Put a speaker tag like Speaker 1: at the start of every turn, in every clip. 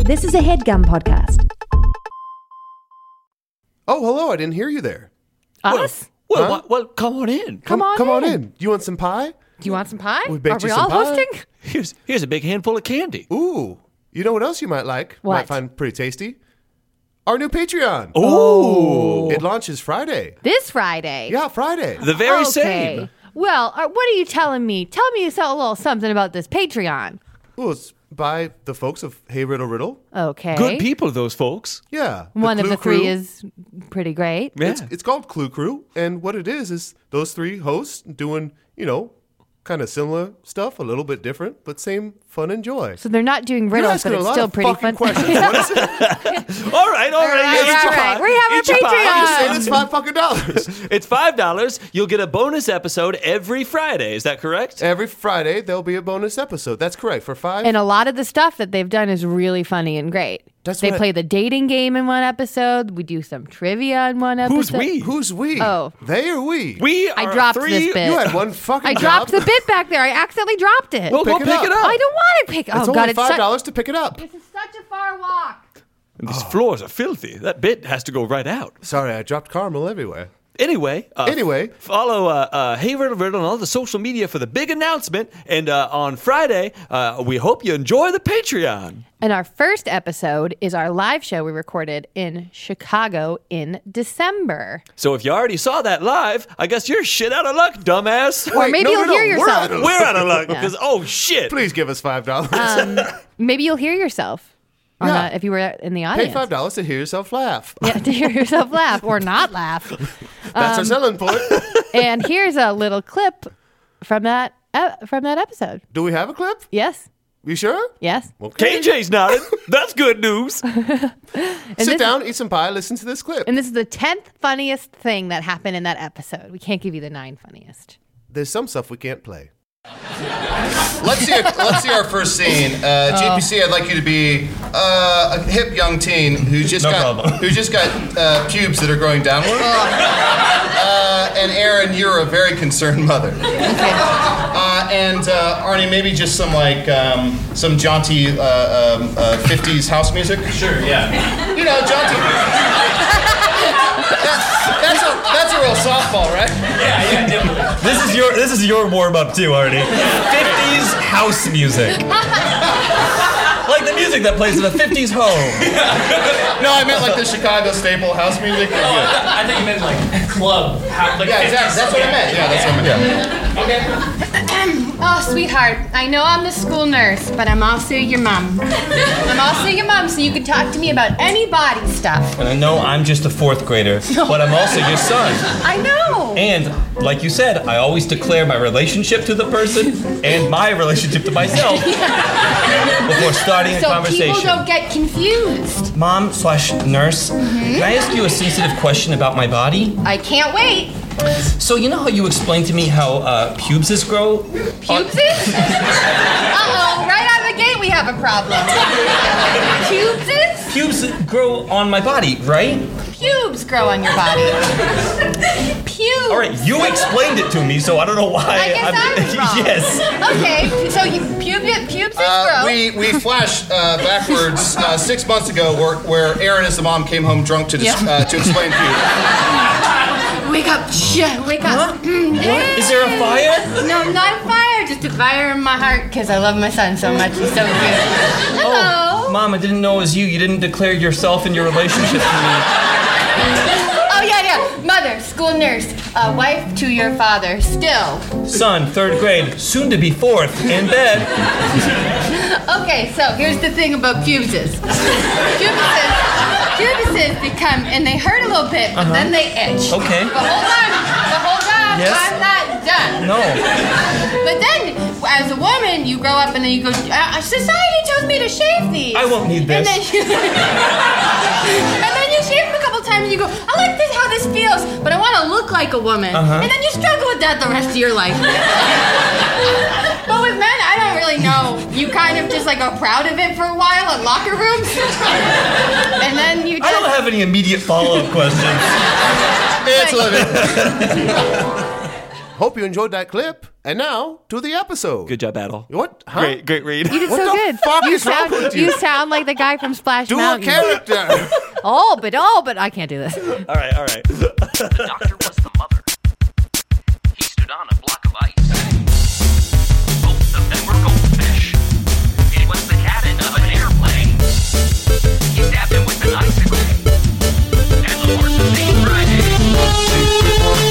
Speaker 1: This is a headgum podcast.
Speaker 2: Oh, hello! I didn't hear you there.
Speaker 3: Us?
Speaker 4: Well,
Speaker 2: Huh?
Speaker 4: wha- well, come on in.
Speaker 3: Come on
Speaker 2: come on
Speaker 3: in.
Speaker 2: in. You want some pie?
Speaker 3: Do you want some pie?
Speaker 2: We baked
Speaker 3: Are
Speaker 2: you
Speaker 3: we
Speaker 2: some
Speaker 3: all
Speaker 2: pie.
Speaker 3: hosting?
Speaker 4: Here's here's a big handful of candy.
Speaker 2: Ooh, you know what else you might like?
Speaker 3: What?
Speaker 2: Might find pretty tasty. Our new Patreon.
Speaker 4: Oh,
Speaker 2: It launches Friday.
Speaker 3: This Friday.
Speaker 2: Yeah, Friday.
Speaker 4: the very
Speaker 3: okay.
Speaker 4: same.
Speaker 3: Well, uh, what are you telling me? Tell me a little something about this Patreon.
Speaker 2: Ooh, it's by the folks of Hey Riddle Riddle.
Speaker 3: Okay.
Speaker 4: Good people, those folks.
Speaker 2: Yeah.
Speaker 3: One of
Speaker 2: Clue
Speaker 3: the three
Speaker 2: Crew.
Speaker 3: is pretty great.
Speaker 4: Yeah.
Speaker 2: It's, it's called Clue Crew, and what it is is those three hosts doing, you know, kind of similar stuff, a little bit different, but same fun and joy.
Speaker 3: So they're not doing
Speaker 2: You're
Speaker 3: riddles,
Speaker 2: asking
Speaker 3: but it's
Speaker 2: a lot
Speaker 3: still
Speaker 2: of
Speaker 3: pretty fun.
Speaker 2: fucking questions. What is it?
Speaker 4: all right, all right.
Speaker 3: right,
Speaker 4: eat your
Speaker 3: all right.
Speaker 4: pie,
Speaker 3: We have a
Speaker 4: eat your pie.
Speaker 3: Patreon.
Speaker 4: I'm just saying
Speaker 2: And it's five fucking dollars.
Speaker 4: It's five dollars. You'll get a bonus episode every Friday. Is that correct?
Speaker 2: Every Friday there'll be a bonus episode. That's correct. For five,
Speaker 3: And a lot of the stuff that they've done is really funny and great.
Speaker 2: That's
Speaker 3: they
Speaker 2: what I-
Speaker 3: play the dating game in one episode. We do some trivia in one episode.
Speaker 4: Who's we?
Speaker 2: who's we?
Speaker 3: Oh.
Speaker 2: they or we?
Speaker 4: We
Speaker 3: I
Speaker 4: are
Speaker 3: dropped
Speaker 4: three.
Speaker 3: this bit.
Speaker 2: You had one fucking.
Speaker 3: I dropped the
Speaker 2: job.
Speaker 3: bit back there. I accidentally dropped it.
Speaker 4: Well, go
Speaker 2: Pick
Speaker 4: pick
Speaker 2: it
Speaker 4: it
Speaker 2: up.
Speaker 4: up.
Speaker 3: I don't want to pick. Oh
Speaker 2: It's
Speaker 3: God,
Speaker 2: only
Speaker 3: it's such-
Speaker 2: five dollars to pick it up.
Speaker 3: This is such a far walk.
Speaker 4: These floors are filthy. That bit has to go right out.
Speaker 2: Sorry, I dropped caramel everywhere.
Speaker 4: Anyway. Uh,
Speaker 2: Anyway.
Speaker 4: Follow uh, uh, Hey Riddle Riddle on all the social media for the big announcement. And uh, on Friday, uh, we hope you enjoy the Patreon.
Speaker 3: And our first episode is our live show we recorded in Chicago in December.
Speaker 4: So if you already saw that live, I guess you're shit out of luck, dumbass.
Speaker 3: Or
Speaker 2: Wait,
Speaker 3: maybe
Speaker 2: no,
Speaker 3: you'll
Speaker 2: no, no,
Speaker 3: hear
Speaker 2: we're
Speaker 3: yourself.
Speaker 2: out of-
Speaker 4: We're out of luck because oh shit.
Speaker 2: Please give us five dollars.
Speaker 3: Uh, Maybe you'll hear yourself. on
Speaker 2: Yeah.
Speaker 3: the- if you were in the
Speaker 2: Pay
Speaker 3: audience.
Speaker 2: five dollars to hear yourself laugh.
Speaker 3: Yeah, to hear yourself laugh or not laugh.
Speaker 2: That's
Speaker 3: Um,
Speaker 2: our selling point.
Speaker 3: and here's a little clip from that uh, from that episode.
Speaker 2: Do we have a clip?
Speaker 3: Yes.
Speaker 2: You sure?
Speaker 3: Yes.
Speaker 2: Okay.
Speaker 4: KJ's nodding. That's good news.
Speaker 2: Sit
Speaker 3: this-
Speaker 2: down, eat some pie, listen to this clip.
Speaker 3: And this is the 10th funniest thing that happened in that episode. We can't give you the 9 funniest.
Speaker 2: There's some stuff we can't play.
Speaker 5: Let's see. let's see our first scene. Uh, GPC, I'd like you to be uh, a hip young teen who just
Speaker 6: No
Speaker 5: got
Speaker 6: problem.
Speaker 5: who just got uh, pubes that are growing downward. Uh, and Aaron, you're a very concerned mother. Uh, and uh, Arnie, maybe just some like um, some jaunty uh, um, uh, '50s house music. Sure.
Speaker 6: Yeah.
Speaker 5: You know, jaunty. That- that's a that's a real softball, right?
Speaker 6: Yeah, yeah. dude. This is your this is your warm up too, Arnie. 50s house music. Like the music that plays in a 50s home.
Speaker 5: No, I meant like the Chicago staple house music.
Speaker 6: Oh, I think you meant like club. Like
Speaker 5: Yeah, exactly. That's what I meant. Yeah, that's what I meant.
Speaker 7: Oh, sweetheart, I know I'm the school nurse, but I'm also your mom. I'm also your mom, so you can talk to me about any body stuff.
Speaker 6: And I know I'm just a fourth grader, but I'm also your son.
Speaker 7: I know.
Speaker 6: And like you said, I always declare my relationship to the person and my relationship to myself before starting a
Speaker 7: So
Speaker 6: conversation.
Speaker 7: people don't get confused.
Speaker 6: Mom slash nurse,
Speaker 7: Mm-hmm.
Speaker 6: can I ask you a sensitive question about my body?
Speaker 7: I can't wait.
Speaker 6: So you know how you explained to me how uh, pubes grow? Oh.
Speaker 7: Pubeses? Uh-oh, right out of the gate we have a problem. Pubeses?
Speaker 6: Pubes grow on my body, right?
Speaker 7: Pubes grow on your body. Pubes.
Speaker 6: All right, you explained it to me, so I don't know why.
Speaker 7: I guess I was wrong.
Speaker 6: yes.
Speaker 7: Okay, so you pubes, pubes
Speaker 5: Uh,
Speaker 7: grow.
Speaker 5: we we flash uh, backwards uh, six months ago, where, where Aaron as the mom came home drunk to dis-
Speaker 7: Yeah.
Speaker 5: uh, to explain to you.
Speaker 7: Wake up, shh, wake up. Mm,
Speaker 6: What? Is there a fire?
Speaker 7: No, not a fire, just a fire in my heart because I love my son so much. He's so cute.
Speaker 8: Oh,
Speaker 7: Hello.
Speaker 6: Oh, Mom, I didn't know it was you. You didn't declare yourself and your relationship to
Speaker 7: Oh, yeah, yeah. Mother, school nurse, uh, wife to your father, still.
Speaker 6: me. Son, third grade, soon to be fourth, in bed.
Speaker 7: Okay, so here's the thing about fuses. Fuses, fuses, they come and they hurt a little bit, but then they itch.
Speaker 6: Uh-huh. Okay.
Speaker 7: But hold on, but hold on,
Speaker 6: Yes.
Speaker 7: I'm not done.
Speaker 6: No.
Speaker 7: But then, as a woman, you grow up and then you go. Uh, society tells me to shave these.
Speaker 6: I won't need
Speaker 7: And
Speaker 6: this.
Speaker 7: then, you, and then you shave them a couple times and you go, I like this how this feels, but I want to look like a woman.
Speaker 6: Uh-huh.
Speaker 7: And then you struggle with that the rest of your life. but with men, I don't really know. You kind of just like are proud of it for a while at locker rooms, and then you.
Speaker 6: I
Speaker 7: Just,
Speaker 6: don't have any immediate follow-up questions.
Speaker 2: It's living. Hope you enjoyed that clip.
Speaker 8: And now to the episode.
Speaker 6: Good job, Battle.
Speaker 8: What? Huh?
Speaker 6: Great, great read.
Speaker 3: You did
Speaker 8: What
Speaker 3: so
Speaker 8: the
Speaker 3: good.
Speaker 8: fuck
Speaker 3: you
Speaker 8: is wrong
Speaker 3: sound,
Speaker 8: with you?
Speaker 3: sound like the guy from Splash
Speaker 8: Do a
Speaker 3: Mountain.
Speaker 8: character.
Speaker 3: Oh, but oh, but I can't do this.
Speaker 6: all right, all right.
Speaker 5: The doctor was the mother. He stood on a block of ice. Both of them were goldfish. It was the cabin of an airplane. He stabbed him with an icicle. And the horse was named Friday.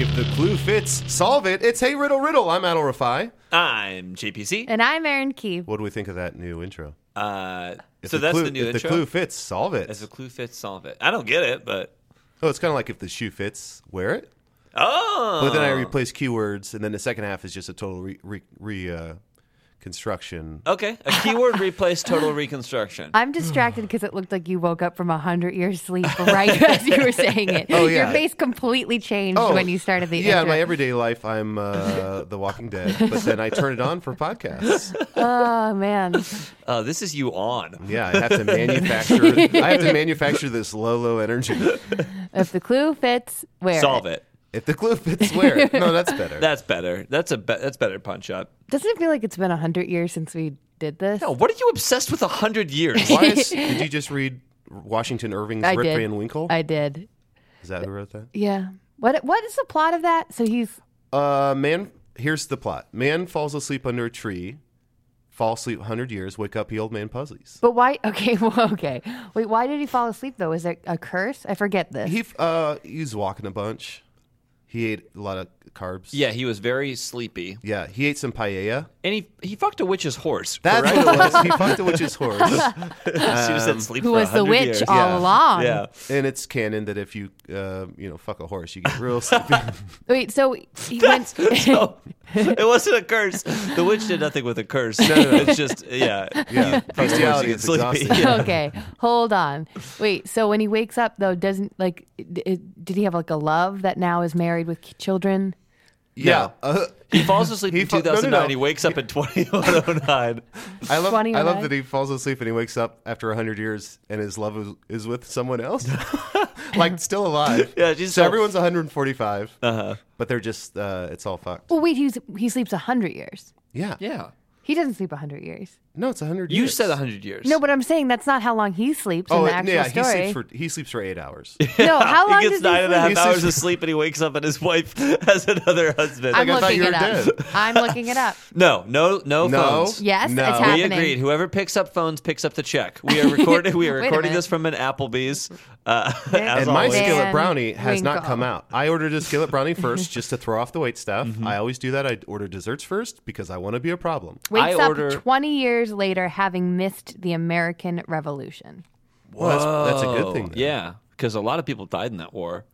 Speaker 8: if the clue fits, solve it. It's Hey Riddle Riddle. I'm Adol Rafi.
Speaker 6: I'm JPC.
Speaker 3: And I'm Aaron Key.
Speaker 8: What do we think of that new intro?
Speaker 6: Uh,
Speaker 8: If
Speaker 6: so that's
Speaker 8: clue,
Speaker 6: the new
Speaker 8: if
Speaker 6: intro.
Speaker 8: the clue fits, solve it.
Speaker 6: As the clue fits, solve it. I don't get it, but
Speaker 8: So it's kind of like if the shoe fits, wear it.
Speaker 6: oh,
Speaker 8: But then I replace keywords, and then the second half is just a total re, re, re uh, construction.
Speaker 6: okay. A keyword replace total reconstruction.
Speaker 3: I'm distracted because it looked like you woke up from a hundred years sleep right as you were saying it.
Speaker 8: Oh, yeah. Oh.
Speaker 3: Your face completely changed when you started the
Speaker 8: yeah, in
Speaker 3: intro.
Speaker 8: my everyday life, I'm uh, The Walking Dead, but then I turn it on for podcasts.
Speaker 3: oh man.
Speaker 6: Uh, this is you on.
Speaker 8: Yeah, I have to manufacture. I have to manufacture this low, low energy.
Speaker 3: If the clue fits, where
Speaker 6: Solve it.
Speaker 8: If the clue fits, wear it. No, that's better.
Speaker 6: That's better. That's a be- that's better punch up.
Speaker 3: Doesn't it feel like it's been a hundred years since we did this?
Speaker 6: No, what are you obsessed with? A hundred years.
Speaker 8: Why is, did you just read Washington Irving's
Speaker 3: I
Speaker 8: Rip
Speaker 3: did.
Speaker 8: Van Winkle?
Speaker 3: I did.
Speaker 8: is that who wrote that?
Speaker 3: Yeah. What what is the plot of that? So he's
Speaker 8: Uh, man, here's the plot. Man falls asleep under a tree, falls asleep 100 years, wake up, he old man puzzles.
Speaker 3: but why okay, well, okay. Wait, why did he fall asleep though? Is there a curse? I forget this.
Speaker 8: He, uh, he was walking a bunch. He ate a lot of carbs.
Speaker 6: yeah, he was very sleepy,
Speaker 8: Yeah, he ate some paella.
Speaker 6: and he he fucked a witch's horse.
Speaker 8: That's
Speaker 6: correct?
Speaker 8: what it was. He fucked the witch's horse.
Speaker 6: she was at sleep
Speaker 3: who
Speaker 6: for
Speaker 3: was the
Speaker 6: 100
Speaker 3: witch
Speaker 6: years.
Speaker 3: all
Speaker 8: Yeah.
Speaker 3: along.
Speaker 6: Yeah.
Speaker 8: And it's canon that if you, uh, you know, fuck a horse, you get real sleepy.
Speaker 3: Wait, so he went
Speaker 6: So it wasn't a curse. The witch did nothing with a curse. No,
Speaker 8: no, no.
Speaker 6: It's just yeah.
Speaker 8: yeah,
Speaker 6: Bestiality
Speaker 8: bestiality
Speaker 6: is
Speaker 8: is
Speaker 6: sleepy.
Speaker 8: exhausting.
Speaker 6: Yeah.
Speaker 3: okay, hold on. Wait, so when he wakes up though, doesn't like d- it, did he have like a love that now is married with k- children?
Speaker 8: Yeah. Uh,
Speaker 6: He falls asleep
Speaker 8: He
Speaker 6: in
Speaker 8: fa- no, no,
Speaker 6: 2009.
Speaker 8: no.
Speaker 6: He wakes up in 2109.
Speaker 8: I love,
Speaker 3: Funny
Speaker 8: I
Speaker 3: or
Speaker 8: love
Speaker 3: not?
Speaker 8: that he falls asleep and he wakes up after 100 years and his love is, is with someone else. like, still alive.
Speaker 6: Yeah, she's
Speaker 8: so
Speaker 6: all-
Speaker 8: everyone's 145. Uh-huh. But they're just, uh, it's all fucked.
Speaker 3: Well, wait, he's he sleeps hundred years.
Speaker 8: Yeah.
Speaker 6: yeah.
Speaker 3: He doesn't sleep hundred years.
Speaker 8: No, it's 100
Speaker 6: You
Speaker 8: years.
Speaker 6: said 100 years.
Speaker 3: No, but I'm saying that's not how long he sleeps
Speaker 8: Oh,
Speaker 3: in the
Speaker 8: it-
Speaker 3: actual
Speaker 8: yeah,
Speaker 3: story.
Speaker 8: he sleeps for he sleeps for eight hours.
Speaker 3: no, how long
Speaker 6: he
Speaker 3: does
Speaker 6: gets nine
Speaker 3: he
Speaker 6: and a half
Speaker 3: sleep?
Speaker 8: sleep?
Speaker 6: hours of sleep and he wakes up and his wife has another husband.
Speaker 3: I'm
Speaker 8: I thought
Speaker 3: looking
Speaker 8: you
Speaker 3: it
Speaker 8: were
Speaker 3: up.
Speaker 8: dead.
Speaker 3: I'm looking it up.
Speaker 6: no, no, no,
Speaker 8: no,
Speaker 6: phones.
Speaker 3: Yes,
Speaker 8: no.
Speaker 3: it's
Speaker 6: We
Speaker 3: happening.
Speaker 6: agreed. Whoever picks up phones picks up the check. We are recording. We are
Speaker 3: Wait a
Speaker 6: recording
Speaker 3: minute.
Speaker 6: this from an Applebee's. Uh, as
Speaker 8: And my
Speaker 6: always.
Speaker 3: skill-
Speaker 8: skillet
Speaker 3: Van
Speaker 8: brownie has not
Speaker 3: Winkle.
Speaker 8: come out. I ordered a skillet brownie first just to throw off the wait staff.
Speaker 6: Mm-hmm.
Speaker 8: I always do that. I order desserts first because I want to be a problem.
Speaker 3: Wakes
Speaker 6: I
Speaker 3: up
Speaker 6: order-
Speaker 3: 20 years later having missed the American Revolution.
Speaker 8: Well, that's, that's a good thing.
Speaker 6: Oh,
Speaker 8: then.
Speaker 6: Yeah, because a lot of people died in that war.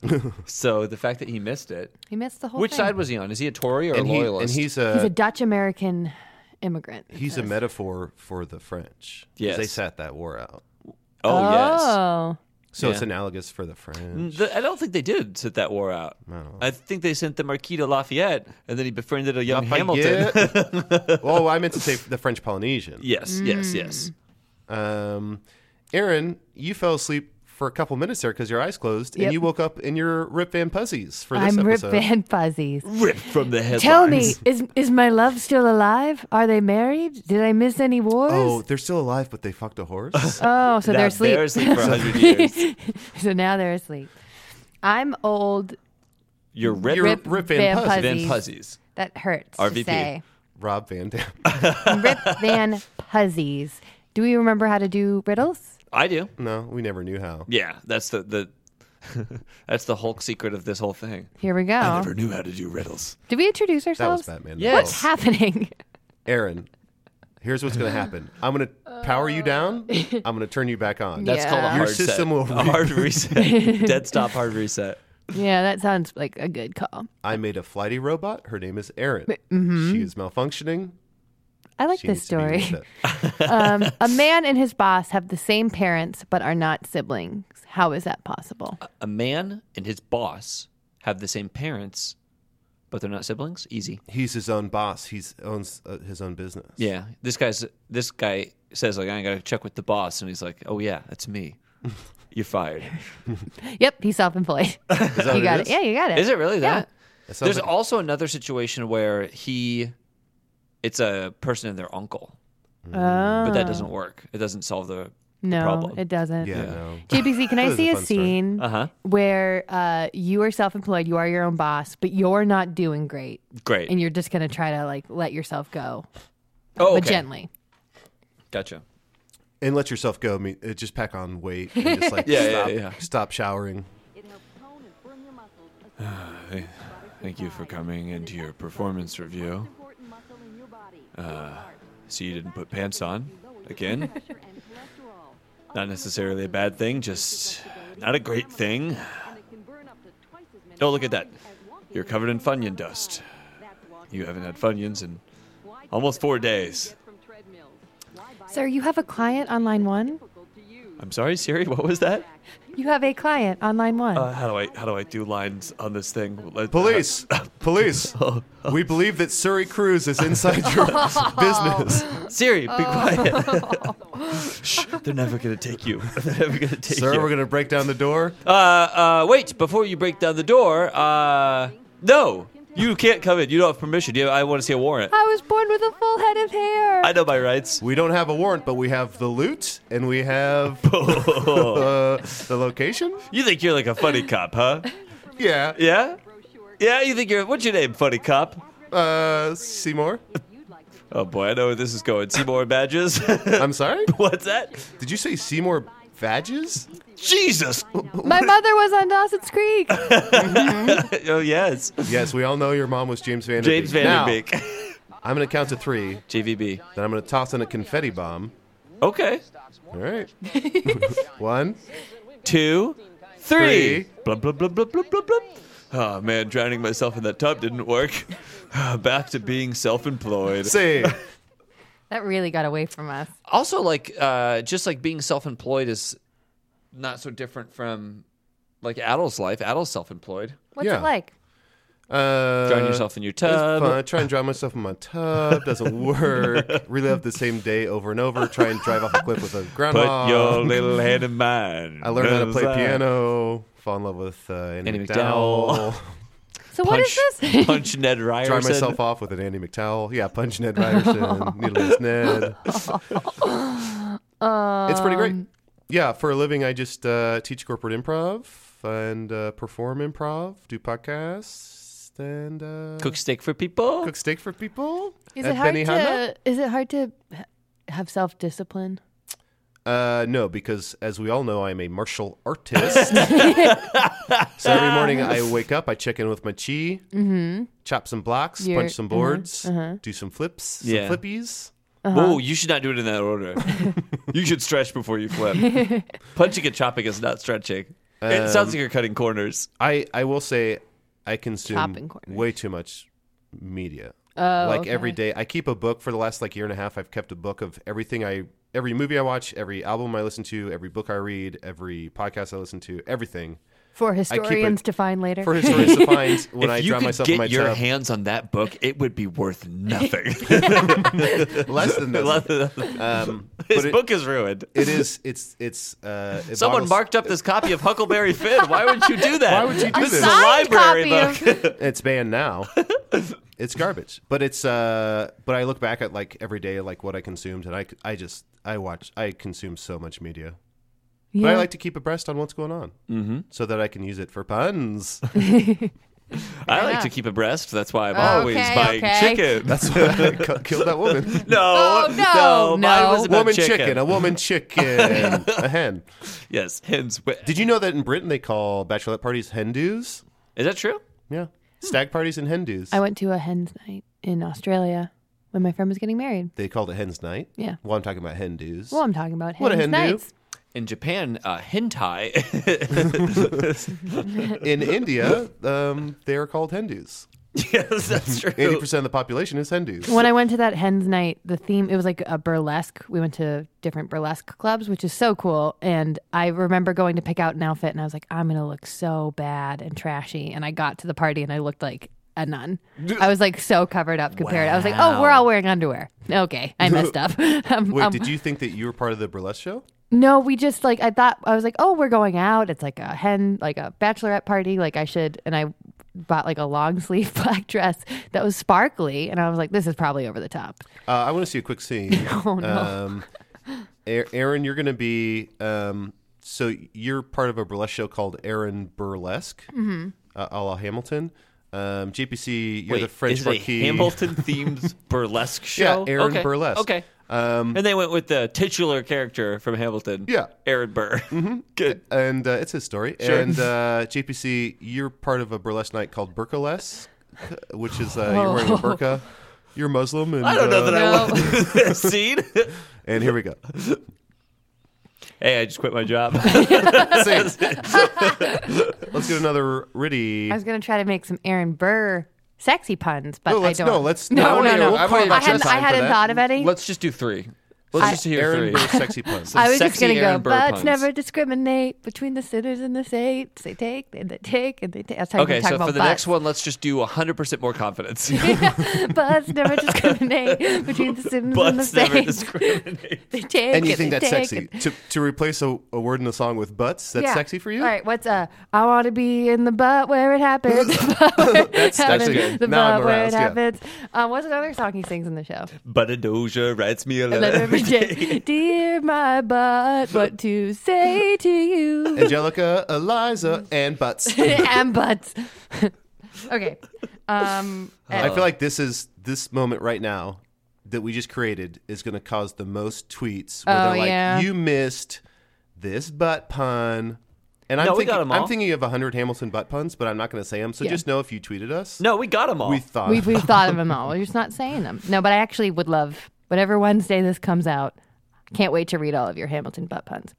Speaker 6: so the fact that he missed it.
Speaker 3: He missed the whole
Speaker 6: Which
Speaker 3: thing.
Speaker 6: side was he on? Is he a Tory or
Speaker 8: And,
Speaker 6: a
Speaker 8: he,
Speaker 6: loyalist?
Speaker 8: and he's
Speaker 3: He's a
Speaker 8: a
Speaker 3: Dutch American immigrant. it
Speaker 8: he's a
Speaker 3: says.
Speaker 8: metaphor for the French. 'cause
Speaker 6: Yes.
Speaker 8: they sat that war out.
Speaker 6: oh, yes.
Speaker 3: Oh.
Speaker 8: So it's
Speaker 6: Yeah. Mm,
Speaker 8: analogous for the French.
Speaker 6: The, I don't think they did sit that war out. I think they sent the Marquis de Lafayette, and then he befriended a young Hamilton.
Speaker 8: Lafayette. oh, I meant to say the French Polynesian.
Speaker 6: yes, yes, yes.
Speaker 8: Um, Aaron, you fell asleep for a couple minutes there because your eyes closed,
Speaker 3: Yep.
Speaker 8: and you woke up in your Rip Van Puzzies for this
Speaker 3: I'm Rip
Speaker 8: episode.
Speaker 3: Van Fuzzies.
Speaker 6: Ripped from the headlines.
Speaker 3: Tell me, is is my love still alive? Are they married? Did I miss any wars?
Speaker 8: Oh, they're still alive, but they fucked a horse.
Speaker 3: Oh, so
Speaker 6: that
Speaker 3: they're asleep.
Speaker 6: They're asleep for 100 years.
Speaker 3: so now they're asleep. I'm old.
Speaker 6: You're ripped.
Speaker 8: You're-
Speaker 3: Rip,
Speaker 8: Rip Van Puzzies.
Speaker 6: Van Puzzies.
Speaker 3: That hurts to
Speaker 6: RVP.
Speaker 3: say.
Speaker 8: Rob Van Dam.
Speaker 3: uh, Rip Van Puzzies. Do we remember how to do riddles?
Speaker 6: I do.
Speaker 8: No, we never knew how.
Speaker 6: Yeah, that's the the that's the Hulk secret of this whole thing.
Speaker 3: Here we
Speaker 6: I
Speaker 3: go.
Speaker 6: never knew how to do riddles.
Speaker 3: Did we introduce
Speaker 8: That was
Speaker 3: ourselves?
Speaker 8: Batman.
Speaker 6: Yes.
Speaker 3: What's happening?
Speaker 8: Aaron, here's what's going to happen. I'm going to power you down. I'm going to turn you back on.
Speaker 6: That's called a
Speaker 3: Uh. Yeah.
Speaker 6: hard
Speaker 3: Your
Speaker 8: system
Speaker 6: set.
Speaker 8: will
Speaker 6: a hard reset. Dead stop. Hard reset.
Speaker 3: yeah, that sounds like a good call.
Speaker 8: I made a flighty robot. Her name is Aaron. She is malfunctioning.
Speaker 3: I like
Speaker 8: She
Speaker 3: this
Speaker 8: needs to be
Speaker 3: mm-hmm. story.
Speaker 8: reset.
Speaker 3: Um, a man and his boss have the same parents but are not siblings.
Speaker 6: Uh,
Speaker 3: How is that possible?
Speaker 6: A man and his boss have the same parents, but they're not siblings. Easy.
Speaker 8: He's his own boss. He owns uh, his own business.
Speaker 6: Yeah. This guy's this guy says like I gotta check with the boss, and he's like, oh yeah, that's me. You're fired.
Speaker 3: Yep, he's self-employed.
Speaker 8: Is that
Speaker 3: you
Speaker 8: what
Speaker 3: got
Speaker 8: it
Speaker 3: it.
Speaker 8: is?
Speaker 3: Yeah, you got it. Oh,
Speaker 6: Is it really
Speaker 3: Yeah.
Speaker 6: that?
Speaker 8: That sounds
Speaker 6: There's
Speaker 8: like-
Speaker 6: also another situation where he, it's a person and their uncle, but that doesn't work. It doesn't solve the
Speaker 3: Uh. No,
Speaker 6: problem.
Speaker 3: it doesn't.
Speaker 8: Yeah, no.
Speaker 3: JBZ, can I
Speaker 8: That is
Speaker 3: see
Speaker 8: a
Speaker 3: a
Speaker 8: fun story.
Speaker 3: scene
Speaker 6: Uh-huh.
Speaker 3: where uh, you are self-employed, you are your own boss, but you're not doing great,
Speaker 6: great.
Speaker 3: and you're just gonna try to like let yourself go,
Speaker 6: oh,
Speaker 3: but
Speaker 6: okay.
Speaker 3: gently.
Speaker 6: Gotcha.
Speaker 8: and let yourself go. I mean, uh, just pack on weight. And just like
Speaker 6: Yeah, yeah,
Speaker 8: stop,
Speaker 6: yeah.
Speaker 8: stop showering.
Speaker 6: Thank you for coming into your performance review. Uh, So you didn't put pants on again. Not necessarily a bad thing, just not a great thing. Oh, look at that. You're covered in Funyun dust. You haven't had Funyuns in almost four days.
Speaker 3: Sir, you have a client on line one.
Speaker 6: I'm sorry, Siri. What was that?
Speaker 3: You have a client on line one.
Speaker 6: Uh, how do I how do I do lines on this thing? Let-
Speaker 8: Police, police. we believe that Surrey Cruz is inside your business.
Speaker 6: Siri, be quiet. uh, Shh, they're never gonna take you. They're never gonna take
Speaker 8: Sir,
Speaker 6: you.
Speaker 8: we're gonna break down the door.
Speaker 6: uh, uh, wait, before you break down the door, uh, no, you can't come in. You don't have permission. You, I want to see a warrant.
Speaker 3: I was born with a full head of hair.
Speaker 6: I know my rights.
Speaker 8: We don't have a warrant, but we have the loot and we have uh, the location.
Speaker 6: You think you're like a funny cop, huh?
Speaker 8: Yeah.
Speaker 6: Yeah? Yeah, you think you're. What's your name, funny cop?
Speaker 8: Uh, Seymour.
Speaker 6: Oh boy, I know where this is going. Seymour Badges?
Speaker 8: I'm sorry.
Speaker 6: What's that?
Speaker 8: Did you say Seymour Badges?
Speaker 6: Jesus!
Speaker 3: My mother was on Dawson's Creek.
Speaker 6: oh, yes.
Speaker 8: Yes, we all know your mom was James Van. Der
Speaker 6: James
Speaker 8: Beek. Now,
Speaker 6: Vanderbeek.
Speaker 8: I'm gonna count to three.
Speaker 6: JVB.
Speaker 8: Then I'm gonna toss in a confetti bomb.
Speaker 6: Okay.
Speaker 8: All right. One.
Speaker 6: Two, three.
Speaker 8: Three.
Speaker 6: Blub, blub, blub, blub, blub, blub, blub. Oh man, drowning myself in that tub didn't work. Uh, Back to being self employed.
Speaker 8: Say.
Speaker 3: that really got away from us.
Speaker 6: also like uh just like being self-employed is not so different from like adult's life adult's self-employed
Speaker 3: What's
Speaker 8: Yeah.
Speaker 3: it like?
Speaker 8: Uh,
Speaker 6: drown yourself in your tub
Speaker 8: Fun. I try and drown myself in my tub. Doesn't work. Relive the same day over and over. Try and drive off a cliff with a
Speaker 6: put
Speaker 8: groundhog.
Speaker 6: your little hand in mine
Speaker 8: I learned how to play
Speaker 6: Cause I-
Speaker 8: piano. Fall in love with uh, Andy,
Speaker 6: Andy
Speaker 8: McDowell.
Speaker 3: So what is
Speaker 6: punch,
Speaker 3: this?
Speaker 6: punch ned
Speaker 8: Dry
Speaker 6: ryerson
Speaker 8: myself off with an Andy McDowell. Yeah, punch Ned Ryerson. Needleless Ned. it's pretty great. Yeah, for a living, I just uh, teach corporate improv and uh, perform improv, do podcasts, and uh,
Speaker 6: cook steak for people
Speaker 8: cook steak for people.
Speaker 3: Is
Speaker 8: at
Speaker 3: it hard
Speaker 8: Benihana.
Speaker 3: to? Is it hard to ha- have self discipline?
Speaker 8: Uh, no, because as we all know, I'm a martial artist. so every morning I wake up, I check in with my chi, mm-hmm. chop some blocks,
Speaker 3: You're- uh-huh,
Speaker 8: punch some boards, do some flips,
Speaker 6: Yeah.
Speaker 8: some flippies. Uh-huh.
Speaker 6: oh you should not do it in that order you should stretch before you flip punching and chopping is not stretching it sounds
Speaker 8: Um,
Speaker 6: like you're cutting corners
Speaker 8: I, I will say I consume
Speaker 3: Chopping corners.
Speaker 8: way too much media. Oh, like every day, I keep a book for the last like year and a half. I've kept a book of everything I, every movie I watch, every album I listen to, every book I read, every podcast I listen to, everything
Speaker 3: For historians to find later.
Speaker 8: for historians to find when
Speaker 6: if
Speaker 8: I
Speaker 6: you
Speaker 8: drown
Speaker 6: could
Speaker 8: myself
Speaker 6: get
Speaker 8: in my
Speaker 6: your
Speaker 8: tub.
Speaker 6: hands on that book it would be worth nothing
Speaker 8: Less than that. Um,
Speaker 6: his
Speaker 8: but it-
Speaker 6: book is ruined
Speaker 8: It is. It's. It's. Uh, it
Speaker 6: Someone
Speaker 8: bottles-
Speaker 6: marked up this copy of Huckleberry Finn. Why would you do that?
Speaker 8: Why would you do
Speaker 6: this?
Speaker 8: this?
Speaker 6: is a
Speaker 3: Signed
Speaker 6: library
Speaker 3: copy
Speaker 6: book.
Speaker 8: It's banned now. it's garbage. But it's. Uh, but I look back at like every day, like what I consumed, and I. I just. I watch. I consume so much media. But I like to keep abreast on what's going on, mm-hmm. so that I can use it for puns.
Speaker 6: I like to keep abreast. That's why I'm always
Speaker 3: Okay,
Speaker 6: buying
Speaker 3: okay.
Speaker 6: chicken.
Speaker 8: That's what I cu- killed that woman.
Speaker 6: no,
Speaker 3: Oh, no,
Speaker 6: no, mine
Speaker 3: no.
Speaker 6: was about
Speaker 8: Woman chicken. a woman chicken, a hen.
Speaker 6: yes, hens. wi-
Speaker 8: Did you know that in Britain they call bachelorette parties Hindus?
Speaker 6: Is that true?
Speaker 8: Yeah, stag parties and Hindus.
Speaker 3: Hmm. I went to a hen's night in Australia when my friend was getting married.
Speaker 8: they called it hen's night.
Speaker 3: Yeah.
Speaker 8: Well, I'm talking about Hindus.
Speaker 3: Well, I'm talking about hen's
Speaker 8: What a hen do.
Speaker 3: nights.
Speaker 6: In Japan, uh, hentai.
Speaker 8: in India, um, they are called Hindus.
Speaker 6: yes, that's true.
Speaker 8: Eighty percent of the population is Hindus.
Speaker 3: When I went to that hen's night, the theme it was like a burlesque. We went to different burlesque clubs, which is so cool. And I remember going to pick out an outfit, and I was like, I'm gonna look so bad and trashy. And I got to the party, and I looked like a nun. I was like so covered up compared. I was like, oh, we're all wearing underwear. Okay, I messed up. Um,
Speaker 8: Wait,
Speaker 3: um,
Speaker 8: did you think that you were part of the burlesque show?
Speaker 3: No, we just like I thought I was like, oh, we're going out. It's like a hen, like a bachelorette party. Like I should, and I bought like a long sleeve black dress that was sparkly, and I was like, this is probably over the top.
Speaker 8: Uh, I want to see a quick scene. oh no. Um, A- Aaron, you're going to be um, so you're part of a burlesque show called Aaron Burlesque, mm-hmm. uh, a la Hamilton. Um, GPC, you're
Speaker 6: Wait,
Speaker 8: the French
Speaker 6: is it a
Speaker 8: Marquis.
Speaker 6: Hamilton themed burlesque
Speaker 8: yeah,
Speaker 6: show?
Speaker 8: Aaron
Speaker 6: okay.
Speaker 8: Burlesque.
Speaker 6: Okay.
Speaker 8: Um,
Speaker 6: And they went with the titular character from Hamilton.
Speaker 8: Yeah.
Speaker 6: Aaron Burr. Good.
Speaker 8: and uh, it's his story.
Speaker 6: Sure.
Speaker 8: And uh, JPC, you're part of a burlesque night called Burkesque, which is uh, you're wearing a burqa, you're Muslim, and
Speaker 6: I don't know
Speaker 8: uh,
Speaker 6: that I want this scene.
Speaker 8: and here we go.
Speaker 6: hey, I just quit my job.
Speaker 8: Same. let's get another Riddy.
Speaker 3: I was gonna try to make some Aaron Burr sexy puns, but
Speaker 8: No,
Speaker 3: I
Speaker 8: let's-
Speaker 3: don't.
Speaker 8: no, let's- no,
Speaker 3: no,
Speaker 8: we'll-
Speaker 3: no.
Speaker 8: yeah, we'll
Speaker 3: I
Speaker 8: carve out
Speaker 3: hadn't,
Speaker 8: some
Speaker 3: I
Speaker 8: time for
Speaker 3: hadn't
Speaker 8: that.
Speaker 3: thought of any.
Speaker 6: Let's just do three. Let's just hear
Speaker 8: Aaron
Speaker 6: three.
Speaker 8: Burr, sexy puns.
Speaker 3: I was just
Speaker 6: sexy
Speaker 3: gonna
Speaker 6: Aaron
Speaker 3: go,
Speaker 6: Burr
Speaker 3: but
Speaker 6: puns.
Speaker 3: never discriminate between the sinners and the saints. They take and they take and they take. I was talking,
Speaker 6: Okay,
Speaker 3: talking
Speaker 6: so
Speaker 3: about
Speaker 6: for the next one, let's just do 100% more confidence.
Speaker 3: one, butts never discriminate between the sinners and the
Speaker 6: Butts never
Speaker 3: saints.
Speaker 6: discriminate.
Speaker 3: They take
Speaker 8: and you
Speaker 3: and
Speaker 8: think
Speaker 3: they
Speaker 8: that's
Speaker 3: take
Speaker 8: sexy
Speaker 3: and-
Speaker 8: to, to replace a, a word in the song with butts? That's
Speaker 3: Yeah.
Speaker 8: sexy for you?
Speaker 3: All right, what's uh? I want to be in the butt where it happens. The butt where it happens.
Speaker 8: good.
Speaker 3: The
Speaker 8: Now I'm
Speaker 3: butt where it
Speaker 8: aroused, yeah.
Speaker 3: happens. Um, what's another song he sings in the show?
Speaker 6: But a doja writes me a
Speaker 3: I
Speaker 6: letter
Speaker 3: love
Speaker 6: every
Speaker 3: every
Speaker 6: day.
Speaker 3: day. Dear my butt, what to say to you?
Speaker 8: Angelica,
Speaker 3: Mm.
Speaker 8: Eliza, and butts.
Speaker 3: and butts. okay. Um,
Speaker 8: I
Speaker 6: Oh.
Speaker 8: feel like this is this moment right now that we just created is going to cause the most tweets where
Speaker 3: Oh,
Speaker 8: they're like,
Speaker 3: yeah.
Speaker 8: "You missed this butt pun," and I'm
Speaker 6: No, we got
Speaker 8: thinking
Speaker 6: 'em all.
Speaker 8: I'm thinking of hundred Hamilton butt puns, but I'm not going to say them. So
Speaker 3: Yeah.
Speaker 8: just know if you tweeted us,
Speaker 6: No, we got them all.
Speaker 8: we thought
Speaker 3: we've, we've thought of them all. We're just not saying them. No, but I actually would love whatever Wednesday this comes out. Can't wait to read all of your Hamilton butt puns.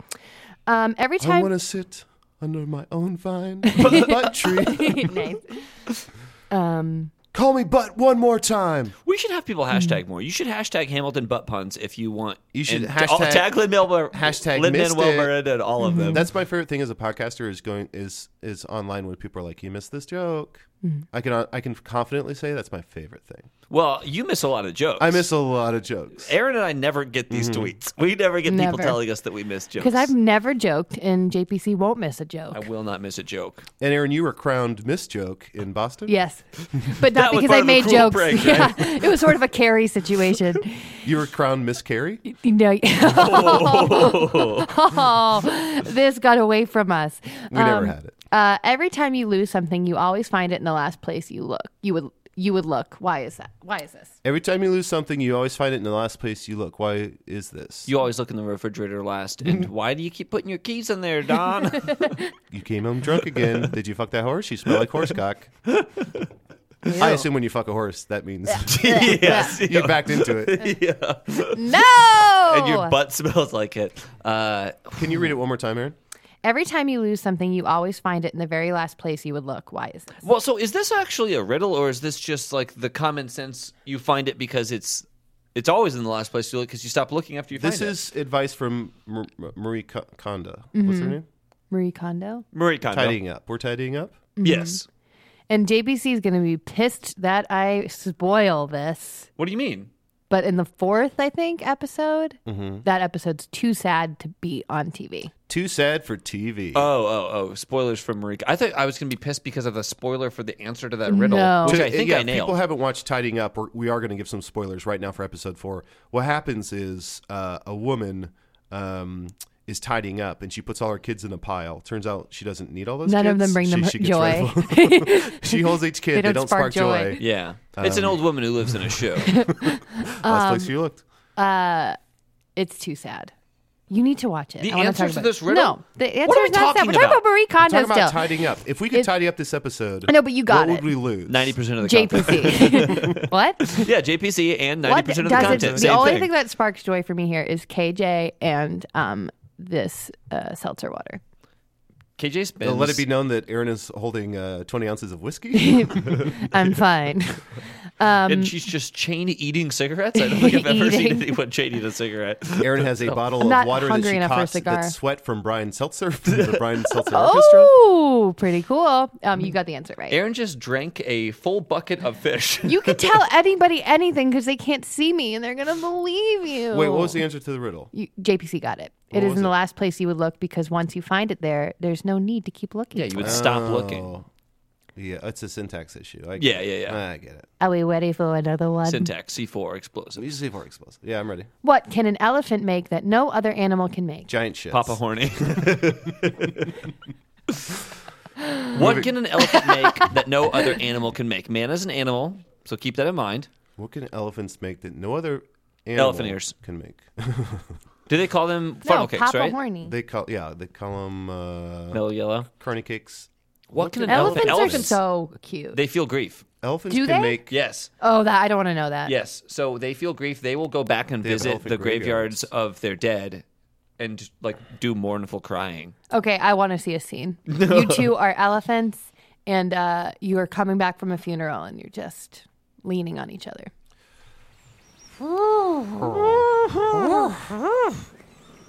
Speaker 3: Um, every
Speaker 8: I
Speaker 3: time.
Speaker 8: want to sit under my own vine butt, butt tree.
Speaker 3: Nice. Um,
Speaker 8: Call me butt one more time.
Speaker 6: We should have people hashtag more. You should hashtag Hamilton butt puns if you want.
Speaker 8: You should
Speaker 6: and
Speaker 8: hashtag-
Speaker 6: all- tag Lin Manuel
Speaker 8: hashtag
Speaker 6: Lin
Speaker 8: missed
Speaker 6: Manuel
Speaker 8: it.
Speaker 6: Miranda and all of them.
Speaker 8: That's my favorite thing as a podcaster is going is is online when people are like, "You missed this joke." I can I can confidently say that's my favorite thing.
Speaker 6: well, you miss a lot of jokes.
Speaker 8: I miss a lot of jokes.
Speaker 6: Aaron and I never get these tweets. We never get
Speaker 3: Never.
Speaker 6: people telling us that we miss jokes.
Speaker 3: because I've never joked, and JPC won't miss a joke.
Speaker 6: I will not miss a joke.
Speaker 8: And Aaron, you were crowned Miss Joke in Boston.
Speaker 3: Yes, but not
Speaker 6: That was
Speaker 3: because
Speaker 6: part
Speaker 3: I
Speaker 6: of the
Speaker 3: made
Speaker 6: cruel
Speaker 3: jokes.
Speaker 6: prank,
Speaker 3: yeah, it was sort of a carry situation.
Speaker 8: You were crowned Miss Carey.
Speaker 3: You know, oh, this got away from us.
Speaker 8: We never had it.
Speaker 3: Uh, every time you lose something, you always find it in the last place you look. You would you would look. Why is that? Why is this?
Speaker 8: Every time you lose something, you always find it in the last place you look. Why is this?
Speaker 6: You always look in the refrigerator last. And why do you keep putting your keys in there, Don?
Speaker 8: You came home drunk again. Did you fuck that horse? You smell like horse cock. I assume when you fuck a horse, that means
Speaker 6: yes.
Speaker 8: you backed into it.
Speaker 3: No.
Speaker 6: And
Speaker 3: Oh.
Speaker 6: your butt smells like it. Uh,
Speaker 8: Can you read it one more time, Aaron?
Speaker 3: every time you lose something, you always find it in the very last place you would look. Why is this?
Speaker 6: well, so is this actually a riddle, or is this just like the common sense? You find it because it's it's always in the last place you look because you stop looking after you
Speaker 8: This
Speaker 6: find it.
Speaker 8: is advice from Mar- Mar- Marie Ko- Kondo. What's her name?
Speaker 3: Marie Kondo.
Speaker 6: Marie Kondo. Mm-hmm.
Speaker 8: Tidying up. We're tidying up.
Speaker 6: Yes.
Speaker 3: And JPC is going to be pissed that I spoil this.
Speaker 6: What do you mean?
Speaker 3: But in the fourth, I think, episode,
Speaker 8: Mm-hmm.
Speaker 3: that episode's too sad to be on TV.
Speaker 8: Too sad for TV.
Speaker 6: Oh, oh, oh! Spoilers from Marie. I thought I was going to be pissed because of the spoiler for the answer to that riddle,
Speaker 3: No.
Speaker 6: which
Speaker 8: To-
Speaker 6: I think
Speaker 8: yeah,
Speaker 6: I
Speaker 8: if
Speaker 6: nailed.
Speaker 8: People haven't watched Tidying Up. We're, we are going to give some spoilers right now for episode four. What happens is uh, a woman um, is tidying up and she puts all her kids in a pile. Turns out she doesn't need all those.
Speaker 3: None of
Speaker 8: kids.
Speaker 3: them bring them
Speaker 8: She- she gets rid
Speaker 3: joy.
Speaker 8: of them. she holds each kid.
Speaker 3: They
Speaker 8: they,
Speaker 3: don't
Speaker 8: don't
Speaker 3: spark
Speaker 8: spark,
Speaker 3: joy.
Speaker 8: joy.
Speaker 6: yeah, it's an old woman who lives in a shoe.
Speaker 8: Last place you
Speaker 3: Um,
Speaker 8: looked.
Speaker 3: it's too sad. You need to watch it.
Speaker 6: The
Speaker 3: I wanna
Speaker 6: answer
Speaker 3: talk
Speaker 6: to
Speaker 3: about
Speaker 6: this
Speaker 3: it.
Speaker 6: riddle?
Speaker 3: No, the answer
Speaker 6: are we
Speaker 3: is not sad.
Speaker 6: talking
Speaker 3: We're talking about
Speaker 6: about?
Speaker 3: Marie
Speaker 8: We're
Speaker 3: Kondo
Speaker 8: talking
Speaker 3: still.
Speaker 8: about tidying up. If we could tidy up this episode,
Speaker 3: I know, but you got
Speaker 8: what
Speaker 3: it.
Speaker 8: would we lose?
Speaker 6: Ninety percent of the content.
Speaker 3: JPC. what?
Speaker 6: Yeah, JPC and ninety
Speaker 3: What
Speaker 6: percent of the
Speaker 3: does
Speaker 6: content.
Speaker 3: it? The
Speaker 6: Same
Speaker 3: only
Speaker 6: thing.
Speaker 3: thing that sparks joy for me here is KJ and um this uh, seltzer water.
Speaker 6: KJ spends.
Speaker 8: Uh, Let it be known that Aaron is holding uh, 20 ounces of whiskey.
Speaker 3: I'm fine.
Speaker 6: and she's just chain eating cigarettes. I don't think I've ever
Speaker 3: Um,
Speaker 6: seen
Speaker 3: Eating.
Speaker 6: anyone chain eat a cigarette.
Speaker 8: Aaron has a bottle
Speaker 3: I'm
Speaker 8: of
Speaker 3: not
Speaker 8: water that
Speaker 3: hungry
Speaker 8: she
Speaker 3: enough for a
Speaker 8: caught
Speaker 3: cigar.
Speaker 8: that's sweat from Brian Seltzer from the Brian Seltzer Orchestra.
Speaker 3: Oh, pretty cool. Um, you got the answer right.
Speaker 6: Aaron just drank a full bucket of fish.
Speaker 3: You can tell anybody anything because they can't see me and they're gonna believe you.
Speaker 8: Wait, what was the answer to the riddle?
Speaker 3: You, JPC got it. It is
Speaker 8: was
Speaker 3: in the
Speaker 8: it?
Speaker 3: last place you would look because once you find it there, there's no need to keep looking.
Speaker 6: yeah, you would stop looking.
Speaker 8: Oh. Yeah, it's a syntax issue. I
Speaker 6: Yeah, yeah, yeah.
Speaker 8: I get it.
Speaker 3: Are we ready for another one?
Speaker 6: Syntax C4 explosive.
Speaker 8: Usually for explosive. Yeah, I'm ready.
Speaker 3: what can an elephant make that no other animal can make?
Speaker 8: Giant shit.
Speaker 6: Papa horny. what can an elephant make that no other animal can make? Man is an animal, so keep that in mind.
Speaker 8: What can elephants make that no other animal
Speaker 6: Elephant ears.
Speaker 8: can make?
Speaker 6: Do they call them
Speaker 3: No,
Speaker 6: funnel cakes,
Speaker 3: Papa
Speaker 6: right?
Speaker 3: Horny.
Speaker 8: they call yeah, they call them uh,
Speaker 6: Mellow yellow.
Speaker 8: carny cakes.
Speaker 6: What can an
Speaker 3: Elephants,
Speaker 6: elephant?
Speaker 3: are so cute.
Speaker 6: They feel grief.
Speaker 8: Elephants
Speaker 3: Do
Speaker 8: can
Speaker 3: they?
Speaker 8: make
Speaker 6: Yes.
Speaker 3: oh, that I don't want to know that.
Speaker 6: Yes. So they feel grief. They will go back and
Speaker 8: They have
Speaker 6: visit
Speaker 8: elephant
Speaker 6: the graveyards of their dead and like do mournful crying.
Speaker 3: Okay, I want to see a scene. You two are elephants, and uh, you are coming back from a funeral, and you're just leaning on each other.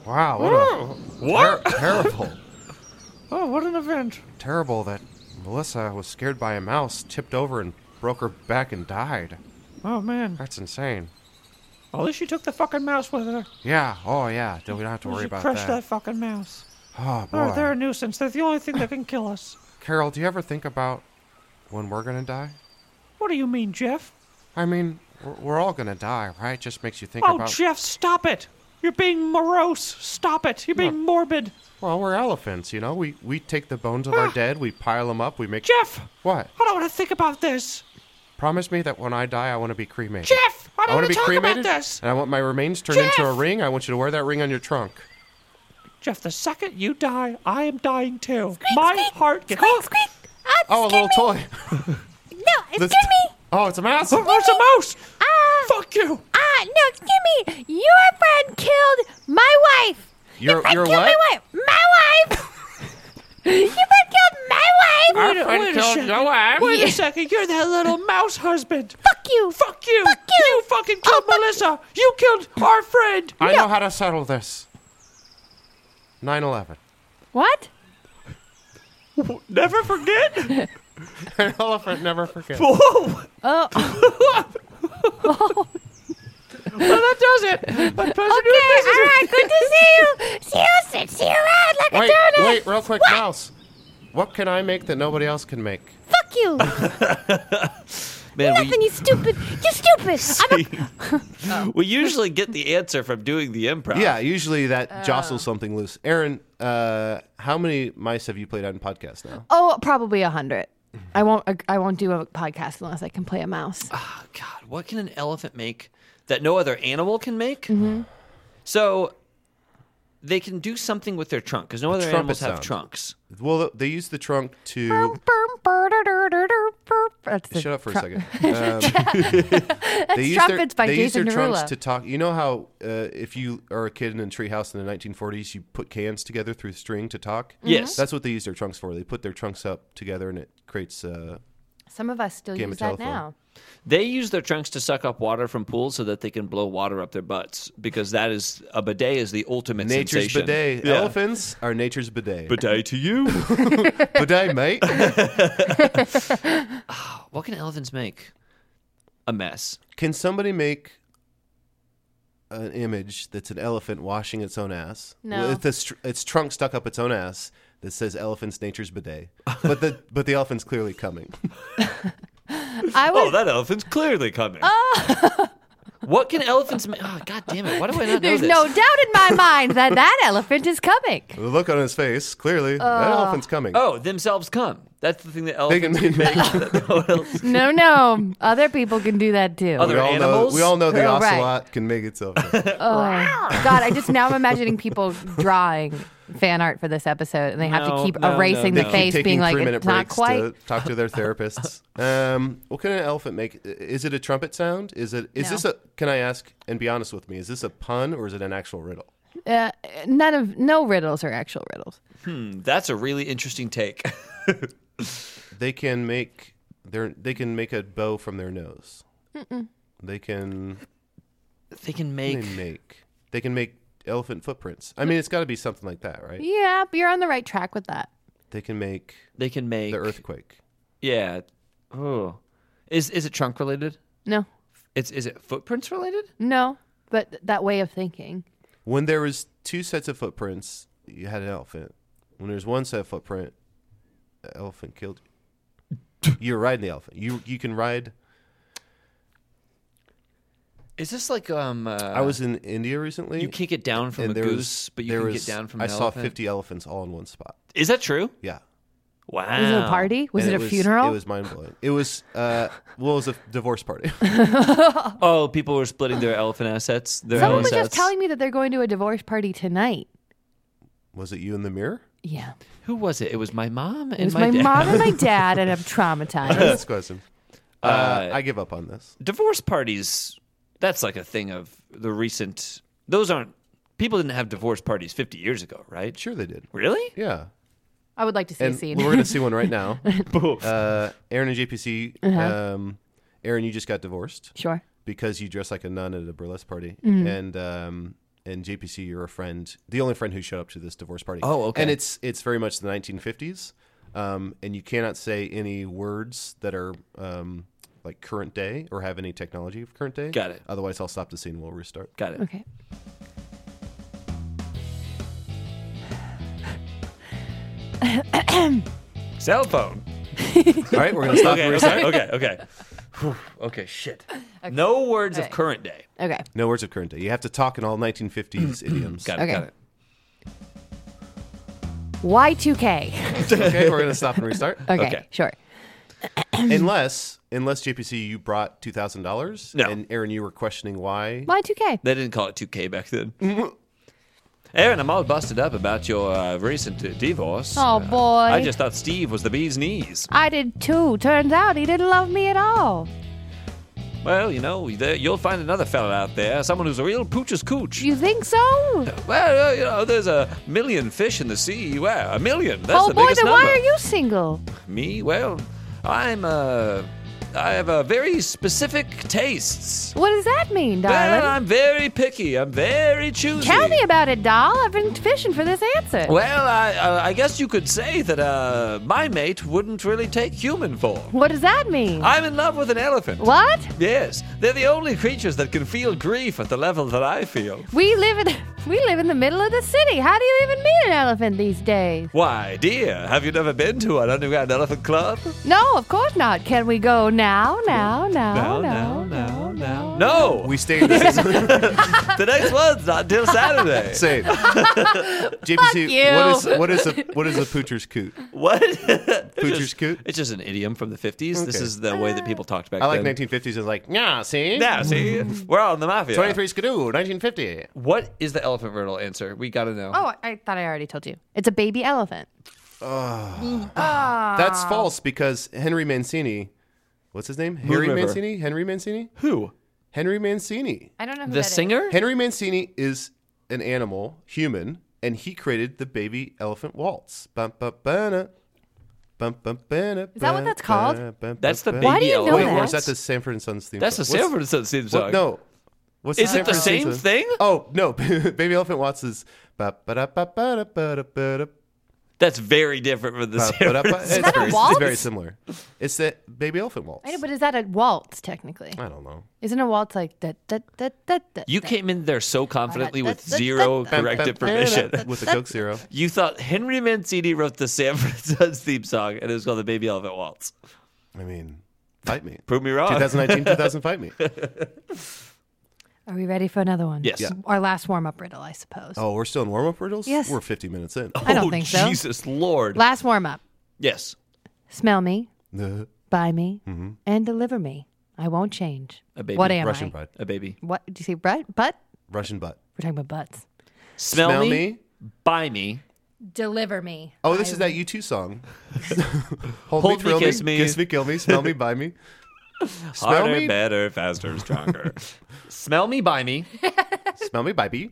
Speaker 8: Wow, what a
Speaker 6: What?
Speaker 8: terrible
Speaker 6: Oh, what an event.
Speaker 8: terrible that Melissa was scared by a mouse, tipped over and broke her back and died.
Speaker 6: Oh, man.
Speaker 8: That's insane.
Speaker 6: At least she took the fucking mouse with her.
Speaker 8: Yeah, oh yeah. Do we don't have to worry about that.
Speaker 6: fucking mouse.
Speaker 8: Oh boy.
Speaker 9: Oh, they're a nuisance. They're the only thing that can kill us.
Speaker 8: Carol, do you ever think about when we're gonna die?
Speaker 9: What do you mean, Jeff?
Speaker 8: I mean, we're, we're all gonna die, right? Just makes you think
Speaker 9: Oh,
Speaker 8: about.
Speaker 9: Jeff, stop it! You're being morose. Stop it. You're being morbid.
Speaker 8: Well, we're elephants, you know. We we take the bones of our dead, we pile them up, we make.
Speaker 9: Ah. Jeff,
Speaker 8: What?
Speaker 9: I don't want to think about this.
Speaker 8: Promise me that when I die, I want to be cremated.
Speaker 9: Jeff, I don't
Speaker 8: wanna
Speaker 9: want to
Speaker 8: be
Speaker 9: talk
Speaker 8: cremated,
Speaker 9: about this.
Speaker 8: and I want my remains turned into a
Speaker 9: Jeff!
Speaker 8: ring. I want you to wear that ring on your trunk.
Speaker 9: Jeff, the second you die, I am dying too. My heart gets. Oh,
Speaker 3: Ah,
Speaker 8: Oh, a little toy.
Speaker 10: No, excuse
Speaker 8: This-
Speaker 10: me.
Speaker 8: Oh, it's a mouse.
Speaker 9: There's a mouse!
Speaker 10: Ah,
Speaker 9: Fuck you!
Speaker 10: ah, no, excuse me. Your friend killed my wife.
Speaker 8: Your-
Speaker 10: your friend
Speaker 8: your
Speaker 10: killed my
Speaker 8: what?
Speaker 10: wife. My wife. your friend killed my wife.
Speaker 9: Wait, a- wait a second. Wait a second. You're that little mouse husband.
Speaker 10: Fuck you.
Speaker 9: Fuck you!
Speaker 10: Fuck you.
Speaker 9: fucking killed Melissa! You killed our friend!
Speaker 8: I know how to settle this. 9/11.
Speaker 3: What?
Speaker 9: Never forget!
Speaker 8: An elephant never forgets.
Speaker 9: Whoa!
Speaker 3: Oh,
Speaker 9: Well, that does it. A pleasure
Speaker 10: Okay, all right, good to see you. See you soon. See you around like
Speaker 8: Wait,
Speaker 10: a donut.
Speaker 8: wait, real quick, mouse. What can I make that nobody else can make?
Speaker 10: Fuck you.
Speaker 6: Man,
Speaker 10: Nothing, you stupid. You're stupid. I'm a,
Speaker 6: we, we usually get the answer from doing the improv.
Speaker 8: Yeah, usually that
Speaker 3: Oh.
Speaker 8: jostles something loose. Aaron, uh, how many mice have you played on podcast now?
Speaker 3: oh, probably a hundred. I won't. I won't do a podcast unless I can play a mouse.
Speaker 8: Ah,
Speaker 6: God, what can an elephant make that no other animal can make? So they can do something with their trunk because no other
Speaker 8: trumpet
Speaker 6: animals have
Speaker 8: sound.
Speaker 6: trunks.
Speaker 8: Well, they use the trunk to
Speaker 3: That's the
Speaker 8: shut up for a
Speaker 3: tru-
Speaker 8: second. Um, they use their,
Speaker 3: Trumpets by
Speaker 8: they use their
Speaker 3: Jason
Speaker 8: trunks
Speaker 3: Derulo.
Speaker 8: to talk. You know how uh, if you are a kid in a treehouse in the 1940s, you put cans together through string to talk.
Speaker 6: Mm-hmm. Yes.
Speaker 8: that's what they use their trunks for. They put their trunks up together, and it creates. Uh,
Speaker 3: Some of us still
Speaker 8: Game
Speaker 3: use
Speaker 8: of
Speaker 3: that
Speaker 8: telephone.
Speaker 3: now.
Speaker 6: They use their trunks to suck up water from pools so that they can blow water up their butts because that is a bidet is the ultimate
Speaker 8: Nature's
Speaker 6: sensation.
Speaker 8: bidet.
Speaker 6: Yeah.
Speaker 8: Elephants are nature's bidet.
Speaker 6: Bidet to you.
Speaker 8: bidet, mate.
Speaker 6: what can elephants make? A mess.
Speaker 8: Can somebody make an image that's an elephant washing its own ass?
Speaker 3: No.
Speaker 8: With its, tr- its trunk stuck up its own ass that says "Elephant's Nature's Bidet," but the but the elephant's clearly coming.
Speaker 3: I would.
Speaker 6: Oh, that elephant's clearly coming. what can elephants make? Oh, God damn it. Why do I not
Speaker 3: there's
Speaker 6: know
Speaker 3: no
Speaker 6: this?
Speaker 3: doubt in my mind that that elephant is coming.
Speaker 8: The look on his face clearly that elephant's coming.
Speaker 6: Oh, themselves come. That's the thing that
Speaker 8: They can
Speaker 6: elephants
Speaker 8: make.
Speaker 6: make. No one else-
Speaker 3: No, no, other people can do that too.
Speaker 6: Other
Speaker 8: we all know.
Speaker 6: animals?
Speaker 8: We all know the
Speaker 3: Oh, right.
Speaker 8: ocelot can make itself.
Speaker 3: Oh, God, I just now I'm imagining people drawing fan art for this episode, and they have
Speaker 6: No,
Speaker 3: to keep
Speaker 6: no,
Speaker 3: erasing
Speaker 6: no,
Speaker 8: They
Speaker 3: the
Speaker 6: no.
Speaker 8: keep
Speaker 3: face,
Speaker 8: taking
Speaker 3: being like
Speaker 8: three-minute
Speaker 3: it's not
Speaker 8: breaks
Speaker 3: quite.
Speaker 8: to talk to their therapists. um, what can an elephant make? Is it a trumpet sound? Is it? Is
Speaker 3: No.
Speaker 8: this a? Can I ask? And be honest with me. Is this a pun or is it an actual riddle?
Speaker 3: Uh, none of no riddles are actual riddles.
Speaker 6: That's a really interesting take.
Speaker 8: They can make their. They can make a bow from their nose.
Speaker 3: Mm-mm.
Speaker 8: They can.
Speaker 6: They can make.
Speaker 8: They make. They can make elephant footprints. I mean, it's got to be something like that, right?
Speaker 3: Yeah, but you're on the right track with that.
Speaker 8: They can make.
Speaker 6: They can make
Speaker 8: the earthquake.
Speaker 6: Yeah. Oh. Is is it trunk related?
Speaker 3: No.
Speaker 6: It's is it footprints related?
Speaker 3: No, but th- that way of thinking.
Speaker 8: When there was two sets of footprints, you had an elephant. When there's one set of footprint, the elephant killed you. You're riding the elephant. You you can ride.
Speaker 6: Is this like um? Uh,
Speaker 8: I was in India recently.
Speaker 6: You can't get down from
Speaker 8: and
Speaker 6: a
Speaker 8: there
Speaker 6: goose,
Speaker 8: was-
Speaker 6: but you
Speaker 8: there
Speaker 6: can
Speaker 8: was-
Speaker 6: get down from.
Speaker 8: I
Speaker 6: an
Speaker 8: saw
Speaker 6: elephant.
Speaker 8: 50 elephants all in one spot.
Speaker 6: Is that true?
Speaker 8: Yeah.
Speaker 6: Wow.
Speaker 3: Was it a party? Was
Speaker 8: And
Speaker 3: it a funeral?
Speaker 8: It was mind blowing. It was uh, well, it was a divorce party.
Speaker 6: Uh, Oh, people were splitting their elephant assets. Their
Speaker 3: Someone was
Speaker 6: assets.
Speaker 3: just telling me that they're going to a divorce party tonight.
Speaker 8: was it you in the mirror?
Speaker 3: Yeah.
Speaker 6: Who was it? It was my mom and
Speaker 3: It was
Speaker 6: my,
Speaker 3: my,
Speaker 6: dad.
Speaker 3: mom and my dad, and I'm traumatized.
Speaker 8: Next question. Uh,
Speaker 6: Uh,
Speaker 8: I give up on this.
Speaker 6: divorce parties. That's like a thing of the recent. Those aren't. People didn't have divorce parties 50 years ago, right?
Speaker 8: Sure, they did.
Speaker 6: Really?
Speaker 8: Yeah.
Speaker 3: I would like to see a
Speaker 8: and
Speaker 3: scene.
Speaker 8: we're gonna see one right now. uh, Aaron and JPC.
Speaker 3: Uh-huh.
Speaker 8: Um, Aaron, you just got divorced
Speaker 3: sure.
Speaker 8: because you dressed like a nun at a burlesque party, and um, and JPC, you're a friend, the only friend who showed up to this divorce party.
Speaker 6: Oh, okay.
Speaker 8: And it's it's very much the 1950s, um, and you cannot say any words that are um, like current day or have any technology of current day.
Speaker 6: Got it.
Speaker 8: Otherwise, I'll stop the scene. and We'll restart.
Speaker 6: Got it.
Speaker 3: Okay.
Speaker 6: Cell phone.
Speaker 8: All right, we're gonna stop.
Speaker 6: Okay,
Speaker 8: and restart.
Speaker 6: okay, okay, okay. Whew, okay, shit. No words of
Speaker 3: Alright.
Speaker 6: current day.
Speaker 3: Okay.
Speaker 8: No words of current day. You have to talk in all 1950s idioms.
Speaker 6: Got it,
Speaker 3: Okay.
Speaker 6: got it.
Speaker 3: Y2K.
Speaker 8: Okay, we're gonna stop and restart.
Speaker 3: Okay.
Speaker 6: Okay.
Speaker 3: Sure.
Speaker 8: unless unless JPC you brought two thousand dollars.
Speaker 6: No.
Speaker 8: And Aaron, you were questioning why.
Speaker 3: Y2K.
Speaker 6: They didn't call it 2K back then. Aaron, I'm all busted up about your uh, recent uh, divorce.
Speaker 3: Oh,
Speaker 6: Uh,
Speaker 3: boy.
Speaker 6: I just thought Steve was the bee's knees.
Speaker 3: I did too. Turns out he didn't love me at all.
Speaker 6: Well, you know, there- you'll find another fella out there, someone who's a real pooch's cooch.
Speaker 3: You think so?
Speaker 6: well, uh, you know, there's a million fish in the sea. Well, a million. That's
Speaker 3: oh
Speaker 6: the
Speaker 3: boy,
Speaker 6: biggest
Speaker 3: then
Speaker 6: number.
Speaker 3: why are you single?
Speaker 6: Me? Well, I'm Uh, I have a very specific tastes.
Speaker 3: What does that mean, darling?
Speaker 6: Well, I'm very picky. I'm very choosy.
Speaker 3: Tell me about it, doll. I've been fishing for this answer.
Speaker 6: Well, I, uh, I guess you could say that uh, my mate wouldn't really take human form.
Speaker 3: What does that mean?
Speaker 6: I'm in love with an elephant.
Speaker 3: what?
Speaker 6: Yes, they're the only creatures that can feel grief at the level that I feel.
Speaker 3: We live in we live in the middle of the city. How do you even meet an elephant these days?
Speaker 6: Why, dear, have you never been to an underground elephant club?
Speaker 3: No, of course not. Can we go now? Now? Now?
Speaker 6: no,
Speaker 3: Now?
Speaker 6: no, no. No,
Speaker 8: We stayed in the same
Speaker 6: the next one's not till Saturday.
Speaker 8: same. JPC,
Speaker 3: Fuck
Speaker 8: what is what is a what is a poocher's coot?
Speaker 6: What? It's
Speaker 8: Poocher's
Speaker 6: just-
Speaker 8: coot?
Speaker 6: It's just an idiom from the 50s. This
Speaker 8: Okay.
Speaker 6: is the way that people talked back
Speaker 8: I like
Speaker 6: then.
Speaker 8: 1950s. Is like nah, see,
Speaker 6: Now, see, we're all in the mafia.
Speaker 8: twenty three skidoo, 1950.
Speaker 6: What is the elephant riddle answer? We gotta know.
Speaker 3: Oh, I thought I already told you. It's a baby elephant.
Speaker 8: That's false because Henry Mancini, what's his name? Henry
Speaker 6: River.
Speaker 8: Mancini. Henry Mancini.
Speaker 6: Who?
Speaker 8: Henry Mancini.
Speaker 3: I don't know who
Speaker 6: The singer?
Speaker 8: Henry Mancini is an animal, human, and he created the baby elephant waltz. Bum, bum, ba-na. Bum, bum, ba-na,
Speaker 3: Is that what that's called?
Speaker 8: ba-na, bum,
Speaker 6: That's the
Speaker 8: bum,
Speaker 6: baby
Speaker 8: ba-na.
Speaker 3: Why do you know
Speaker 6: elephant.
Speaker 8: Wait, or
Speaker 3: that?
Speaker 8: is that the Sanford and Sons theme?
Speaker 6: That's the
Speaker 8: song?
Speaker 6: Sanford and Sons theme
Speaker 8: What's-
Speaker 6: song.
Speaker 8: What, no. What's
Speaker 6: Is it the
Speaker 8: Sanford and Sons
Speaker 6: same thing?
Speaker 8: Oh no, Baby Elephant Waltz is. ba- ba- da- ba- ba- da- ba- da- ba- da-
Speaker 6: That's very different from the Sanford
Speaker 8: ba- ba- da- ba-
Speaker 6: and
Speaker 8: It's
Speaker 3: that a
Speaker 8: very-
Speaker 3: waltz?
Speaker 8: It's very similar. It's the Baby Elephant Waltz.
Speaker 3: I know, but is that a waltz technically?
Speaker 8: I don't know.
Speaker 3: Isn't a waltz like da da da da da?
Speaker 6: You
Speaker 3: da?
Speaker 6: came in there so confidently with
Speaker 3: Ba-da-da-da-da-da.
Speaker 6: zero
Speaker 8: Bam,
Speaker 6: correct
Speaker 8: bam,
Speaker 6: information.
Speaker 8: with the Coke Zero.
Speaker 6: You thought Henry Mancini wrote the Sanford and Sons theme song, and it was called the Baby Elephant Waltz.
Speaker 8: I mean, fight me.
Speaker 6: Prove me wrong.
Speaker 8: 2019, 2000, fight me.
Speaker 3: Are we ready for another one?
Speaker 6: Yes. Yeah.
Speaker 3: Our last warm up riddle, I suppose.
Speaker 8: Oh, we're still in warm up riddles?
Speaker 3: Yes.
Speaker 8: We're 50 minutes in.
Speaker 3: I don't
Speaker 6: oh,
Speaker 3: think so.
Speaker 6: Jesus Lord.
Speaker 3: Last warm up.
Speaker 6: yes.
Speaker 3: Smell me,
Speaker 8: Uh,
Speaker 3: buy me, and deliver me. I won't change.
Speaker 6: A baby.
Speaker 3: What am
Speaker 8: Mm-hmm. Russian
Speaker 3: I?
Speaker 8: butt.
Speaker 6: A baby.
Speaker 3: What do you say? Butt? Butt?
Speaker 8: Russian butt.
Speaker 3: We're talking about butts.
Speaker 6: Smell,
Speaker 8: Smell
Speaker 6: me,
Speaker 8: me.
Speaker 6: Buy me.
Speaker 10: Deliver me.
Speaker 8: Oh, this is that U2 song. Hold,
Speaker 6: Hold me,
Speaker 8: me, thrill
Speaker 6: kiss me.
Speaker 8: kiss me, kill me, smell me, buy me. Smell
Speaker 6: Harder,
Speaker 8: me,
Speaker 6: better, faster, stronger. Smell me, buy me.
Speaker 8: smell me, baby.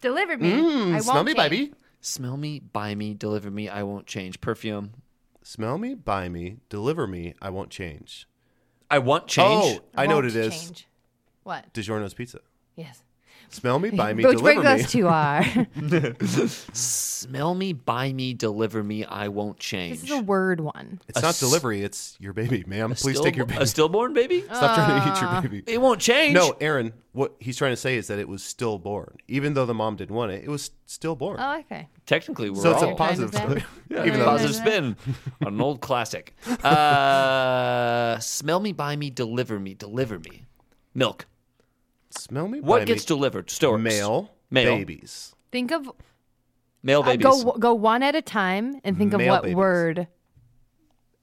Speaker 10: Deliver me. I won't
Speaker 8: Mm, Smell me,
Speaker 10: change.
Speaker 8: baby.
Speaker 6: Smell me, buy me, deliver me. I won't change. Perfume.
Speaker 8: Smell me, buy me, deliver me, I won't change.
Speaker 6: I want change.
Speaker 8: Oh, I know what it is.
Speaker 3: Change. What?
Speaker 8: DiGiorno's pizza.
Speaker 3: Yes.
Speaker 8: Smell me, buy me,
Speaker 3: Which
Speaker 8: deliver
Speaker 3: brings
Speaker 8: me.
Speaker 3: us to our.
Speaker 6: Smell me, buy me, deliver me. I won't
Speaker 3: this
Speaker 6: change.
Speaker 3: is a word one.
Speaker 8: It's not delivery. It's your baby, ma'am. Please
Speaker 6: Still-
Speaker 8: take your baby.
Speaker 6: a stillborn baby.
Speaker 3: Oh.
Speaker 8: Stop trying to eat
Speaker 3: Uh,
Speaker 8: your baby.
Speaker 6: It won't change.
Speaker 8: No, Aaron. What he's trying to say is that it was stillborn, even though the mom didn't want it. It was stillborn.
Speaker 3: Oh, okay.
Speaker 6: Technically, we're
Speaker 8: so it's
Speaker 6: all
Speaker 8: a positive
Speaker 3: Kind of
Speaker 8: story.
Speaker 6: Yeah,
Speaker 8: even though
Speaker 6: positive spin on an old classic. Uh, smell me, buy me, deliver me, deliver me. Milk.
Speaker 8: smell me.
Speaker 6: What
Speaker 8: buy
Speaker 6: gets
Speaker 8: me,
Speaker 6: delivered? Stores.
Speaker 8: male,
Speaker 6: Male.
Speaker 8: babies?
Speaker 3: Think of
Speaker 6: Male
Speaker 3: uh,
Speaker 6: babies.
Speaker 3: go go one at a time and think of
Speaker 8: Male
Speaker 3: what
Speaker 8: babies.
Speaker 3: word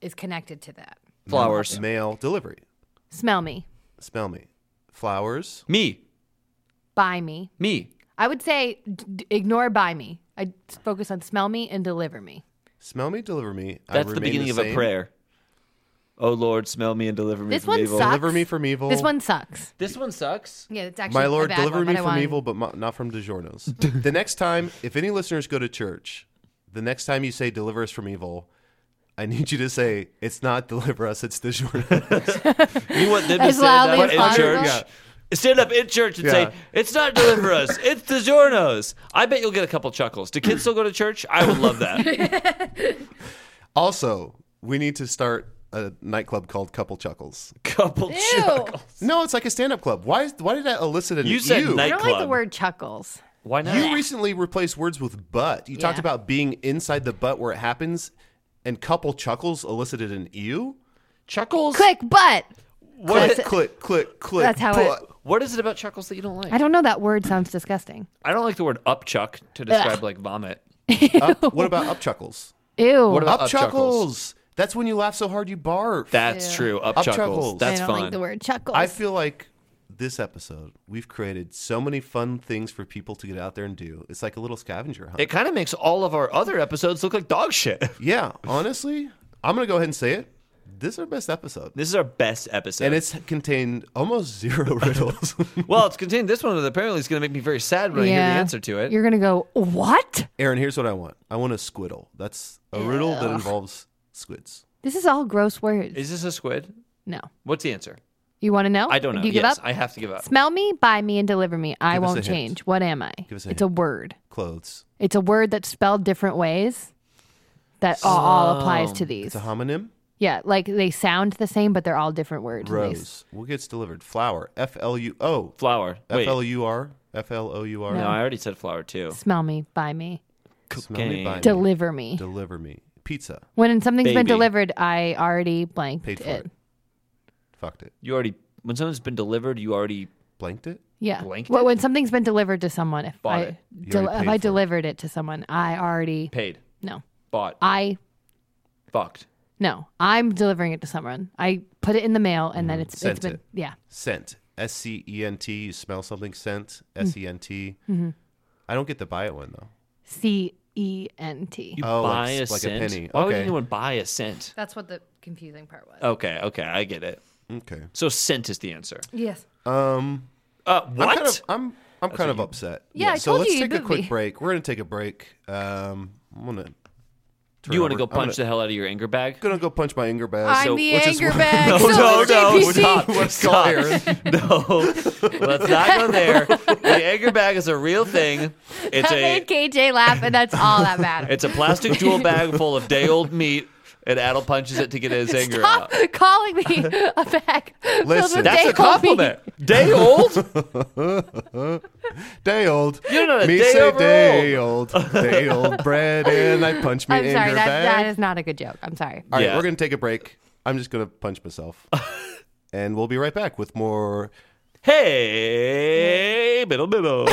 Speaker 3: is connected to that.
Speaker 6: flowers.
Speaker 8: Male delivery.
Speaker 3: Smell me,
Speaker 8: Smell me. Flowers.
Speaker 6: Me.
Speaker 3: buy me.
Speaker 6: Me.
Speaker 3: I would say d- d- ignore buy me. I focus on smell me and deliver me.
Speaker 8: Smell me, deliver me. I
Speaker 6: That's the
Speaker 8: remain
Speaker 6: beginning of a
Speaker 8: same.
Speaker 6: prayer. Oh Lord, smell me and deliver me
Speaker 3: This
Speaker 6: from
Speaker 3: one
Speaker 6: evil.
Speaker 3: sucks.
Speaker 8: Deliver me from evil.
Speaker 3: This one sucks.
Speaker 6: This one sucks.
Speaker 3: Yeah, it's actually
Speaker 8: My
Speaker 3: a
Speaker 8: Lord,
Speaker 3: bad
Speaker 8: deliver
Speaker 3: one,
Speaker 8: me
Speaker 3: but I
Speaker 8: from
Speaker 3: wanted-
Speaker 8: evil, but mo- not from DiGiorno's. the next time, if any listeners go to church, the next time you say deliver us from evil, I need you to say it's not deliver us, it's DiGiorno.
Speaker 6: You want them to
Speaker 3: As
Speaker 6: stand up
Speaker 3: loudly as
Speaker 6: in
Speaker 3: possible.
Speaker 6: church. Stand up in church and
Speaker 8: Yeah.
Speaker 6: say, "It's not deliver us. It's the Jornos." I bet you'll get a couple chuckles. Do kids still go to church? I would love that.
Speaker 8: also, we need to start a nightclub called Couple Chuckles.
Speaker 6: couple chuckles.
Speaker 8: No, it's like a stand-up club. Why? Is, why did that elicit an
Speaker 6: You said
Speaker 3: I
Speaker 6: night-
Speaker 3: don't like the
Speaker 6: Club.
Speaker 3: word chuckles.
Speaker 6: Why not?
Speaker 8: You recently replaced words with butt. You talked
Speaker 3: Yeah.
Speaker 8: about being inside the butt where it happens, and Couple Chuckles elicited an ew.
Speaker 6: chuckles.
Speaker 3: Click butt.
Speaker 6: What?
Speaker 3: That's-
Speaker 8: click, click, click.
Speaker 3: That's how it-
Speaker 8: butt.
Speaker 6: What is it about chuckles that you don't like?
Speaker 3: I don't know. That word sounds disgusting.
Speaker 6: I don't like the word upchuck to describe like vomit.
Speaker 8: Up, what about up chuckles?
Speaker 3: Ew.
Speaker 6: What about
Speaker 8: Up,
Speaker 6: up chuckles?
Speaker 8: chuckles. That's when you laugh so hard you barf.
Speaker 6: That's true. Up,
Speaker 8: Up
Speaker 6: chuckles.
Speaker 8: chuckles.
Speaker 6: That's
Speaker 3: I don't
Speaker 6: fun.
Speaker 3: like the word chuckles.
Speaker 8: I feel like this episode we've created so many fun things for people to get out there and do. It's like a little scavenger hunt.
Speaker 6: It kind of makes all of our other episodes look like dog shit.
Speaker 8: yeah, honestly, I'm gonna go ahead and say it. This is our best episode,
Speaker 6: This is our best episode.
Speaker 8: and it's contained almost zero riddles.
Speaker 6: well, it's contained this one that apparently is going to make me very sad when I hear the answer to it.
Speaker 3: You're gonna go what?
Speaker 8: Aaron, here's what I want. I want a squiddle. That's a riddle that involves squids.
Speaker 3: This is all gross words.
Speaker 6: Is this a squid?
Speaker 3: no.
Speaker 6: What's the answer?
Speaker 3: You want to know?
Speaker 6: I don't know.
Speaker 3: Do you give
Speaker 6: yes,
Speaker 3: up?
Speaker 6: I have to give up.
Speaker 3: Smell me, buy me, and deliver me. I
Speaker 8: Uh, Give us a
Speaker 3: won't
Speaker 8: hint.
Speaker 3: change. What am I?
Speaker 8: Give us a
Speaker 3: it's
Speaker 8: hint.
Speaker 3: a word.
Speaker 8: Clothes.
Speaker 3: It's a word that's spelled different ways. That all, all applies to these.
Speaker 8: Um, It's a homonym.
Speaker 3: yeah, like they sound the same, but they're all different words. in these.
Speaker 8: Rose. What gets delivered? Flower. F L U O.
Speaker 6: Flower. Wait.
Speaker 8: F L U R. F L O U
Speaker 6: No,
Speaker 8: R.
Speaker 6: I already said flower too.
Speaker 3: Smell me, buy me,
Speaker 8: Smell me, buy me.
Speaker 3: deliver me.
Speaker 8: Deliver me. Pizza.
Speaker 3: when something's been
Speaker 6: Baby.
Speaker 3: delivered, I already blanked
Speaker 8: Paid for
Speaker 3: it.
Speaker 8: it. Fucked it.
Speaker 6: You already when something's been delivered, you already
Speaker 8: Blanked it.
Speaker 3: Yeah.
Speaker 6: Blanked
Speaker 3: Well,
Speaker 6: it?
Speaker 3: when something's been delivered to someone, if
Speaker 6: Bought
Speaker 3: I
Speaker 6: it.
Speaker 8: You already
Speaker 3: del- if
Speaker 8: paid
Speaker 3: I
Speaker 8: for it.
Speaker 3: delivered it to someone, I already
Speaker 6: paid,
Speaker 3: no.
Speaker 6: bought,
Speaker 3: I
Speaker 6: fucked.
Speaker 3: no. I'm delivering it to someone. I put it in the mail and then it's
Speaker 8: Mm-hmm. Sent
Speaker 3: it's been
Speaker 8: it.
Speaker 3: yeah.
Speaker 8: Scent. S C E N T. You smell something. Scent.
Speaker 3: Mm.
Speaker 8: S E N T.
Speaker 3: Mm-hmm.
Speaker 8: I don't get the buy it one though.
Speaker 3: C E N T.
Speaker 6: You
Speaker 8: Oh, like
Speaker 6: buy
Speaker 8: s-
Speaker 6: a
Speaker 8: like a
Speaker 6: cent.
Speaker 8: penny.
Speaker 6: Why would
Speaker 8: Okay.
Speaker 6: anyone buy a cent?
Speaker 3: That's what the confusing part was.
Speaker 6: Okay, okay, I get it.
Speaker 8: Okay.
Speaker 6: So cent is the answer.
Speaker 3: Yes.
Speaker 8: Um.
Speaker 6: Uh, what?
Speaker 8: I'm kind of, I'm, I'm kind of upset.
Speaker 3: Yeah, I
Speaker 8: so
Speaker 3: told
Speaker 8: let's
Speaker 3: you you'd
Speaker 8: take a
Speaker 3: boot
Speaker 8: quick
Speaker 3: me.
Speaker 8: break. We're gonna take a break. Um. I'm gonna.
Speaker 6: you want to go
Speaker 8: turn over- I'm
Speaker 6: punch the hell out of your anger bag?
Speaker 8: gonna, Gonna go punch my anger bag.
Speaker 6: So-
Speaker 3: I'm the
Speaker 6: which is
Speaker 3: anger
Speaker 6: what-
Speaker 3: bag.
Speaker 6: No,
Speaker 3: so
Speaker 6: no,
Speaker 3: is
Speaker 6: no,
Speaker 3: JPC.
Speaker 6: stop.
Speaker 8: Let's go,
Speaker 6: Stop.
Speaker 8: Aaron.
Speaker 6: No, let's not go there. The anger bag is a real thing. It's
Speaker 3: That
Speaker 6: a
Speaker 3: made KJ laugh, and that's all that matters.
Speaker 6: it's a plastic jewel bag full of day old meat, and Adel punches it to get his anger
Speaker 3: Stop
Speaker 6: out.
Speaker 3: calling me a bag filled
Speaker 8: Listen,
Speaker 3: with
Speaker 6: That's
Speaker 3: day
Speaker 6: a compliment. Day old?
Speaker 8: Day old.
Speaker 6: You're not a
Speaker 8: me
Speaker 6: day
Speaker 8: say
Speaker 6: over
Speaker 8: day old. Day old bread and I punch me
Speaker 3: I'm
Speaker 8: anger
Speaker 3: sorry, that,
Speaker 8: bag.
Speaker 3: that is not a good joke. I'm sorry.
Speaker 8: All right,
Speaker 6: Yeah.
Speaker 8: we're going to take a break. I'm just going to punch myself. and we'll be right back with more.
Speaker 6: Hey, middle middle.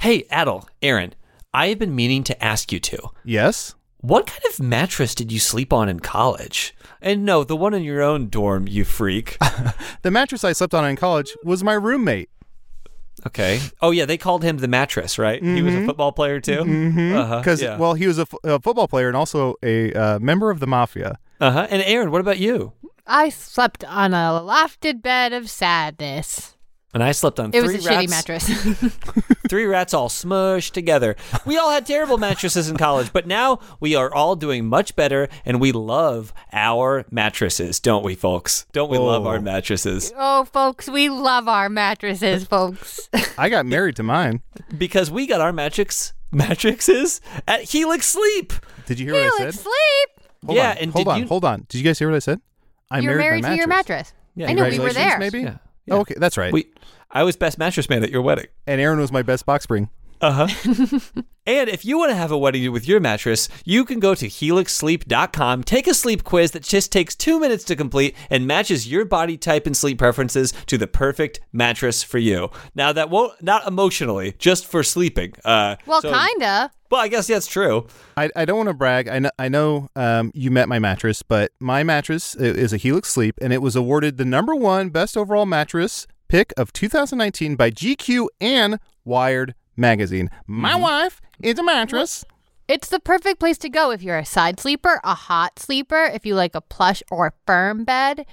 Speaker 6: hey, Adel, Aaron, I have been meaning to ask you two.
Speaker 8: Yes?
Speaker 6: What kind of mattress did you sleep on in college? And no, the one in your own dorm, you freak.
Speaker 2: The mattress I slept on in college was my roommate.
Speaker 6: Okay. Oh yeah, they called him the mattress, right? He was a football player too. Uh-huh.
Speaker 2: Because,
Speaker 6: yeah.
Speaker 2: well, he was a, f- a football player and also a uh, member of the mafia.
Speaker 6: Uh-huh. And Aaron, what about you?
Speaker 3: I slept on a lofted bed of sadness.
Speaker 6: And I slept on
Speaker 3: It
Speaker 6: three
Speaker 3: was a shitty
Speaker 6: rats.
Speaker 3: mattress.
Speaker 6: three rats all smushed together. We all had terrible mattresses in college, but now we are all doing much better, and we love our mattresses, don't we, folks? Don't we love our mattresses?
Speaker 11: Oh, folks, we love our mattresses, folks.
Speaker 2: I got married to mine.
Speaker 6: Because we got our matrix mattresses at Helix Sleep.
Speaker 2: Did you hear
Speaker 11: Felix,
Speaker 2: what I said?
Speaker 11: sleep.
Speaker 2: Hold
Speaker 6: Yeah,
Speaker 2: on,
Speaker 6: and
Speaker 2: hold
Speaker 6: did
Speaker 2: on,
Speaker 6: you-
Speaker 2: hold on. Did you guys hear what I said? I
Speaker 11: You're married,
Speaker 2: my
Speaker 11: to your
Speaker 2: mattress.
Speaker 11: mattress. I knew we were
Speaker 2: congratulations,
Speaker 11: there.
Speaker 2: Maybe.
Speaker 6: Yeah.
Speaker 2: Oh, okay, that's right.
Speaker 6: We, I was best mattress man at your wedding.
Speaker 2: and Aaron was my best box spring.
Speaker 6: Uh huh. and if you want to have a wedding with your mattress, you can go to helixsleep.com, take a sleep quiz that just takes two minutes to complete and matches your body type and sleep preferences to the perfect mattress for you. Now, that won't, not emotionally, just for sleeping. Uh,
Speaker 11: Well,
Speaker 6: so-
Speaker 11: kinda.
Speaker 6: Well, I guess that's true.
Speaker 2: I, I don't want to brag. I know, I know um, you met my mattress, but my mattress i- is a Helix Sleep, and it was awarded the number one best overall mattress pick of 2019 by GQ and Wired magazine. My
Speaker 11: Mm-hmm.
Speaker 2: wife is a mattress.
Speaker 3: It's the perfect place to go if you're a side sleeper, a hot sleeper, if you like a plush or firm bed.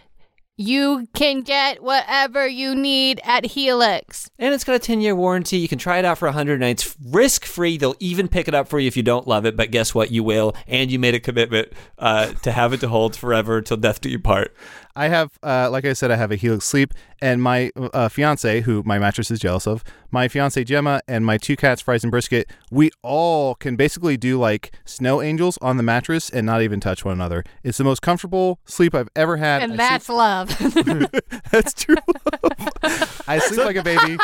Speaker 11: You can get whatever you need at Helix.
Speaker 6: And it's got a 10 year warranty. You can try it out for 100 nights risk free. They'll even pick it up for you if you don't love it. But guess what? You will. And you made a commitment uh, to have it to hold forever till death do you part.
Speaker 2: I have, uh, like I said, I have a Helix Sleep, and my uh, fiance, who my mattress is jealous of, my fiance Gemma, and my two cats, Fries and Brisket, we all can basically do like snow angels on the mattress and not even touch one another. It's the most comfortable sleep I've ever had.
Speaker 11: And
Speaker 2: I
Speaker 11: that's love.
Speaker 2: sleep, I sleep like a baby.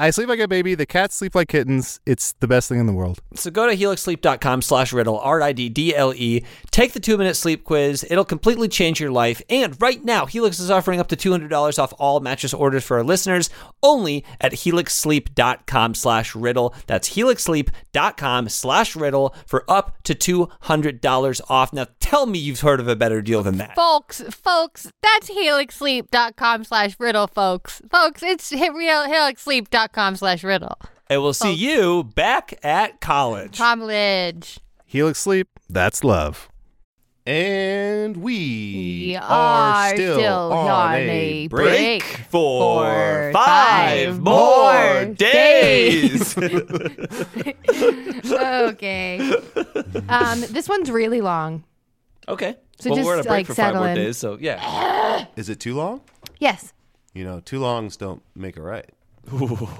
Speaker 2: I sleep like a baby. The cats sleep like kittens. It's the best thing in the world.
Speaker 6: So go to helixsleep.com slash riddle, R-I-D-D-L-E. E. Take the two-minute sleep quiz. It'll completely change your life. And right now, Helix is offering up to $200 off all mattress orders for our listeners only at helixsleep.com slash riddle. That's helixsleep.com slash riddle for up to $200 off. Now tell me you've heard of a better deal than that.
Speaker 11: folks, folks, that's helixsleep.com slash riddle, folks. Folks, it's he- real- helixsleep.com slash riddle.
Speaker 6: And we'll see you back at college.
Speaker 11: Comlidge.
Speaker 2: Helix Sleep, that's love.
Speaker 8: And we
Speaker 11: We
Speaker 8: are,
Speaker 11: are
Speaker 8: still,
Speaker 11: still
Speaker 8: on
Speaker 11: on
Speaker 8: a
Speaker 11: a
Speaker 8: break,
Speaker 11: break
Speaker 8: for
Speaker 11: for five more days.
Speaker 3: okay. Um, this one's really long.
Speaker 6: Okay.
Speaker 3: So just like settle in.
Speaker 6: so yeah.
Speaker 8: Is it too long?
Speaker 3: Yes.
Speaker 8: You know, too longs don't make it right.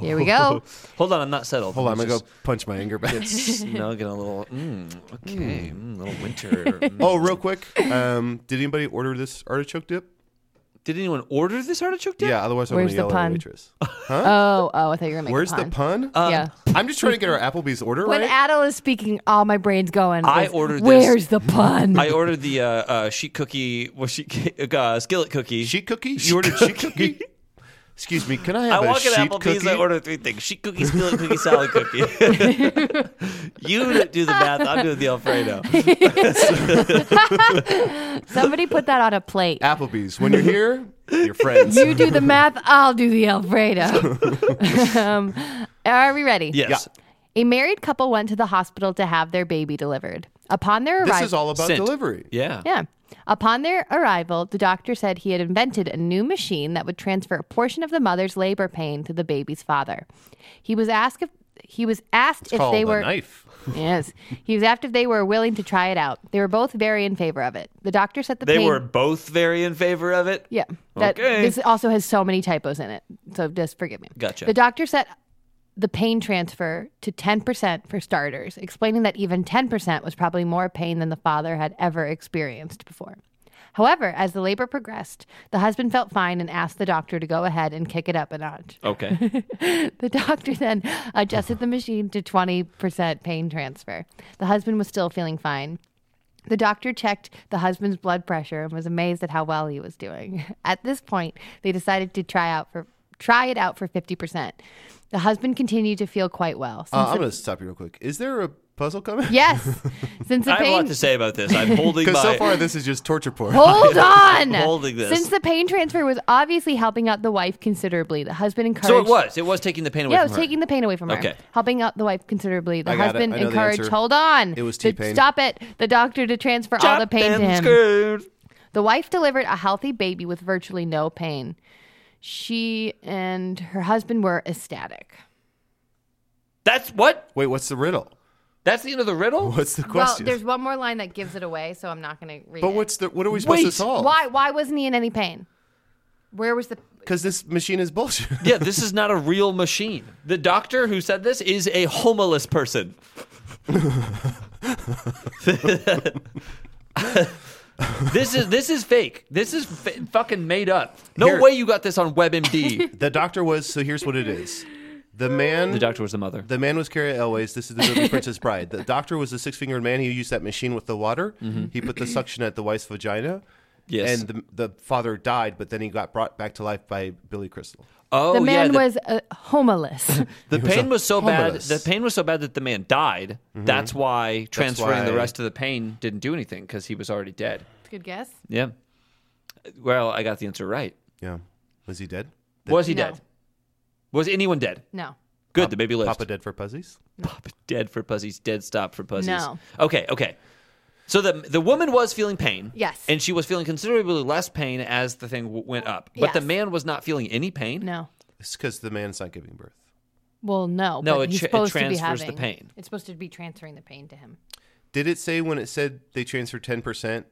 Speaker 3: Here we go.
Speaker 6: Hold on, I'm not settled.
Speaker 8: Hold on, I'm
Speaker 6: It's
Speaker 8: gonna go
Speaker 6: just-
Speaker 8: punch my anger back.
Speaker 6: Snug and a little, mm, okay,
Speaker 8: Hmm.
Speaker 6: mm, little winter. mm.
Speaker 8: oh, real quick, um, did anybody order this artichoke dip?
Speaker 6: Did anyone order this artichoke dip?
Speaker 8: Yeah, otherwise I'm
Speaker 3: Where's
Speaker 8: gonna
Speaker 3: the
Speaker 8: yell at
Speaker 3: pun?
Speaker 8: the waitress. Huh?
Speaker 3: Oh, oh, I thought you were gonna make.
Speaker 8: Where's
Speaker 3: a
Speaker 8: the pun?
Speaker 3: yeah.
Speaker 8: I'm just trying to get our Applebee's order
Speaker 3: Um, When
Speaker 8: right.
Speaker 3: Adel is speaking, all my brain's going.
Speaker 6: I
Speaker 3: with,
Speaker 6: ordered. This.
Speaker 3: Where's the pun?
Speaker 6: I ordered the uh, uh, sheet cookie. Was she uh, skillet cookie?
Speaker 8: sheet cookie? You ordered sheet cookie? Excuse me, can I
Speaker 6: I
Speaker 8: have a
Speaker 6: walk in
Speaker 8: sheet
Speaker 6: Applebee's.
Speaker 8: cookie?
Speaker 6: I order three things: sheet cookie, skillet cookie, salad cookie. you do the math. I'm doing the Alfredo.
Speaker 3: Somebody put that on a plate.
Speaker 8: Applebee's. When you're here, you're friends.
Speaker 3: You do the math. I'll do the Alfredo. um, are we ready?
Speaker 6: Yes.
Speaker 3: A married couple went to the hospital to have their baby delivered. Upon their arrival,
Speaker 8: This is all about
Speaker 6: Sent.
Speaker 8: delivery.
Speaker 6: Yeah.
Speaker 3: Yeah. Upon their arrival, the doctor said he had invented a new machine that would transfer a portion of the mother's labor pain to the baby's father. He was asked if he was asked if
Speaker 8: Called
Speaker 3: they
Speaker 8: a
Speaker 3: were
Speaker 8: knife.
Speaker 3: yes he was asked if they were willing to try it out. They were both very in favor of it. The doctor said the
Speaker 6: They
Speaker 3: pain
Speaker 6: were both very in favor of it.
Speaker 3: yeah that
Speaker 6: Okay.
Speaker 3: this also has so many typos in it, so just forgive me.
Speaker 6: Gotcha.
Speaker 3: The doctor set the pain transfer to 10% for starters, explaining that even 10% was probably more pain than the father had ever experienced before. However, as the labor progressed, the husband felt fine and asked the doctor to go ahead and kick it up a notch.
Speaker 6: Okay.
Speaker 3: The doctor then adjusted the machine to 20% pain transfer. The husband was still feeling fine. The doctor checked the husband's blood pressure and was amazed at how well he was doing. At this point, they decided to try out for try it out for 50%. The husband continued to feel quite well.
Speaker 8: Uh,
Speaker 3: Since
Speaker 8: I'm
Speaker 3: the-
Speaker 8: going to stop you real quick. Is there a puzzle coming?
Speaker 3: yes. Since the
Speaker 6: I have a lot
Speaker 3: pain
Speaker 6: to say about this. I'm holding my.
Speaker 8: Because so far this is just torture porn.
Speaker 3: Hold on.
Speaker 6: holding this.
Speaker 3: Since the pain transfer was obviously helping out the wife considerably, the husband encouraged
Speaker 6: so it was. It was taking the pain away
Speaker 3: yeah, it
Speaker 6: from
Speaker 3: was
Speaker 6: her.
Speaker 3: taking the pain away from her.
Speaker 6: Okay.
Speaker 3: Helping out the wife considerably. The
Speaker 8: I got it.
Speaker 3: husband
Speaker 8: I know the
Speaker 3: encouraged,
Speaker 8: answer.
Speaker 3: hold on.
Speaker 8: It was
Speaker 3: the-
Speaker 8: T-Pain.
Speaker 3: Stop it. The doctor to transfer all the pain to him. The wife delivered a healthy baby with virtually no pain. She and her husband were ecstatic.
Speaker 12: That's what?
Speaker 8: Wait, what's the riddle?
Speaker 12: That's the end of the riddle?
Speaker 8: What's the
Speaker 3: Well,
Speaker 8: question?
Speaker 3: there's one more line that gives it away, so I'm not going to read
Speaker 8: but
Speaker 3: it.
Speaker 8: what's the what are we supposed to solve?
Speaker 3: Why? Why wasn't he in any pain? Where was the?
Speaker 8: Because this machine is bullshit.
Speaker 12: yeah, this is not a real machine. The doctor who said this is a homeless person. this is this is fake. This is f- fucking made up. No
Speaker 8: Here-
Speaker 12: way you got this on WebMD.
Speaker 8: The doctor was so. Here's what it is. The man. The
Speaker 12: doctor was the mother.
Speaker 8: The man was Carrie Elways. This is the movie Princess Bride. The doctor was the six-fingered man who used that machine with the water.
Speaker 3: Mm-hmm.
Speaker 12: Mhm.
Speaker 8: He put the suction at the wife's vagina.
Speaker 12: Yes.
Speaker 8: And the, the father died, but then he got brought back to life by Billy Crystal.
Speaker 12: Oh
Speaker 3: the man
Speaker 12: yeah, the,
Speaker 3: was uh, homeless.
Speaker 12: the
Speaker 8: was
Speaker 12: pain
Speaker 8: a
Speaker 12: was so
Speaker 8: homeless.
Speaker 12: bad. The pain was so bad that the man died. That's why transferring the
Speaker 8: Mm-hmm. why-
Speaker 12: rest of the pain didn't do anything because he was already dead.
Speaker 3: Good guess.
Speaker 12: Yeah. Well, I got the answer right.
Speaker 8: Yeah. Was he dead?
Speaker 12: Was he
Speaker 3: No.
Speaker 12: dead? Was anyone dead?
Speaker 3: No.
Speaker 12: Good. the baby lived.
Speaker 8: Papa dead for puzzies.
Speaker 12: Papa dead for pussies. Dead stop for pussies.
Speaker 3: No.
Speaker 12: Okay. Okay. So the the woman was feeling pain.
Speaker 3: Yes.
Speaker 12: And she was feeling considerably less pain as the thing w- went up. But the
Speaker 3: Yes.
Speaker 12: man was not feeling any pain.
Speaker 3: No.
Speaker 8: It's because the man's not giving birth.
Speaker 3: Well, no.
Speaker 12: No,
Speaker 3: but
Speaker 12: it
Speaker 3: he's
Speaker 12: tra- it
Speaker 3: supposed to be
Speaker 12: transfers the
Speaker 3: having-
Speaker 12: pain.
Speaker 3: It's supposed to be transferring the pain to him.
Speaker 8: Did it say when it said they transferred ten percent?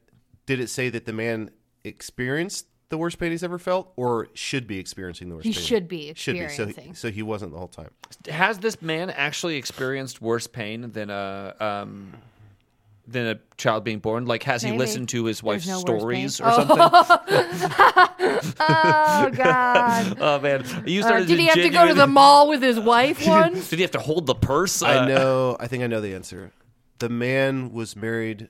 Speaker 8: Did it say that the man experienced the worst pain he's ever felt, or should be experiencing the worst?
Speaker 3: He
Speaker 8: pain?
Speaker 3: should be
Speaker 8: Should be. So he,
Speaker 3: experiencing.
Speaker 8: so he wasn't the whole time.
Speaker 12: Has this man actually experienced worse pain than a um than a child being born? Like, has he
Speaker 3: Maybe.
Speaker 12: listened to his wife's
Speaker 3: There's no worse
Speaker 12: stories
Speaker 3: pain.
Speaker 12: or
Speaker 3: Oh.
Speaker 12: something?
Speaker 3: oh God.
Speaker 12: oh man, you
Speaker 3: Uh,
Speaker 12: started.
Speaker 3: did he have to go to the
Speaker 12: genuinely-
Speaker 3: mall with his wife once?
Speaker 12: Did he have to hold the purse?
Speaker 8: I
Speaker 12: Uh,
Speaker 8: know. I think I know the answer. The man was married.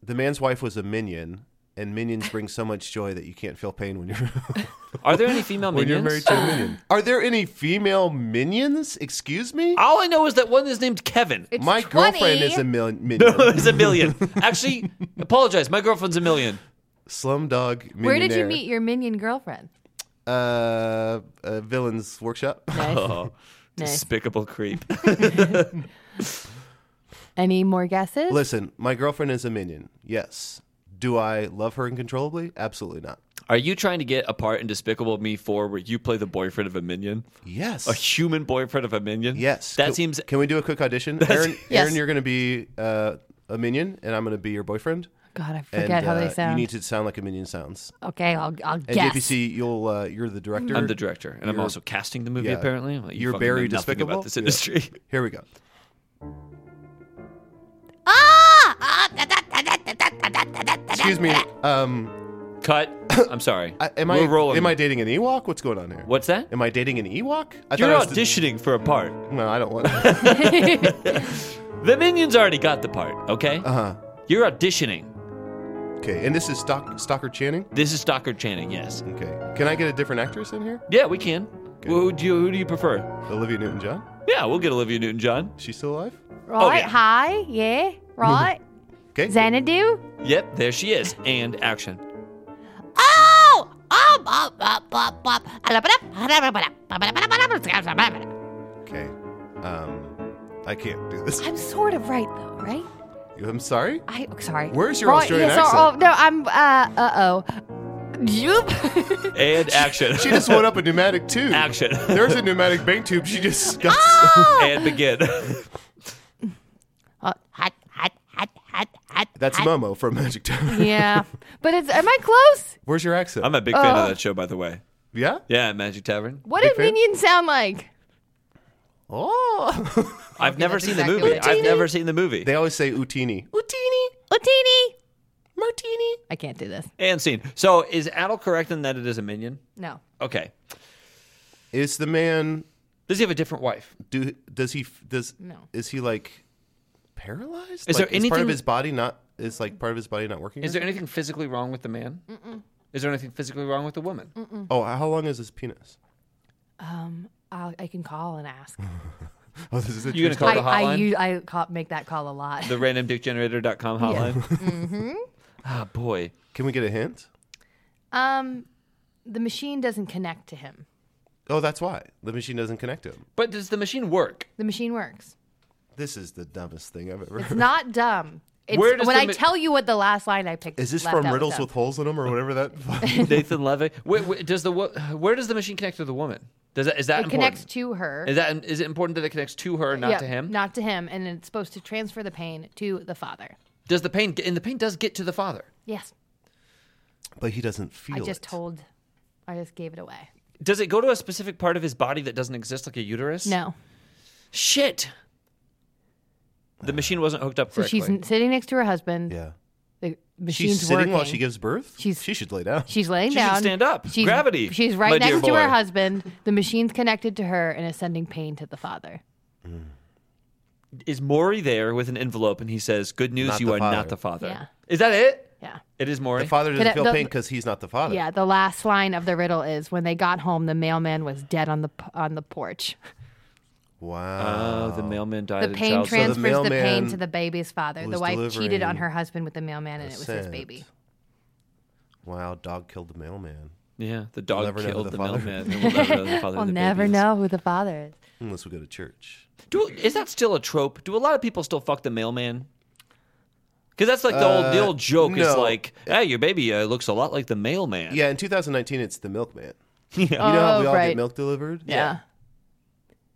Speaker 8: The man's wife was a minion, and minions bring so much joy that you can't feel pain when you're.
Speaker 12: Are there any female
Speaker 8: When you're
Speaker 12: minions?
Speaker 8: married to a minion. Are there any female minions? Excuse me.
Speaker 12: All I know is that one is named Kevin.
Speaker 8: My girlfriend is a mil- minion.
Speaker 12: No, it's a million. Actually, apologize. My girlfriend's a million.
Speaker 8: Slumdog Millionaire.
Speaker 3: Where did you meet your minion girlfriend?
Speaker 8: Uh, uh villains workshop.
Speaker 3: Nice.
Speaker 12: Oh,
Speaker 3: Nice.
Speaker 12: despicable creep.
Speaker 3: Any more guesses?
Speaker 8: Listen, my girlfriend is a minion. Yes. Do I love her uncontrollably? Absolutely not.
Speaker 12: Are you trying to get a part in Despicable Me 4 where you play the boyfriend of a minion?
Speaker 8: Yes.
Speaker 12: A human boyfriend of a minion?
Speaker 8: Yes.
Speaker 12: That
Speaker 8: Can-
Speaker 12: seems.
Speaker 8: Can we do a quick audition? Aaron,
Speaker 3: Yes.
Speaker 8: Aaron, you're going to be uh, a minion, and I'm going to be your boyfriend.
Speaker 3: God, I
Speaker 8: And,
Speaker 3: forget how
Speaker 8: uh,
Speaker 3: they sound.
Speaker 8: You need to sound like a minion sounds.
Speaker 3: okay, I'll, I'll
Speaker 8: And
Speaker 3: guess.
Speaker 8: JPC, you'll uh, you're the director.
Speaker 12: I'm the director, and I'm
Speaker 8: You're-
Speaker 12: also casting the movie,
Speaker 8: yeah.
Speaker 12: apparently. Well, you
Speaker 8: You're
Speaker 12: fucking
Speaker 8: very
Speaker 12: know nothing
Speaker 8: despicable
Speaker 12: about this
Speaker 8: Yeah.
Speaker 12: industry.
Speaker 8: Here we go.
Speaker 13: Ah!
Speaker 8: Excuse me. Um,
Speaker 12: Cut. I'm sorry.
Speaker 8: I- am
Speaker 12: We're
Speaker 8: I
Speaker 12: rolling.
Speaker 8: am I dating an Ewok? What's going on here?
Speaker 12: What's that?
Speaker 8: Am I dating an Ewok? I
Speaker 12: You're
Speaker 8: thought I was
Speaker 12: auditioning for a part.
Speaker 8: the- no, I don't want.
Speaker 12: The minions already got the part, okay?
Speaker 8: Uh huh.
Speaker 12: You're auditioning.
Speaker 8: Okay, and this is Stock- Stalker Channing.
Speaker 12: This is Stockard Channing, yes.
Speaker 8: Okay, can I get a different actress in here?
Speaker 12: Yeah, we can. Who do you who do you prefer?
Speaker 8: Olivia Newton-John.
Speaker 12: Yeah, we'll get Olivia Newton John.
Speaker 8: She's still alive.
Speaker 3: right?
Speaker 12: yeah.
Speaker 3: Hi. Yeah. Right.
Speaker 8: Okay.
Speaker 3: Xanadu.
Speaker 12: Yep, there she is. And action.
Speaker 13: Oh! Um, um, um, um, um. I
Speaker 8: Okay. Um, I can't do this.
Speaker 3: I'm sort of right though, right?
Speaker 8: I'm sorry.
Speaker 3: I oh, sorry.
Speaker 8: Where's your
Speaker 3: Right,
Speaker 8: Australian
Speaker 3: yes,
Speaker 8: accent?
Speaker 3: Oh, oh, no, I'm uh uh oh. Yup.
Speaker 12: And action.
Speaker 8: She just went up a pneumatic tube.
Speaker 12: action.
Speaker 8: There's a pneumatic bank tube. She just got.
Speaker 12: and begin.
Speaker 8: That's Momo from Magic Tower.
Speaker 3: yeah, but it's am I close?
Speaker 8: Where's your accent?
Speaker 12: I'm a big fan of that show, by the way.
Speaker 8: yeah.
Speaker 12: Yeah, Magic Tavern.
Speaker 3: What
Speaker 8: Big
Speaker 3: did
Speaker 8: fan?
Speaker 3: minions sound like?
Speaker 8: Oh.
Speaker 12: I've never
Speaker 3: that's
Speaker 12: seen
Speaker 3: exactly
Speaker 12: the movie.
Speaker 3: what I
Speaker 12: I've never seen the movie.
Speaker 8: they always say Utini.
Speaker 3: Utini, utini, martini. I can't do this.
Speaker 12: and scene. So is Adel correct in that it is a minion?
Speaker 3: No.
Speaker 12: Okay.
Speaker 8: Is the man?
Speaker 12: Does he have a different wife?
Speaker 8: Do does he does
Speaker 3: No.
Speaker 8: is he like
Speaker 12: Is
Speaker 8: paralyzed? like,
Speaker 12: there
Speaker 8: part
Speaker 12: anything-
Speaker 8: of his body not is like part of his body not working?
Speaker 12: Is there anything physically wrong with the man? Is there anything physically wrong with the woman?
Speaker 8: Oh, how long is his penis?
Speaker 3: Um, I'll, I can call and ask.
Speaker 8: Oh, this is a
Speaker 12: You gonna
Speaker 8: true
Speaker 12: call
Speaker 3: I
Speaker 12: the
Speaker 3: I,
Speaker 12: hotline?
Speaker 3: u- I call, make that call a lot.
Speaker 12: the randomdickgenerator.com hotline. Mm-hmm. Ah, boy.
Speaker 8: story. Can we get a hint?
Speaker 3: Um, the machine doesn't connect to him.
Speaker 8: Oh, that's why the machine doesn't connect to him.
Speaker 12: But does the machine work?
Speaker 3: The machine works.
Speaker 8: This is the dumbest thing I've ever.
Speaker 3: It's
Speaker 8: heard.
Speaker 3: not dumb. It's,
Speaker 12: Where does
Speaker 3: when
Speaker 12: the
Speaker 3: I
Speaker 12: ma-
Speaker 3: tell you what the last line I picked
Speaker 8: Is this
Speaker 3: left
Speaker 8: from
Speaker 3: out
Speaker 8: riddles
Speaker 3: was
Speaker 8: with holes in them or whatever that?
Speaker 12: Nathan Levy. Wait, wait, does the wo- where does the machine connect to the woman? Does that is that
Speaker 3: it
Speaker 12: important?
Speaker 3: connects to her.
Speaker 12: Is that is it important that it connects to her, not
Speaker 3: Yeah,
Speaker 12: to him?
Speaker 3: Not to him, and it's supposed to transfer the pain to the father.
Speaker 12: Does the pain get- and the pain does get to the father?
Speaker 3: Yes,
Speaker 8: But he doesn't feel.
Speaker 3: I just told, I just gave it away.
Speaker 12: Does it go to a specific part of his body that doesn't exist, like a uterus?
Speaker 3: No,
Speaker 12: shit. The machine wasn't hooked up
Speaker 3: so
Speaker 12: correctly.
Speaker 3: she's n- sitting next to her husband.
Speaker 8: Yeah,
Speaker 3: the machine's
Speaker 8: She's sitting
Speaker 3: working.
Speaker 8: while she gives birth.
Speaker 3: She's
Speaker 8: she should lay down.
Speaker 3: She's laying
Speaker 12: She should
Speaker 3: down.
Speaker 12: stand up.
Speaker 3: She's,
Speaker 12: Gravity,
Speaker 3: She's
Speaker 12: my
Speaker 3: right
Speaker 12: dear
Speaker 3: next to her
Speaker 12: boy.
Speaker 3: husband. The machine's connected to her and is sending pain to the father.
Speaker 12: is Maury there with an envelope and he says, "Good news,
Speaker 8: Not
Speaker 12: you
Speaker 8: the
Speaker 12: are
Speaker 8: father.
Speaker 12: not the father."
Speaker 3: Yeah.
Speaker 12: Is that it?
Speaker 3: Yeah.
Speaker 12: It is Maury.
Speaker 8: The father doesn't
Speaker 3: Could I-
Speaker 8: feel
Speaker 3: the-
Speaker 8: pain because he's not the father.
Speaker 3: Yeah, the last line of the riddle is when they got home, the mailman was dead on the p- on the porch.
Speaker 12: Wow. Oh, the mailman died.
Speaker 3: The
Speaker 12: in
Speaker 3: pain
Speaker 12: childbed.
Speaker 3: transfers the, pain to the baby's father. The
Speaker 8: was
Speaker 3: wife cheated on
Speaker 8: delivering
Speaker 3: her husband with the mailman, and it was his
Speaker 8: scent.
Speaker 3: baby.
Speaker 8: Wow, dog killed the mailman.
Speaker 12: Yeah, the dog
Speaker 8: We'll never know who
Speaker 12: killed the
Speaker 8: father-
Speaker 12: mailman, and we'll never know the father
Speaker 3: We'll never know who the father is.
Speaker 8: Unless we go to church.
Speaker 12: Do, is that still a trope? Do a lot of people still fuck the mailman? Because that's like the old the
Speaker 8: Uh,
Speaker 12: old joke is
Speaker 8: no.
Speaker 12: like, hey, your baby uh, looks a lot like the mailman.
Speaker 8: Yeah, in 2019, it's the milkman.
Speaker 12: Yeah.
Speaker 8: You know how
Speaker 3: Oh,
Speaker 8: we all
Speaker 3: right.
Speaker 8: get milk delivered?
Speaker 3: Yeah. Yeah.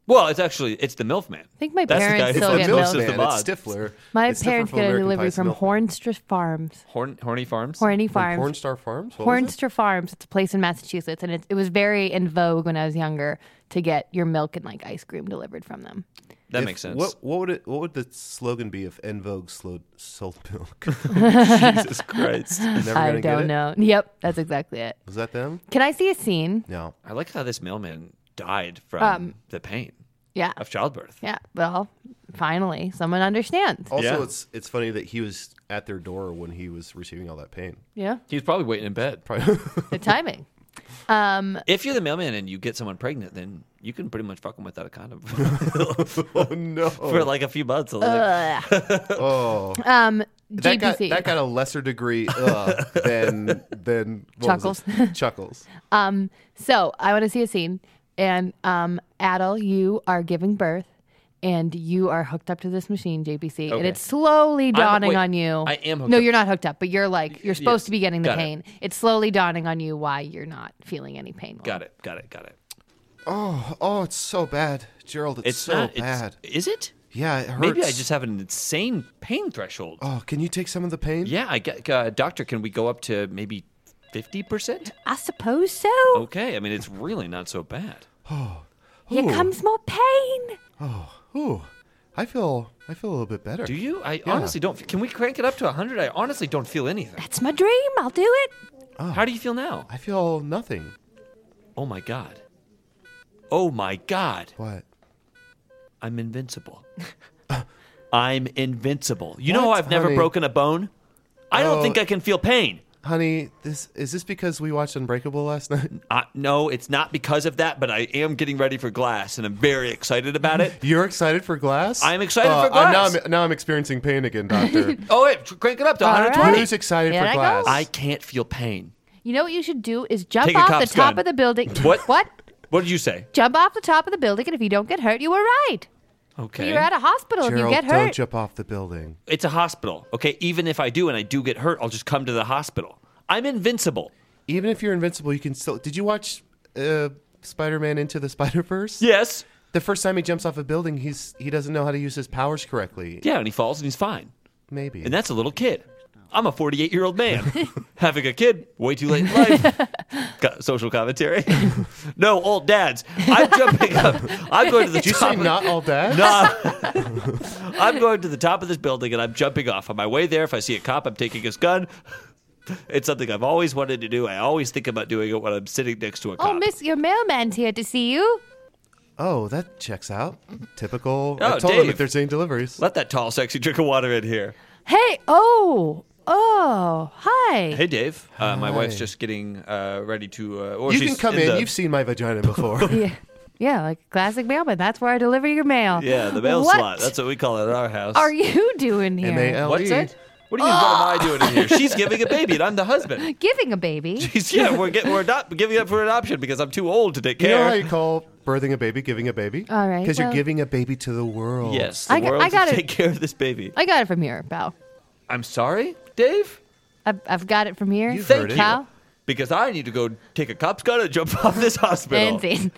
Speaker 12: Well, it's actually it's the milfman.
Speaker 3: I think my
Speaker 12: That's the
Speaker 3: parents
Speaker 12: guy who
Speaker 3: still
Speaker 12: fucks
Speaker 3: get
Speaker 12: most
Speaker 3: milk.
Speaker 12: of
Speaker 3: Man,
Speaker 12: the mods.
Speaker 8: it's Stifler.
Speaker 3: My
Speaker 8: It's Stifler
Speaker 3: parents
Speaker 8: from
Speaker 3: get a
Speaker 8: American
Speaker 3: delivery
Speaker 8: Pie's
Speaker 3: from
Speaker 8: milk.
Speaker 3: Hornstra Farms.
Speaker 12: Horn, horny farms.
Speaker 3: Horny
Speaker 8: Wait,
Speaker 3: Farms.
Speaker 8: Hornstar Farms? What was it?
Speaker 3: Hornstra Farms. It's a place in Massachusetts, and it, it was very in vogue when I was younger to get your milk and like ice cream delivered from them.
Speaker 12: That
Speaker 8: If-
Speaker 12: makes sense.
Speaker 8: What what would it what would the slogan be if En Vogue slowed, sold milk? Jesus
Speaker 12: Christ.
Speaker 8: Never
Speaker 3: I
Speaker 8: gonna get
Speaker 3: don't
Speaker 8: it?
Speaker 3: know. Yep, that's exactly it.
Speaker 8: Was that them?
Speaker 3: Can I see a scene?
Speaker 8: No.
Speaker 12: I like how this mailman died from
Speaker 3: Um,
Speaker 12: the pain
Speaker 3: Yeah.
Speaker 12: of childbirth.
Speaker 3: Yeah. Well, finally, someone understands.
Speaker 8: Also,
Speaker 12: Yeah.
Speaker 8: it's it's funny that he was at their door when he was receiving all that pain.
Speaker 3: Yeah.
Speaker 12: He was probably waiting in bed.
Speaker 8: Probably.
Speaker 3: Good timing. Um,
Speaker 12: if you're the mailman and you get someone pregnant, then you can pretty much fuck them without a condom
Speaker 8: oh no!
Speaker 12: for like a few months. They'll
Speaker 3: ugh.
Speaker 8: oh.
Speaker 3: um,
Speaker 8: That got,
Speaker 3: GPC.
Speaker 8: that got a lesser degree uh, than than what was it? Chuckles.
Speaker 3: Um, so I want to see a scene, and um, Adel, you are giving birth, and you are hooked up to this machine, JPC, and
Speaker 12: Okay.
Speaker 3: it's slowly
Speaker 12: I'm-
Speaker 3: dawning
Speaker 12: wait,
Speaker 3: on you.
Speaker 12: I am hooked
Speaker 3: no,
Speaker 12: up.
Speaker 3: you're not hooked up, but you're like you're supposed
Speaker 12: yes,
Speaker 3: to be getting the
Speaker 12: got it.
Speaker 3: pain. It's slowly dawning on you why you're not feeling any pain.
Speaker 12: Got it. Got it. Got it.
Speaker 8: Oh, oh, it's so bad, Gerald. It's,
Speaker 12: It's
Speaker 8: so
Speaker 12: not- it's-
Speaker 8: bad.
Speaker 12: is it?
Speaker 8: Yeah, it hurts.
Speaker 12: Maybe I just have an insane pain threshold.
Speaker 8: Oh, can you take some of the pain?
Speaker 12: Yeah, I get. Uh, doctor, can we go up to maybe fifty percent?
Speaker 3: I suppose so.
Speaker 12: Okay. I mean, it's really not so bad.
Speaker 3: Here
Speaker 8: Oh, Ooh.
Speaker 3: comes more pain.
Speaker 8: Oh, ooh, I feel I feel a little bit better.
Speaker 12: Do you? I honestly don't. Can we crank it up to hundred? I honestly don't feel anything.
Speaker 3: That's my dream. I'll do it.
Speaker 8: Oh.
Speaker 12: How do you feel now?
Speaker 8: I feel nothing.
Speaker 12: Oh my god. Oh my god.
Speaker 8: What?
Speaker 12: I'm invincible. Uh. I'm invincible. You know how
Speaker 8: What,
Speaker 12: I've never
Speaker 8: honey?
Speaker 12: broken a bone? I don't
Speaker 8: Oh.
Speaker 12: think I can feel pain.
Speaker 8: Honey, this is this because we watched Unbreakable last night?
Speaker 12: Uh, no, it's not because of that, but I am getting ready for glass and I'm very excited about it.
Speaker 8: You're excited for glass?
Speaker 12: I'm excited
Speaker 8: Uh,
Speaker 12: for
Speaker 8: uh, now
Speaker 12: Glass.
Speaker 8: I'm now I'm experiencing pain again, doctor.
Speaker 12: Oh, wait, tr- crank it up to
Speaker 3: All
Speaker 12: 120.
Speaker 8: Who's excited
Speaker 3: Here
Speaker 8: for
Speaker 3: I go.
Speaker 8: glass?
Speaker 12: I can't feel pain.
Speaker 3: You know what you should do is jump
Speaker 12: Take a
Speaker 3: off the
Speaker 12: cop's
Speaker 3: top
Speaker 12: gun.
Speaker 3: of the building.
Speaker 12: What?
Speaker 3: What?
Speaker 12: What did you say?
Speaker 3: Jump off the top of the building, and if you don't get hurt, you were right.
Speaker 12: Okay.
Speaker 3: You're at a hospital
Speaker 8: Gerald,
Speaker 3: if you get
Speaker 8: don't
Speaker 3: hurt.
Speaker 8: jump off the building.
Speaker 12: it's a hospital. Okay, even if I do and I do get hurt, I'll just come to the hospital. I'm invincible.
Speaker 8: Even if you're invincible, you can still. Did you watch uh, Spider-Man Into the Spider-Verse?
Speaker 12: Yes.
Speaker 8: The first time he jumps off a building, he's he doesn't know how to use his powers correctly.
Speaker 12: Yeah, and he falls and he's fine.
Speaker 8: Maybe.
Speaker 12: And that's a little kid. I'm a 48 year old man having a kid way too late in life. Co- social commentary. no, old dads. I'm jumping up. I'm going to the
Speaker 8: Did you
Speaker 12: top.
Speaker 8: say
Speaker 12: of-
Speaker 8: not all that?
Speaker 12: No. I'm going to the top of this building and I'm jumping off. On my way there, if I see a cop, I'm taking his gun. It's something I've always wanted to do. I always think about doing it when I'm sitting next to a
Speaker 3: Oh,
Speaker 12: cop.
Speaker 3: miss, your mailman's here to see you.
Speaker 8: Oh, that checks out. Typical.
Speaker 12: Oh,
Speaker 8: I told him
Speaker 12: Dave.
Speaker 8: if they're saying deliveries.
Speaker 12: Let that tall, sexy drink of water in here.
Speaker 3: Hey, oh, oh, hi.
Speaker 12: Hey, Dave. Uh, my
Speaker 8: Hi.
Speaker 12: wife's just getting uh, ready to. Uh, or
Speaker 8: you
Speaker 12: she's
Speaker 8: can come in.
Speaker 12: the-
Speaker 8: You've seen my vagina before.
Speaker 3: Yeah, yeah, like a classic mailman. That's where I deliver your mail.
Speaker 12: Yeah, the mail
Speaker 3: What
Speaker 12: slot. That's what we call it at our house.
Speaker 3: are you doing here?
Speaker 8: M-A-L-E.
Speaker 12: What's that? What do you mean? What am I doing in here? She's giving a baby, and I'm the husband.
Speaker 3: Giving a baby.
Speaker 12: She's yeah, we're get, we're adop- giving up for adoption because I'm too old to take
Speaker 8: You
Speaker 12: care.
Speaker 8: know how you call birthing a baby giving a baby?
Speaker 3: All right,
Speaker 8: Because
Speaker 3: well-
Speaker 8: you're giving a baby to the world.
Speaker 12: yes, the
Speaker 3: I got-
Speaker 12: world
Speaker 3: I got
Speaker 12: to
Speaker 3: it.
Speaker 12: take care of this baby.
Speaker 3: I got it from here, pal.
Speaker 12: I'm sorry, Dave.
Speaker 3: I've, I've got it from here.
Speaker 8: You've
Speaker 12: Thank
Speaker 8: heard
Speaker 12: you.
Speaker 8: it.
Speaker 3: Pal.
Speaker 12: Because I need to go take a cop's gun and jump off this hospital.
Speaker 3: And scene.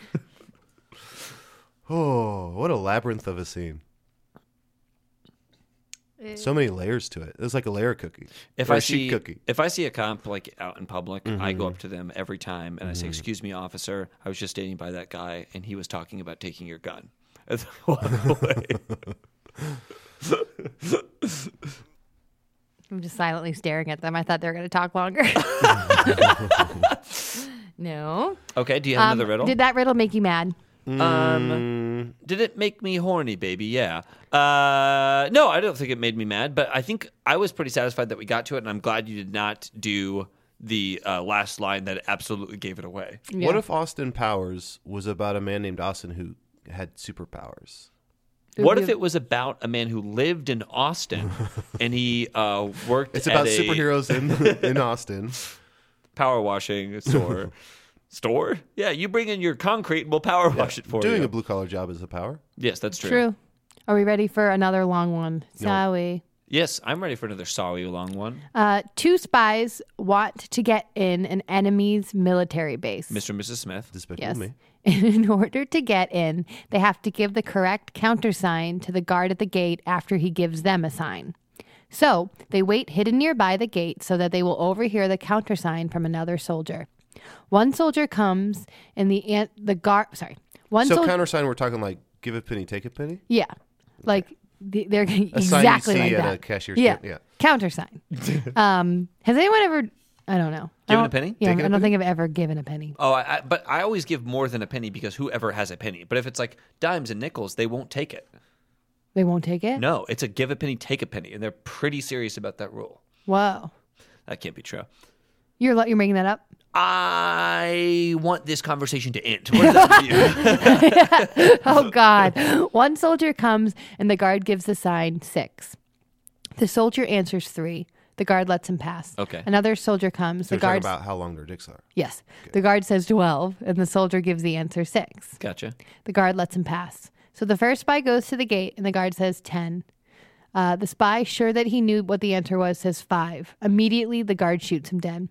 Speaker 8: Oh, what a labyrinth of a scene. So many layers to it. It was like a layer cookie.
Speaker 12: If
Speaker 8: Or
Speaker 12: I
Speaker 8: a sheet
Speaker 12: see
Speaker 8: cookie. Mm-hmm.
Speaker 12: if I see a comp like out in public, I go up to them every time and I say,
Speaker 8: Mhm.
Speaker 12: "Excuse me, officer. I was just standing by that guy, and he was talking about taking your gun." As I walk away.
Speaker 3: I'm just silently staring at them. I thought they were going to talk longer. no.
Speaker 12: okay, do you have
Speaker 3: Um,
Speaker 12: another riddle?
Speaker 3: Did that riddle make you mad?
Speaker 12: Um, did it make me horny, baby? Yeah. Uh, no, I don't think it made me mad, but I think I was pretty satisfied that we got to it, and I'm glad you did not do the uh, last line that absolutely gave it away.
Speaker 8: What if Austin Powers was about a man named Austin who had superpowers?
Speaker 12: What if it was about a man who lived in Austin and he uh, worked?
Speaker 8: It's about
Speaker 12: at a
Speaker 8: superheroes in in Austin.
Speaker 12: power washing store. store? Yeah, you bring in your concrete and we'll power wash it for you.
Speaker 8: Doing a blue collar job is a power.
Speaker 12: Yes, that's true.
Speaker 3: True. Are we ready for another long one?
Speaker 12: No.
Speaker 3: Sorry.
Speaker 12: Yes, I'm ready for another sorry long one,
Speaker 3: Uh, two spies want to get in an enemy's military base.
Speaker 12: Mr. and Mrs. Smith.
Speaker 3: Yes. in order to get in, they have to give the correct countersign to the guard at the gate after he gives them a sign. So they wait hidden nearby the gate so that they will overhear the countersign from another soldier. One soldier comes, and the an- the guard. Sorry, one
Speaker 8: so
Speaker 3: soldier.
Speaker 8: countersign, we're talking like give a penny, take a penny.
Speaker 3: yeah, like the, they're
Speaker 8: A sign you
Speaker 3: exactly
Speaker 8: see
Speaker 3: like
Speaker 8: at
Speaker 3: that.
Speaker 8: a cashier's
Speaker 3: yeah,
Speaker 8: coun- yeah.
Speaker 3: countersign. um, has anyone ever? I don't know. I
Speaker 12: Given a
Speaker 3: don't-
Speaker 12: penny?
Speaker 3: Yeah,
Speaker 12: Taken a
Speaker 3: I don't think I've ever given a penny.
Speaker 12: Oh, I, I, but I always give more than a penny because whoever has a penny. But if it's like dimes and nickels, they won't take it.
Speaker 3: They won't take it.
Speaker 12: No, it's a give a penny, take a penny, and they're pretty serious about that rule.
Speaker 3: Whoa,
Speaker 12: That can't be true.
Speaker 3: you're lo- you're making that up.
Speaker 12: I want this conversation to end. What does that mean?
Speaker 3: oh God. One soldier comes and the guard gives the sign six. The soldier answers three. The guard lets him pass.
Speaker 8: Okay.
Speaker 3: Another soldier comes.
Speaker 8: So we're
Speaker 3: the guard
Speaker 8: talking about how long their dicks are.
Speaker 3: Yes. The guard says twelve and the soldier gives the answer six.
Speaker 12: Gotcha.
Speaker 3: The guard lets him pass. So the first spy goes to the gate and the guard says ten. Uh, the spy, sure that he knew what the answer was, says five. Immediately, the guard shoots him dead.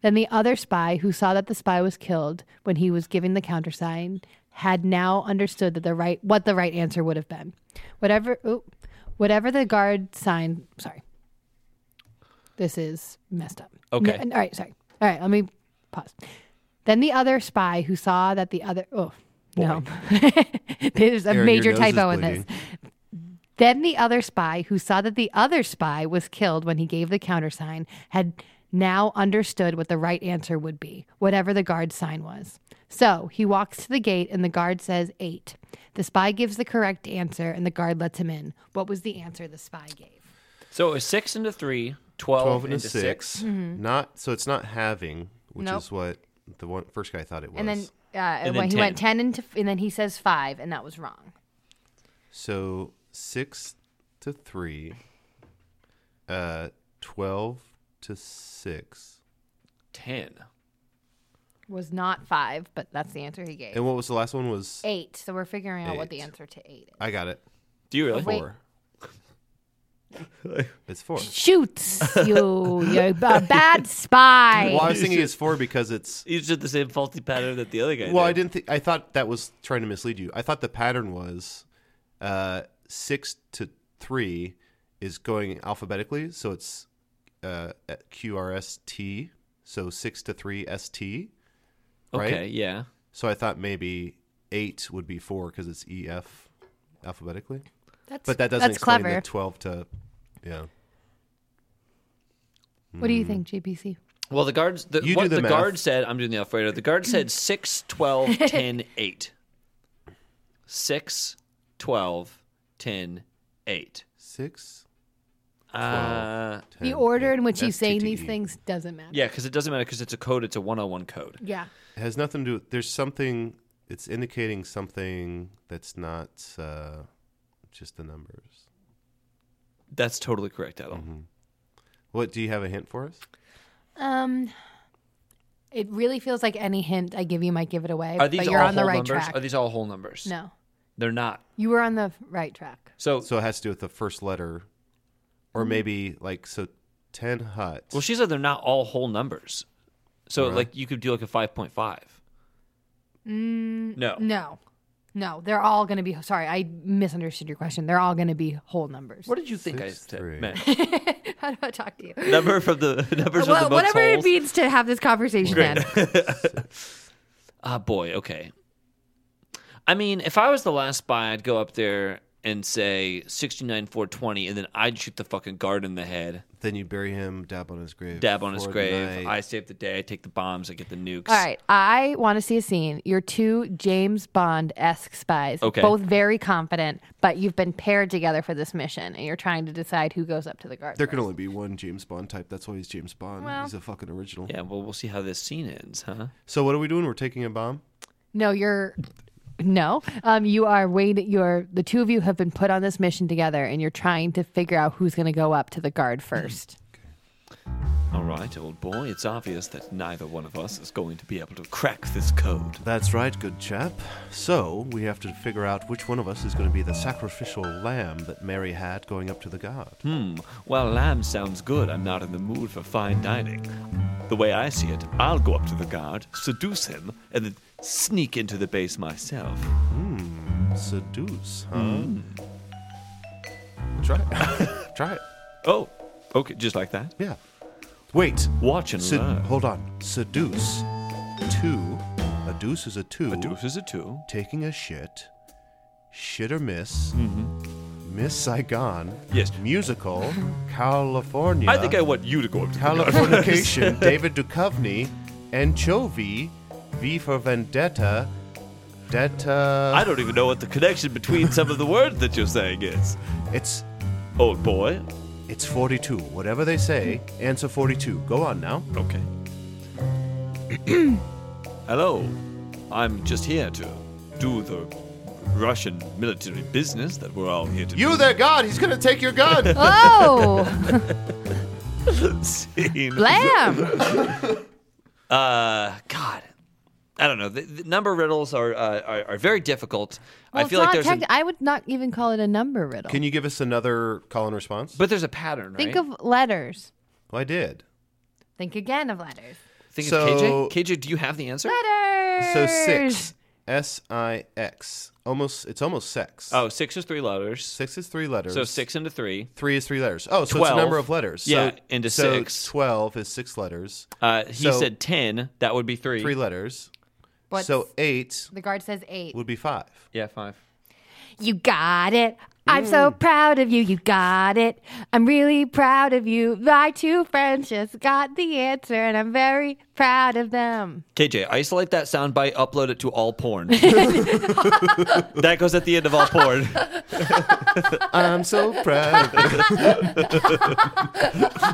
Speaker 3: Then the other spy, who saw that the spy was killed when he was giving the countersign, had now understood that the right what the right answer would have been. Whatever, oop, whatever the guard signed. Sorry, this is messed up.
Speaker 12: Okay.
Speaker 3: No, all right. Sorry. All right. Let me pause. Then the other spy, who saw that the other oh no, there's a
Speaker 14: Aaron, your
Speaker 3: major
Speaker 14: nose is
Speaker 3: typo in this.
Speaker 14: bleeding.
Speaker 3: Then the other spy, who saw that the other spy was killed when he gave the countersign, had now understood what the right answer would be, whatever the guard's sign was. So he walks to the gate and the guard says eight. The spy gives the correct answer and the guard lets him in. What was the answer the spy gave?
Speaker 12: so it was six into three, 12,
Speaker 8: Twelve and
Speaker 12: Oh,
Speaker 8: a
Speaker 12: into
Speaker 8: six.
Speaker 3: Mhm.
Speaker 8: Not so it's not having, which
Speaker 3: Nope.
Speaker 8: is what the one first guy thought it was.
Speaker 3: And then, uh,
Speaker 8: And
Speaker 3: when
Speaker 8: then
Speaker 3: he went 10 into, and then he says five, and that was wrong.
Speaker 8: So six to three, uh, twelve to six,
Speaker 12: ten.
Speaker 3: Was not five, but that's the answer he gave.
Speaker 8: And what was the last one? Was
Speaker 3: Eight. So we're figuring out what the
Speaker 8: Eight.
Speaker 3: answer to eight is.
Speaker 8: I got it.
Speaker 12: Do you
Speaker 3: really? Wait.
Speaker 8: Four. it's four.
Speaker 3: Shoots you, you a bad spy.
Speaker 8: Well, I was thinking it's four because it's.
Speaker 12: You did the same faulty pattern that the other guy.
Speaker 8: Well, I didn't. think I thought that was trying to mislead you. I thought the pattern was uh, six to three is going alphabetically, so it's uh, Q R S T. So six to three S T. Right?
Speaker 12: Okay, yeah.
Speaker 8: So I thought maybe eight would be four because it's E F alphabetically.
Speaker 3: That's-
Speaker 8: but that doesn't
Speaker 3: that's
Speaker 8: explain
Speaker 3: clever.
Speaker 8: the twelve to yeah.
Speaker 3: What do you think, GPC?
Speaker 12: Well, the guards. The,
Speaker 8: You do
Speaker 12: what
Speaker 8: the
Speaker 12: the,
Speaker 8: math.
Speaker 12: guard said, I'm doing the Alfredo. The guard said 6, 12, 10, 8. 6, 12, 10, 8.
Speaker 8: 6,
Speaker 12: uh,
Speaker 3: The order in which he's saying these things doesn't matter.
Speaker 12: E. Yeah, because it doesn't matter because it's a code. It's a 101 code.
Speaker 3: Yeah.
Speaker 8: It has nothing to do. There's something. It's indicating something that's not uh, just the numbers.
Speaker 12: That's totally correct, Adam.
Speaker 8: What do you have a hint for us?
Speaker 3: Um, it really feels like any hint I give you might give it away.
Speaker 12: Are these
Speaker 3: but you're
Speaker 12: all
Speaker 3: on the
Speaker 12: whole
Speaker 3: right
Speaker 12: numbers?
Speaker 3: track.
Speaker 12: Are these all whole numbers?
Speaker 3: No,
Speaker 12: They're not.
Speaker 3: you were on the right track.
Speaker 12: So
Speaker 8: so it has to do with the first letter, or maybe like so ten hut.
Speaker 12: Mm-hmm. Well, she said they're not all whole numbers. So,
Speaker 8: Right.
Speaker 12: like, you could do like a 5.5.
Speaker 3: Mm,
Speaker 12: No.
Speaker 3: no. No, they're all going to be. Sorry, I misunderstood your question. They're all going to be whole numbers.
Speaker 12: What did you think I said? Man.
Speaker 3: How do I talk to you?
Speaker 12: Number from the numbers
Speaker 3: well,
Speaker 12: of the most
Speaker 3: whatever it
Speaker 12: holes.
Speaker 3: means to have this conversation,
Speaker 12: Great.
Speaker 3: man.
Speaker 12: Ah, boy. Okay. I mean, if I was the last spy, I'd go up there and say sixty-nine four twenty, and then I'd shoot the fucking guard in the head.
Speaker 8: Then you bury him, dab on his grave.
Speaker 12: Dab on his
Speaker 8: for the
Speaker 12: grave.
Speaker 8: night.
Speaker 12: I save the day. I take the bombs. I get the nukes.
Speaker 3: All right, I want to see a scene. You're two James Bond esque spies,
Speaker 12: Okay.
Speaker 3: both very confident, but you've been paired together for this mission, and you're trying to decide who goes up to the guard.
Speaker 8: There can only be one James Bond type. That's why he's James Bond.
Speaker 3: Well-
Speaker 8: he's a fucking original.
Speaker 12: Yeah, well, we'll see how this scene ends, huh?
Speaker 8: So what are we doing? We're taking a bomb.
Speaker 3: No, you're. No, um, you are waiting. You're the two of you have been put on this mission together, and you're trying to figure out who's going to go up to the guard first.
Speaker 12: All right, old boy. It's obvious that neither one of us is going to be able to crack this code.
Speaker 8: That's right, good chap. So we have to figure out which one of us is going to be the sacrificial lamb that Mary had going up to the guard.
Speaker 12: Hmm. Well, lamb sounds good. I'm not in the mood for fine dining. The way I see it, I'll go up to the guard, seduce him, and then sneak into the base myself.
Speaker 8: Hmm. Seduce, huh?
Speaker 12: Hmm.
Speaker 8: Try it. Try it.
Speaker 12: Oh, okay, just like that?
Speaker 8: Yeah. Wait.
Speaker 12: Watch and
Speaker 8: Sed-
Speaker 12: learn.
Speaker 8: Hold on. Seduce. Two. A deuce is a two. A deuce
Speaker 12: is a two.
Speaker 8: Taking a shit. Shit or miss. Miss Saigon.
Speaker 12: Mm-hmm. Yes.
Speaker 8: Musical. California.
Speaker 12: I think I want you to go up to
Speaker 8: Californication.
Speaker 12: the guard.
Speaker 8: David Duchovny. Anchovy. V for Vendetta. Detta.
Speaker 12: I don't even know what the connection between some of the words that you're saying is.
Speaker 8: It's.
Speaker 12: Old boy.
Speaker 8: It's 42. Whatever they say, answer 42. Go on now.
Speaker 12: Okay. Hello, I'm just here to do the Russian military business that we're all here to
Speaker 8: You there, God! He's gonna take your gun!
Speaker 3: Oh!
Speaker 12: do. Scene.
Speaker 3: Blam!
Speaker 12: Uh, God, I don't know. The, the number riddles are, uh, are are very difficult. I
Speaker 3: Well,
Speaker 12: feel
Speaker 3: it's
Speaker 12: like
Speaker 3: not
Speaker 12: there's
Speaker 3: techni- I would not even call it a number riddle.
Speaker 8: Can you give us another call and response?
Speaker 12: But there's a pattern,
Speaker 3: Think of letters.
Speaker 8: Well, I did.
Speaker 3: Think again of letters.
Speaker 12: Think
Speaker 8: So-
Speaker 12: of KJ. KJ, do you have the answer?
Speaker 3: Letters.
Speaker 8: So six, S I X. Almost. It's almost sex.
Speaker 12: Oh, six is three letters.
Speaker 8: Six is three letters.
Speaker 12: So six into three.
Speaker 8: Three is three letters. Oh, so it's a
Speaker 12: 12.
Speaker 8: number of letters. So-
Speaker 12: Yeah, into
Speaker 8: so
Speaker 12: six.
Speaker 8: Twelve is six letters.
Speaker 12: Uh, he
Speaker 8: So
Speaker 12: said ten. That would be three.
Speaker 8: three letters.
Speaker 3: What's-
Speaker 8: so eight
Speaker 3: The guard says eight.
Speaker 8: would be five.
Speaker 12: Yeah, five.
Speaker 3: You got it. I'm so proud of you. You got it. I'm really proud of you. My two friends just got the answer, and I'm very proud of them.
Speaker 12: KJ, isolate that soundbite, upload it to all porn. that goes at the end of all porn.
Speaker 8: I'm so proud.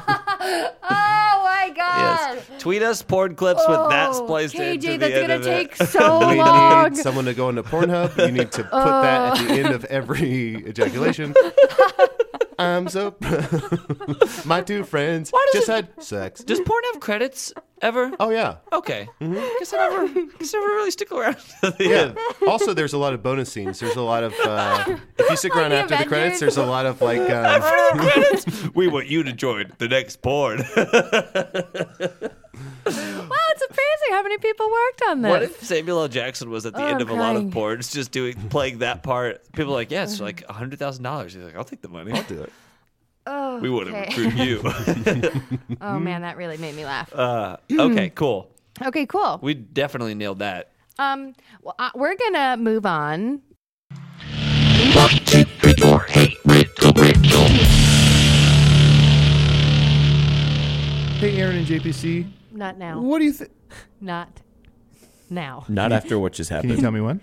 Speaker 3: Oh my God!
Speaker 12: yes. Tweet us porn clips with that
Speaker 3: Oh,
Speaker 12: spliced
Speaker 3: KJ,
Speaker 12: into the
Speaker 3: that's
Speaker 12: end
Speaker 3: gonna
Speaker 12: of
Speaker 3: take
Speaker 12: it.
Speaker 3: so
Speaker 8: we
Speaker 3: long.
Speaker 8: need someone to go into Pornhub. You need to put that at the end of every ejaculation. I'm so proud. My two friends just had sex.
Speaker 12: Does porn have credits ever?
Speaker 8: Oh yeah.
Speaker 12: Okay.
Speaker 3: Mm-hmm.
Speaker 12: Guess I never, guess I never really stick around.
Speaker 8: Yeah. also, there's a lot of bonus scenes. There's a lot of uh, if you stick around after the credits, there's a lot of like um,
Speaker 12: we want you to join the next porn.
Speaker 3: Wow, Oh, it's amazing how many people worked on this.
Speaker 12: what if Samuel L. Jackson was at the
Speaker 3: Oh,
Speaker 12: end
Speaker 3: I'm
Speaker 12: of a lot of
Speaker 3: crying.
Speaker 12: porns, just doing playing that part? People are like, yes, it's like hundred thousand dollars. He's like, I'll take the money. I'll
Speaker 8: do it.
Speaker 3: oh,
Speaker 12: We want to
Speaker 3: okay.
Speaker 12: recruit you.
Speaker 3: oh man, that really made me laugh.
Speaker 12: Uh, okay, cool.
Speaker 3: Okay, cool.
Speaker 12: We definitely nailed that.
Speaker 3: Um, well, uh, we're gonna move on.
Speaker 8: Hey, Aaron and JPC.
Speaker 3: Not now.
Speaker 8: What do you think?
Speaker 3: Not now.
Speaker 6: Not after what just happened.
Speaker 2: Can you tell me when?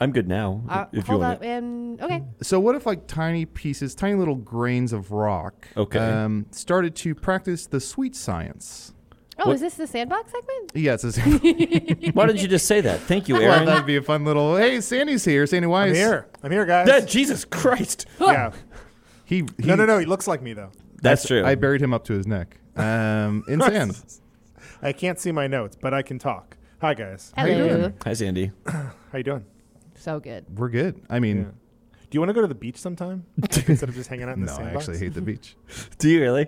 Speaker 6: I'm good now.
Speaker 3: Uh,
Speaker 6: if you
Speaker 3: hold
Speaker 6: want
Speaker 3: on. Um, okay.
Speaker 2: So what if like tiny pieces, tiny little grains of rock,
Speaker 6: Okay.
Speaker 2: um, started to practice the sweet science?
Speaker 3: Oh,
Speaker 2: What-
Speaker 3: is this the sandbox segment?
Speaker 2: Yeah, it's a
Speaker 6: it. Why didn't you just say that? Thank you,
Speaker 2: Well,
Speaker 6: Aaron.
Speaker 2: that'd be a fun little. Hey, Sandy's here. Sandy Wise.
Speaker 15: I'm here. I'm here, guys.
Speaker 6: That- Jesus Christ.
Speaker 15: Yeah.
Speaker 2: He, he
Speaker 15: No, no, no. He looks like me though.
Speaker 6: That's true.
Speaker 2: I buried him up to his neck. Um, in sand.
Speaker 15: I can't see my notes, but I can talk. Hi, guys.
Speaker 3: How you Hello. doing?
Speaker 6: Hi, Sandy.
Speaker 15: How you doing?
Speaker 3: So good.
Speaker 2: We're good. I mean,
Speaker 15: Do you want to go to the beach sometime Like, instead of just hanging out in the
Speaker 2: no, I
Speaker 15: sandbox?
Speaker 2: actually hate the beach.
Speaker 6: Do you really?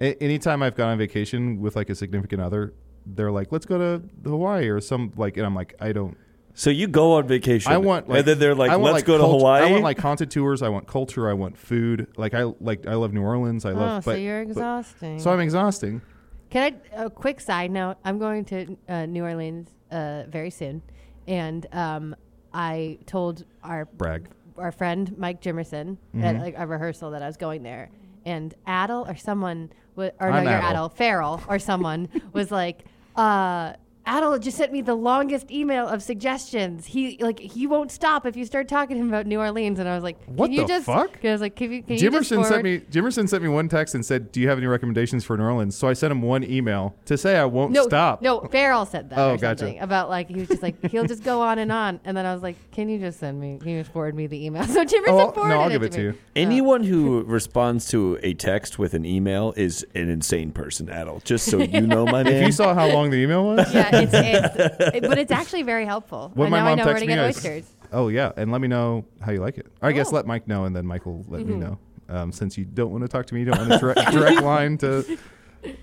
Speaker 2: A- anytime I've gone on vacation with like a significant other, they're like, "Let's go to Hawaii or some like," and I'm like, "I don't."
Speaker 12: So you go on vacation.
Speaker 2: I want like
Speaker 12: and then they're like,
Speaker 2: I want,
Speaker 12: let's go to
Speaker 2: cult-
Speaker 12: Hawaii.
Speaker 2: I want like haunted tours. I want culture. I want food. Like I like I love New Orleans. I love.
Speaker 16: Oh, so
Speaker 2: but-
Speaker 16: you're
Speaker 2: but-
Speaker 16: exhausting.
Speaker 2: so I'm exhausting.
Speaker 3: Can I? A quick side note. I'm going to uh, New Orleans uh, very soon, and um, I told our
Speaker 2: Brag.
Speaker 3: our friend Mike Jimerson at
Speaker 2: Mhm.
Speaker 3: like a rehearsal that I was going there, and Adel or someone wa- or
Speaker 16: I'm
Speaker 3: no, you're
Speaker 16: Adel.
Speaker 3: Adel Farrell or someone was like. Uh, Adel just sent me the longest email of suggestions. He like he won't stop if you start talking to him about New Orleans, and I was like,
Speaker 2: What
Speaker 3: can you
Speaker 2: the
Speaker 3: just,
Speaker 2: fuck?
Speaker 3: I was like, can you, can you just
Speaker 2: Jimerson
Speaker 3: forward-
Speaker 2: sent me Jimerson sent me one text and said, "Do you have any recommendations for New Orleans?" So I sent him one email to say I won't
Speaker 3: no,
Speaker 2: stop.
Speaker 3: No, Farrell said that.
Speaker 2: Oh,
Speaker 3: or
Speaker 2: gotcha.
Speaker 3: something About like he was just like he'll just go on and on, and then I was like, can you just send me? Can you just forward me the email? So Jimerson
Speaker 2: Oh,
Speaker 3: forwarded it to me.
Speaker 12: Anyone who responds to a text with an email is an insane person, adult. Just so you know, my
Speaker 2: If
Speaker 12: man.
Speaker 2: you saw how long the email was,
Speaker 3: Yeah, it's, it's it- but it's actually very helpful.
Speaker 2: When
Speaker 3: and
Speaker 2: my
Speaker 3: now
Speaker 2: mom
Speaker 3: I know where
Speaker 2: texts
Speaker 3: to
Speaker 2: me,
Speaker 3: get
Speaker 2: I s-
Speaker 3: oysters.
Speaker 2: oh yeah, and let me know how you like it. Or I guess
Speaker 3: Oh.
Speaker 2: let Mike know, and then Mike will let me
Speaker 3: Mhm.
Speaker 2: know. Um, since you don't want to talk to me, you don't want a direct, direct line to.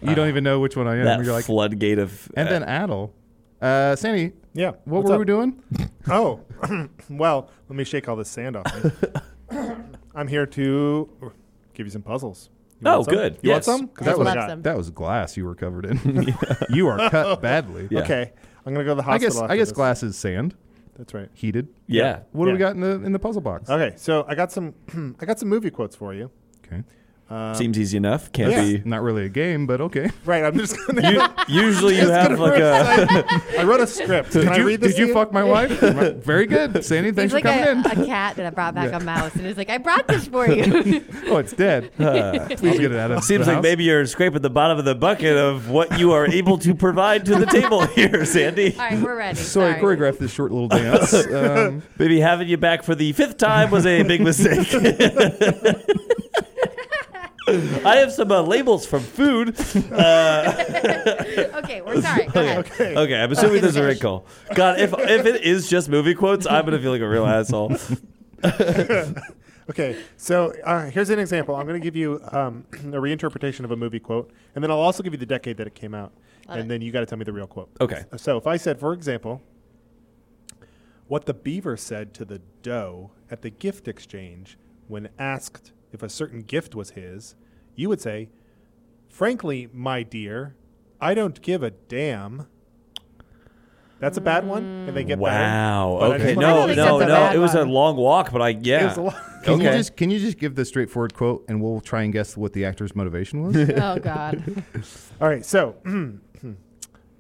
Speaker 2: You don't even know which one I am.
Speaker 12: that
Speaker 2: You're like,
Speaker 12: floodgate of.
Speaker 2: and then Adel, uh, Sandy.
Speaker 15: Yeah.
Speaker 2: What
Speaker 15: what's
Speaker 2: were
Speaker 15: up?
Speaker 2: we doing?
Speaker 15: Oh, well, let me shake all this sand off. me. I'm here to give you some puzzles. You
Speaker 2: Oh,
Speaker 15: want some?
Speaker 2: good.
Speaker 15: You
Speaker 2: Yes.
Speaker 15: want some? 'Cause
Speaker 2: That
Speaker 15: that's what I
Speaker 2: was-
Speaker 15: got.
Speaker 2: that was glass you were covered in. you are cut badly.
Speaker 15: Okay, I'm gonna go to the
Speaker 2: I
Speaker 15: hospital.
Speaker 2: guess
Speaker 15: after
Speaker 2: I guess
Speaker 15: this.
Speaker 2: glass is sand.
Speaker 15: That's right.
Speaker 2: Heated.
Speaker 15: Yeah.
Speaker 2: What do we
Speaker 15: Yeah. Uh,
Speaker 2: got in the in the puzzle box?
Speaker 15: Okay, so I got some I got some movie quotes for you.
Speaker 2: Okay.
Speaker 15: Um,
Speaker 12: Seems easy enough. Can't
Speaker 15: Yeah.
Speaker 12: be.
Speaker 2: Not really a game, but okay.
Speaker 15: Right, I'm just gonna.
Speaker 12: usually you
Speaker 15: Just
Speaker 12: have
Speaker 15: gonna
Speaker 12: like
Speaker 15: recite-
Speaker 12: a.
Speaker 15: I wrote a script. Can
Speaker 2: did
Speaker 15: I
Speaker 2: you,
Speaker 15: read this?
Speaker 2: Did
Speaker 15: to
Speaker 2: you,
Speaker 15: you?
Speaker 2: fuck my wife? Very good, Sandy.
Speaker 3: He's
Speaker 2: Thanks
Speaker 3: like
Speaker 2: for coming
Speaker 3: a,
Speaker 2: in.
Speaker 3: a cat that I brought back
Speaker 2: Yeah.
Speaker 3: a mouse, and it's like I brought this for you.
Speaker 2: oh, it's dead. Please get it out of
Speaker 12: Seems
Speaker 2: the
Speaker 12: like
Speaker 2: house.
Speaker 12: maybe you're scraping the bottom of the bucket of what you are able to provide to the table here, Sandy.
Speaker 3: All right, we're ready.
Speaker 2: So I choreographed this short little dance. Um,
Speaker 12: Maybe having you back for the fifth time was a big mistake. I have some uh, labels from food. Uh,
Speaker 3: okay, we're sorry. Go ahead.
Speaker 12: okay, okay, I'm assuming there's a red call. God, if if it is just movie quotes, I'm gonna feel like a real asshole.
Speaker 15: Okay, so uh, here's an example. I'm going to give you um, a reinterpretation of a movie quote, and then I'll also give you the decade that it came out,
Speaker 12: Love
Speaker 15: and
Speaker 12: it.
Speaker 15: then you got to tell me the real quote.
Speaker 12: Okay.
Speaker 15: So if I said, for example, what the beaver said to the doe at the gift exchange when asked if a certain gift was his, you would say, "Frankly, my dear, I don't give a damn." That's a bad one, and they get better,
Speaker 12: Wow.
Speaker 15: but I
Speaker 12: Okay.
Speaker 15: just-
Speaker 12: No, no, no. It was a long walk, but I
Speaker 15: It
Speaker 12: yeah.
Speaker 15: was a long-
Speaker 2: Can you
Speaker 12: Okay.
Speaker 2: just can you just give the straightforward quote and we'll try and guess what the actor's motivation was?
Speaker 15: Oh,
Speaker 3: God.
Speaker 15: All right, so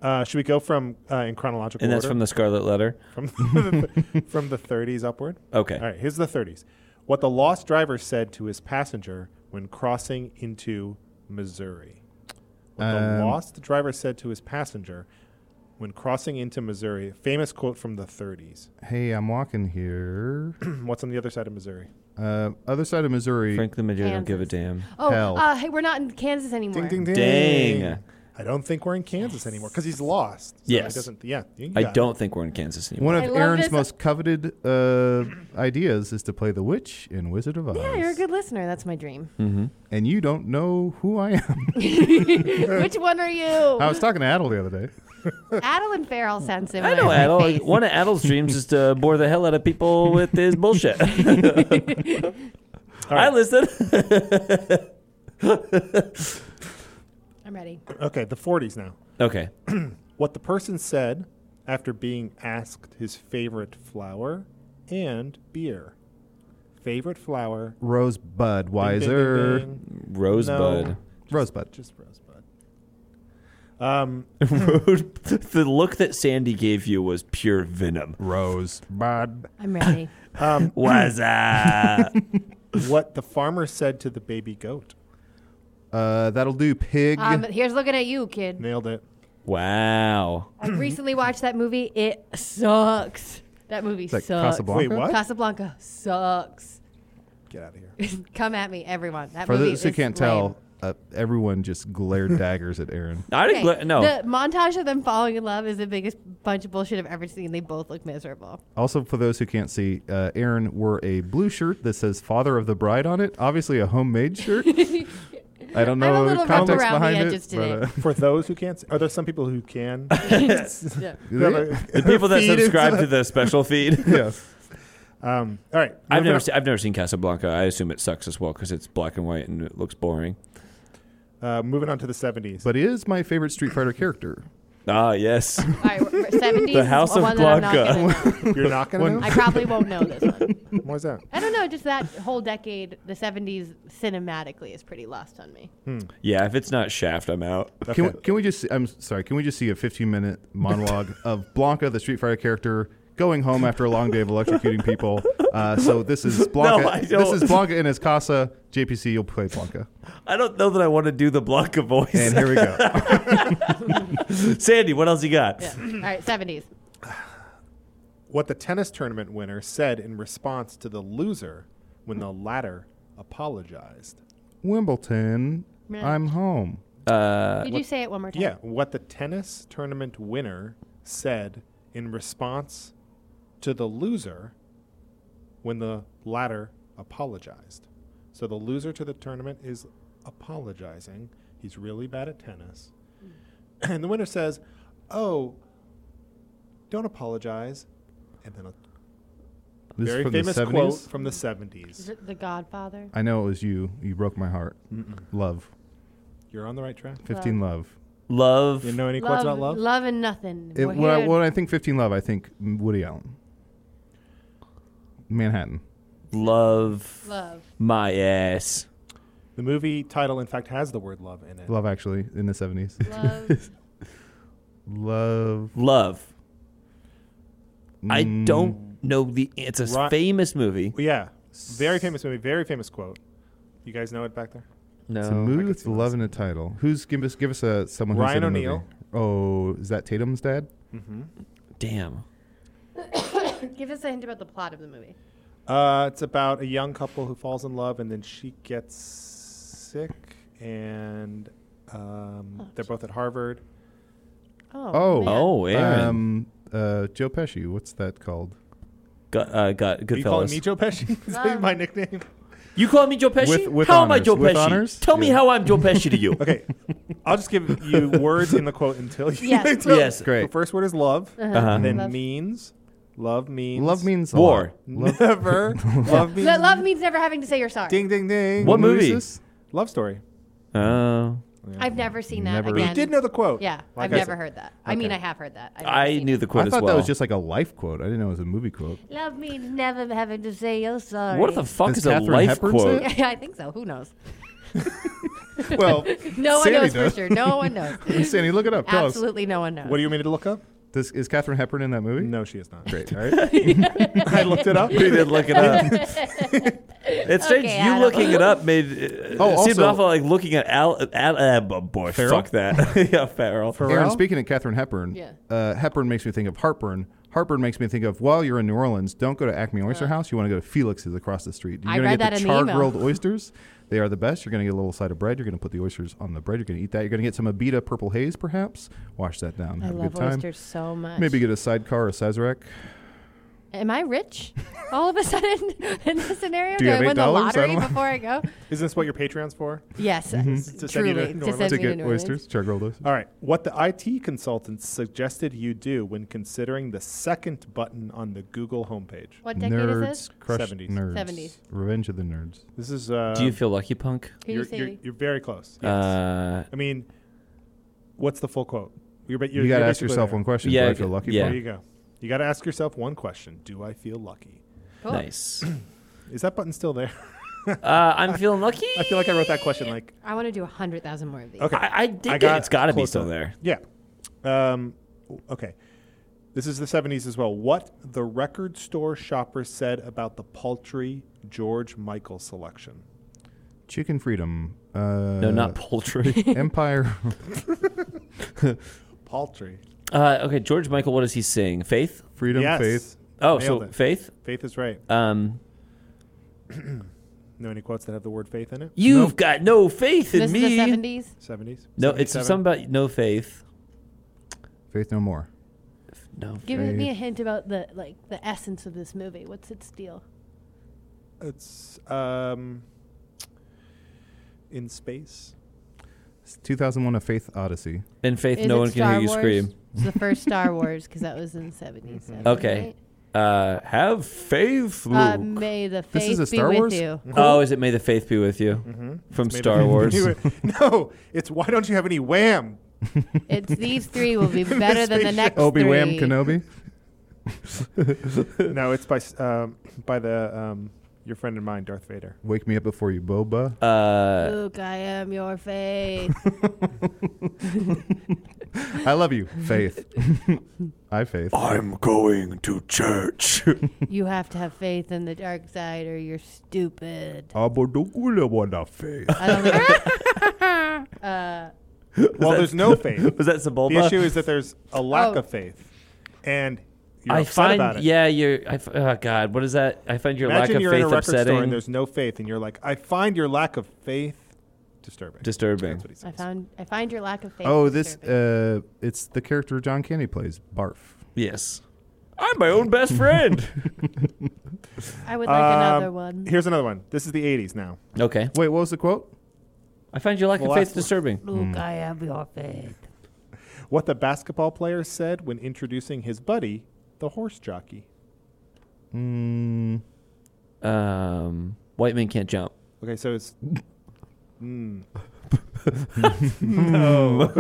Speaker 15: uh, should we go from uh, in chronological
Speaker 12: and that's from
Speaker 15: order?
Speaker 12: the Scarlet Letter.
Speaker 15: From the, from the 30s upward?
Speaker 12: Okay.
Speaker 15: All right, here's the 30s. What the lost driver said to his passenger when crossing into Missouri. What
Speaker 2: Um,
Speaker 15: the lost driver said to his passenger when crossing into Missouri. Famous quote from the 30s.
Speaker 2: hey, I'm walking here.
Speaker 15: What's on the other side of Missouri?
Speaker 2: Uh, other side of Missouri.
Speaker 12: Franklin Missouri don't give a damn.
Speaker 3: Oh,
Speaker 2: Hell.
Speaker 3: uh, hey, we're not in Kansas anymore.
Speaker 15: Ding, ding,
Speaker 12: Dang.
Speaker 15: I don't think we're in Kansas anymore because he's lost. So he
Speaker 12: Yes.
Speaker 15: doesn't, yeah. you
Speaker 12: I
Speaker 15: got it.
Speaker 12: don't think we're in Kansas anymore.
Speaker 2: One
Speaker 15: I
Speaker 2: of
Speaker 15: love
Speaker 2: Aaron's
Speaker 15: this-
Speaker 2: most coveted uh, ideas is to play the witch in Wizard of Oz.
Speaker 3: Yeah, you're a good listener. That's my dream.
Speaker 2: Mm-hmm. And you don't know who I am. Hmm.
Speaker 3: Which one are you?
Speaker 2: I was talking to Adel the other day.
Speaker 3: Adel and Farrell sound similar.
Speaker 12: I know Adel. One of Adel's dreams is to bore the hell out of people with his bullshit. I listen.
Speaker 3: I'm ready.
Speaker 15: Okay, the 40s now.
Speaker 12: Okay.
Speaker 15: what the person said after being asked his favorite flower and beer. Favorite flower.
Speaker 2: Rose
Speaker 15: Ding,
Speaker 2: Budweiser.
Speaker 15: ding, ding.
Speaker 12: Rosebud.
Speaker 15: No.
Speaker 2: Rosebud.
Speaker 15: Just rosebud. Um,
Speaker 12: the look that Sandy gave you was pure venom.
Speaker 2: Rosebud.
Speaker 3: I'm ready.
Speaker 15: um,
Speaker 12: What's up?
Speaker 15: what the farmer said to the baby goat.
Speaker 2: Uh, that'll do, pig.
Speaker 3: Um, here's looking at you, kid.
Speaker 15: Nailed it.
Speaker 12: Wow.
Speaker 3: I recently watched that movie. It sucks. That movie
Speaker 2: It's like
Speaker 3: sucks.
Speaker 2: Casablanca? Wait, what?
Speaker 3: Casablanca sucks.
Speaker 15: Get out of here.
Speaker 3: Come at me, everyone. That
Speaker 2: For
Speaker 3: movie
Speaker 2: those who
Speaker 3: is
Speaker 2: can't
Speaker 3: lame.
Speaker 2: tell, uh, everyone just glared daggers at Aaron.
Speaker 12: I
Speaker 3: Okay, The montage of them falling in love is the biggest bunch of bullshit I've ever seen. They both look miserable.
Speaker 2: Also, for those who can't see, uh, Aaron wore a blue shirt that says "Father of the Bride" on it. Obviously, a homemade shirt. I don't know the context behind it. but, uh,
Speaker 15: For those who can't, see, are there some people who can?
Speaker 12: Yeah. The people that
Speaker 15: Feed into
Speaker 12: subscribe to the special feed.
Speaker 15: yes. Um, all right.
Speaker 12: I've
Speaker 15: moving
Speaker 12: never
Speaker 15: on.
Speaker 12: se- I've never seen Casablanca. I assume it sucks as well because it's black and white and it looks boring.
Speaker 15: Uh, moving on to the 70s.
Speaker 2: But he is my favorite Street Fighter character.
Speaker 12: Ah, yes.
Speaker 17: Seventies.
Speaker 12: The House of
Speaker 17: one that I'm not
Speaker 12: Blanca.
Speaker 17: gonna know.
Speaker 12: You're not gonna
Speaker 17: One-
Speaker 12: know?
Speaker 17: I probably won't know this one.
Speaker 15: Why is that?
Speaker 17: I don't know. Just that whole decade, the seventies cinematically is pretty lost on me.
Speaker 12: Yeah, if it's not Shaft, I'm out.
Speaker 2: Can, we, can we just? I'm sorry. Can we just see a 15 minute monologue of Blanca, the Street Fighter character, going home after a long day of electrocuting people? Uh, so this is Blanca.
Speaker 12: No, I don't.
Speaker 2: this is Blanca in his casa. JPC, you'll play Blanca.
Speaker 12: I don't know that I want to do the Blanca voice.
Speaker 2: And here we go.
Speaker 12: Sandy, what else you got?
Speaker 17: Yeah. All right, seventies.
Speaker 15: What the tennis tournament winner said in response to the loser when the latter apologized.
Speaker 2: Wimbledon.
Speaker 17: Yeah.
Speaker 2: I'm home.
Speaker 12: Uh,
Speaker 17: Did you say it one more time?
Speaker 15: Yeah. What the tennis tournament winner said in response to the loser when the latter apologized. So the loser to the tournament is apologizing. He's really bad at tennis.
Speaker 2: Hmm.
Speaker 15: And the winner says, Oh, don't apologize. And then a
Speaker 2: This is
Speaker 15: very
Speaker 2: from the
Speaker 15: famous
Speaker 2: 70s?
Speaker 15: quote from the 70s.
Speaker 17: Is it The Godfather?
Speaker 2: I know it was you. You broke my heart. Love.
Speaker 15: You're on the right track.
Speaker 2: 15 love.
Speaker 12: Love.
Speaker 15: You know any
Speaker 17: love,
Speaker 15: quotes about love?
Speaker 17: love and nothing.
Speaker 2: It,
Speaker 17: We're
Speaker 2: when, I,
Speaker 17: here-
Speaker 2: when I think 15 love, I think Woody Allen. Manhattan.
Speaker 12: Love.
Speaker 17: Love.
Speaker 12: My ass.
Speaker 15: The movie title, in fact, has the word love in it.
Speaker 2: Love, actually, in the 70s.
Speaker 17: Love.
Speaker 2: love. Mm,
Speaker 12: Love. I
Speaker 15: Mm.
Speaker 12: don't know the. It's a
Speaker 15: Ri-
Speaker 12: famous movie.
Speaker 15: Yeah. Very famous movie, very famous quote. You guys know it back there?
Speaker 2: It's a movie with love in the title. Who's give us give us a someone who's
Speaker 15: Ryan
Speaker 2: in the movie.
Speaker 15: O'Neal.
Speaker 2: Oh, is that Tatum's dad?
Speaker 15: Mm-hmm.
Speaker 12: Damn.
Speaker 17: Give us a hint about the plot of the movie.
Speaker 15: Uh, it's about a young couple who falls in love and then she gets sick, and um, they're both at Harvard.
Speaker 2: Oh,
Speaker 12: man. Oh, Aaron.
Speaker 2: Um, uh, Joe Pesci. What's that called?
Speaker 12: Got, uh, got
Speaker 15: Are you calling
Speaker 12: Goodfellas.
Speaker 15: me Joe Pesci? Is that my nickname?
Speaker 12: You call me Joe Pesci?
Speaker 2: With- with
Speaker 12: how am I
Speaker 2: honors.
Speaker 12: Joe
Speaker 2: With
Speaker 12: Pesci?
Speaker 2: honors?
Speaker 12: Tell me how I'm Joe Pesci to you.
Speaker 15: Okay. I'll just give you words in the quote until you.
Speaker 12: Yes.
Speaker 15: So
Speaker 12: Yes.
Speaker 15: The first word is love,
Speaker 12: Uh-huh. Uh-huh.
Speaker 15: and then
Speaker 17: Love.
Speaker 15: means. Love means.
Speaker 2: Love means a
Speaker 12: War.
Speaker 2: lot. Love-
Speaker 15: Never. love means.
Speaker 17: Lo- love means never having to say you're sorry.
Speaker 15: Ding, ding, ding.
Speaker 12: What movie?
Speaker 15: is this? Love story.
Speaker 12: Oh.
Speaker 17: I've never seen that
Speaker 2: Never-
Speaker 17: again.
Speaker 15: You did know the quote.
Speaker 17: Yeah,
Speaker 15: Like
Speaker 17: I've
Speaker 15: I
Speaker 17: never
Speaker 15: said.
Speaker 17: heard that. I mean, I have heard that. I've never
Speaker 12: I
Speaker 17: seen
Speaker 12: knew
Speaker 17: it.
Speaker 12: the quote
Speaker 2: I
Speaker 12: as
Speaker 2: thought
Speaker 12: well.
Speaker 2: that was just like a life quote. I didn't know it was a movie quote.
Speaker 17: Love means never having to say you're sorry.
Speaker 12: What the fuck
Speaker 2: Does
Speaker 12: is Oh, a
Speaker 2: Katharine
Speaker 12: life
Speaker 2: Hepburn say
Speaker 12: quote?
Speaker 2: it?
Speaker 17: Yeah, I think so. Who knows?
Speaker 15: Well,
Speaker 17: No one
Speaker 2: Sandy
Speaker 17: knows
Speaker 2: does.
Speaker 17: for sure. No one knows.
Speaker 2: Sandy, look it up. Tell us.
Speaker 17: Absolutely no one knows.
Speaker 15: what do you mean to look up?
Speaker 2: This is Catherine Hepburn in that movie.
Speaker 15: No, she is not.
Speaker 2: Great. All right.
Speaker 15: I looked it up.
Speaker 12: We did look it up. It's strange.
Speaker 17: Okay,
Speaker 12: you
Speaker 17: Adam.
Speaker 12: looking it up made uh,
Speaker 2: Oh,
Speaker 12: it seemed
Speaker 2: also-
Speaker 12: awful like looking at Al. Al uh, b- boy,
Speaker 2: Farrell?
Speaker 12: fuck that. yeah, Farrell.
Speaker 2: Aaron, speaking of Catherine Hepburn,
Speaker 17: Yeah.
Speaker 2: uh, Hepburn makes me think of heartburn. Heartburn makes me think of, well, you're in New Orleans, don't go to Acme Oyster House. You want to go to Felix's across the street. You're
Speaker 17: Uh. I
Speaker 2: gonna
Speaker 17: read
Speaker 2: get
Speaker 17: that
Speaker 2: the
Speaker 17: in the
Speaker 2: char
Speaker 17: email.
Speaker 2: grilled oysters. They are the best. You're going to get a little side of bread. You're going to put the oysters on the bread. You're going to eat that. You're going to get some Abita Purple Haze, perhaps. Wash that down.
Speaker 17: I
Speaker 2: Have a
Speaker 17: love
Speaker 2: good time.
Speaker 17: oysters so much.
Speaker 2: Maybe get a sidecar or a Sazerac.
Speaker 17: Am I rich all of a sudden in this scenario?
Speaker 2: Do you
Speaker 17: I
Speaker 2: have
Speaker 17: win the
Speaker 2: $8? I
Speaker 17: lottery
Speaker 2: don't know.
Speaker 17: before I go?
Speaker 15: Isn't this what your Patreon's for?
Speaker 17: Yes, uh,
Speaker 15: To send you to
Speaker 17: truly.
Speaker 15: New
Speaker 17: To
Speaker 15: Orleans.
Speaker 17: send
Speaker 2: Mm-hmm. To
Speaker 17: me to
Speaker 2: get
Speaker 17: New Orleans.
Speaker 2: oysters, char grilled oysters.
Speaker 15: All right. What the IT consultants suggested you do when considering the second button on the Google homepage.
Speaker 17: What decade
Speaker 2: Nerds,
Speaker 17: is this?
Speaker 2: crushed
Speaker 15: 70s.
Speaker 2: nerds.
Speaker 17: 70s.
Speaker 2: Revenge of the nerds.
Speaker 15: This is. Uh,
Speaker 12: Do you feel lucky, punk?
Speaker 17: Can you
Speaker 15: You're,
Speaker 17: say?
Speaker 15: you're, you're very close. Yes.
Speaker 12: Uh,
Speaker 15: I mean, what's the full quote? You're, ba-
Speaker 2: you
Speaker 15: you're-
Speaker 2: got to
Speaker 15: you're
Speaker 2: ask
Speaker 15: basically
Speaker 2: yourself
Speaker 15: there.
Speaker 2: one question.
Speaker 12: Yeah,
Speaker 2: Do I feel lucky?
Speaker 12: yeah.
Speaker 2: for
Speaker 15: There
Speaker 2: it?
Speaker 15: you go. You got to ask yourself one question: Do I feel lucky?
Speaker 17: Cool.
Speaker 12: Nice.
Speaker 15: Is that button still there?
Speaker 12: Uh, I'm feeling lucky.
Speaker 15: I feel like I wrote that question like
Speaker 17: I want to do a hundred thousand more of these.
Speaker 15: okay.
Speaker 12: I, I did.
Speaker 15: I got
Speaker 12: it. It's got to be
Speaker 15: close
Speaker 12: still
Speaker 15: enough.
Speaker 12: there.
Speaker 15: Yeah. Um, w- okay. This is the 70s as well. What the record store shopper said about the paltry George Michael selection.
Speaker 2: Chicken Freedom. Uh,
Speaker 12: No, not poultry.
Speaker 2: Empire.
Speaker 15: Paltry.
Speaker 12: uh, okay, George Michael. What does he sing? Faith.
Speaker 2: Freedom,
Speaker 15: yes.
Speaker 2: faith.
Speaker 12: Oh,
Speaker 15: Nailed
Speaker 12: so
Speaker 15: it.
Speaker 12: faith.
Speaker 15: Faith is right.
Speaker 12: Um,
Speaker 15: Know any quotes that have the word faith in it?
Speaker 12: you've got no faith in
Speaker 17: This
Speaker 12: me.
Speaker 17: is the seventies.
Speaker 15: 70s?
Speaker 12: No, it's
Speaker 15: 77?
Speaker 12: something about no faith.
Speaker 2: Faith No More.
Speaker 12: No.
Speaker 17: Give
Speaker 2: Faith.
Speaker 17: me a hint about the like the essence of this movie. What's its deal?
Speaker 15: It's um, in space.
Speaker 2: It's 2001: A Faith Odyssey.
Speaker 12: In Faith,
Speaker 17: Is
Speaker 12: no
Speaker 17: it
Speaker 12: one
Speaker 17: Star
Speaker 12: can hear you
Speaker 17: Wars?
Speaker 12: scream.
Speaker 17: It's the first Star Wars because that was in the 70s.
Speaker 15: Mm-hmm.
Speaker 17: so-
Speaker 12: Okay. Uh, have faith, Luke.
Speaker 17: Uh, may the faith be with you.
Speaker 12: Oh, is it May the Faith Be With You?
Speaker 15: Mhm.
Speaker 12: From
Speaker 15: It's made
Speaker 12: Star
Speaker 15: of-
Speaker 12: Wars.
Speaker 15: no, it's why don't you have any wham?
Speaker 17: It's these three will be better than the next
Speaker 2: Obi Wan
Speaker 17: three.
Speaker 2: Kenobi.
Speaker 15: no, it's by s- um, by the um, your friend and mine, Darth Vader.
Speaker 2: Wake me up before you, Boba.
Speaker 12: Uh,
Speaker 17: Luke, I am your faith.
Speaker 2: I love you, Faith. I faith.
Speaker 12: I'm going to church.
Speaker 17: you have to have faith in the dark side, or you're stupid.
Speaker 2: Oh. faith.
Speaker 17: I don't think. uh,
Speaker 15: Well,
Speaker 12: that-
Speaker 15: there's no faith.
Speaker 12: was that Sebulba?
Speaker 15: The issue is that there's a lack
Speaker 17: Oh.
Speaker 15: of faith, and you're
Speaker 12: I
Speaker 15: upset
Speaker 12: find,
Speaker 15: about it.
Speaker 12: yeah, you're. I f oh God, what is that? I find your
Speaker 15: Imagine
Speaker 12: lack of
Speaker 15: you're in a
Speaker 12: faith
Speaker 15: record
Speaker 12: upsetting.
Speaker 15: store and there's no faith, and you're like, I find your lack of faith disturbing.
Speaker 12: Disturbing.
Speaker 17: I found. I find your lack of faith.
Speaker 2: Oh, this uh, it's the character John Candy plays, Barf.
Speaker 12: Yes. I'm my own best friend.
Speaker 2: uh,
Speaker 17: I would like another
Speaker 15: Um,
Speaker 17: one.
Speaker 15: Here's another one. This is the 80s now.
Speaker 12: Okay.
Speaker 2: Wait, what was the quote?
Speaker 12: I find your lack
Speaker 15: The
Speaker 12: of faith
Speaker 15: last one.
Speaker 12: disturbing.
Speaker 2: Hmm.
Speaker 17: Luke, I am your faith.
Speaker 15: What the basketball player said when introducing his buddy, the horse jockey.
Speaker 12: Mm. Um, white men can't jump.
Speaker 15: Okay, so it's. Mm.
Speaker 12: No.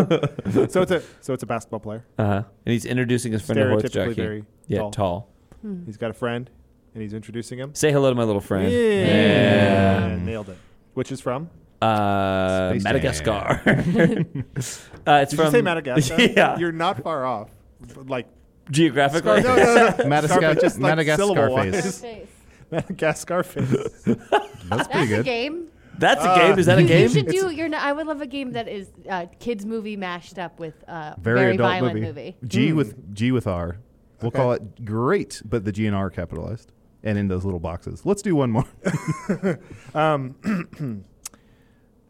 Speaker 15: so it's a so it's a basketball player.
Speaker 12: Uh huh. And he's introducing his friend, a horse
Speaker 15: Stereotypically
Speaker 12: jockey.
Speaker 15: very
Speaker 12: yeah,
Speaker 15: tall.
Speaker 12: tall. Mm.
Speaker 17: Hmm.
Speaker 15: He's got a friend, and he's introducing him.
Speaker 12: Say hello to my little friend.
Speaker 15: Yeah,
Speaker 12: Yeah.
Speaker 15: nailed it. Which is from?
Speaker 12: Uh,
Speaker 15: Space Jam.
Speaker 12: Madagascar. uh, it's
Speaker 15: Did
Speaker 12: from
Speaker 15: you say Madagascar?
Speaker 12: yeah,
Speaker 15: You're not far off. Like
Speaker 12: geographically.
Speaker 15: No, no, no.
Speaker 2: Madagascar-
Speaker 15: Scarface, just like
Speaker 2: Madagascar
Speaker 15: syllable-wise.
Speaker 17: face.
Speaker 15: Madagascar face.
Speaker 2: That's
Speaker 17: That's a game.
Speaker 12: That's a
Speaker 15: Uh,
Speaker 12: game. Is that a
Speaker 15: You- you
Speaker 12: game?
Speaker 17: You should do. You're not, I would love a game that is uh, kids movie mashed up with uh,
Speaker 2: Very, adult
Speaker 17: violent movie. Hmm.
Speaker 2: G with G with R. We'll call it great, but the G and R capitalized and in those little boxes. Let's do one more.
Speaker 15: Um,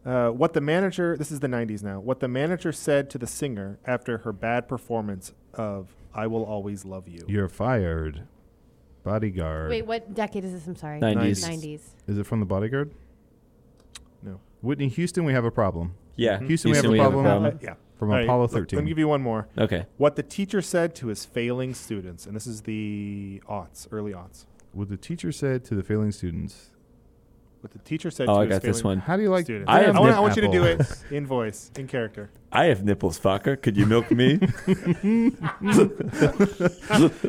Speaker 15: uh, what the manager, this is the 90s now, what the manager said to the singer after her bad performance of I Will Always Love You.
Speaker 2: You're fired. Bodyguard.
Speaker 17: Wait, what decade is this? I'm sorry.
Speaker 2: 90s.
Speaker 17: 90s.
Speaker 2: Is it from the Bodyguard?
Speaker 15: No.
Speaker 2: Whitney Houston, we have a problem.
Speaker 12: Yeah.
Speaker 2: Houston, we have,
Speaker 12: Houston,
Speaker 2: a, problem.
Speaker 12: problem.
Speaker 15: Yeah.
Speaker 2: From
Speaker 15: All right,
Speaker 2: Apollo
Speaker 15: look,
Speaker 2: 13.
Speaker 15: Let me give you one more.
Speaker 12: Okay.
Speaker 15: What the teacher said to his failing students, and this is the aughts, early aughts.
Speaker 2: What the teacher said to the failing students.
Speaker 15: What the teacher said
Speaker 12: Oh,
Speaker 15: to
Speaker 12: I
Speaker 15: his
Speaker 12: got this
Speaker 15: failing
Speaker 12: one.
Speaker 2: How do you like
Speaker 15: students.
Speaker 12: I have
Speaker 15: I, want,
Speaker 12: nip
Speaker 15: I want you to do it
Speaker 12: apple.
Speaker 15: in voice, in character.
Speaker 12: I have nipples, fucker. Could you milk me?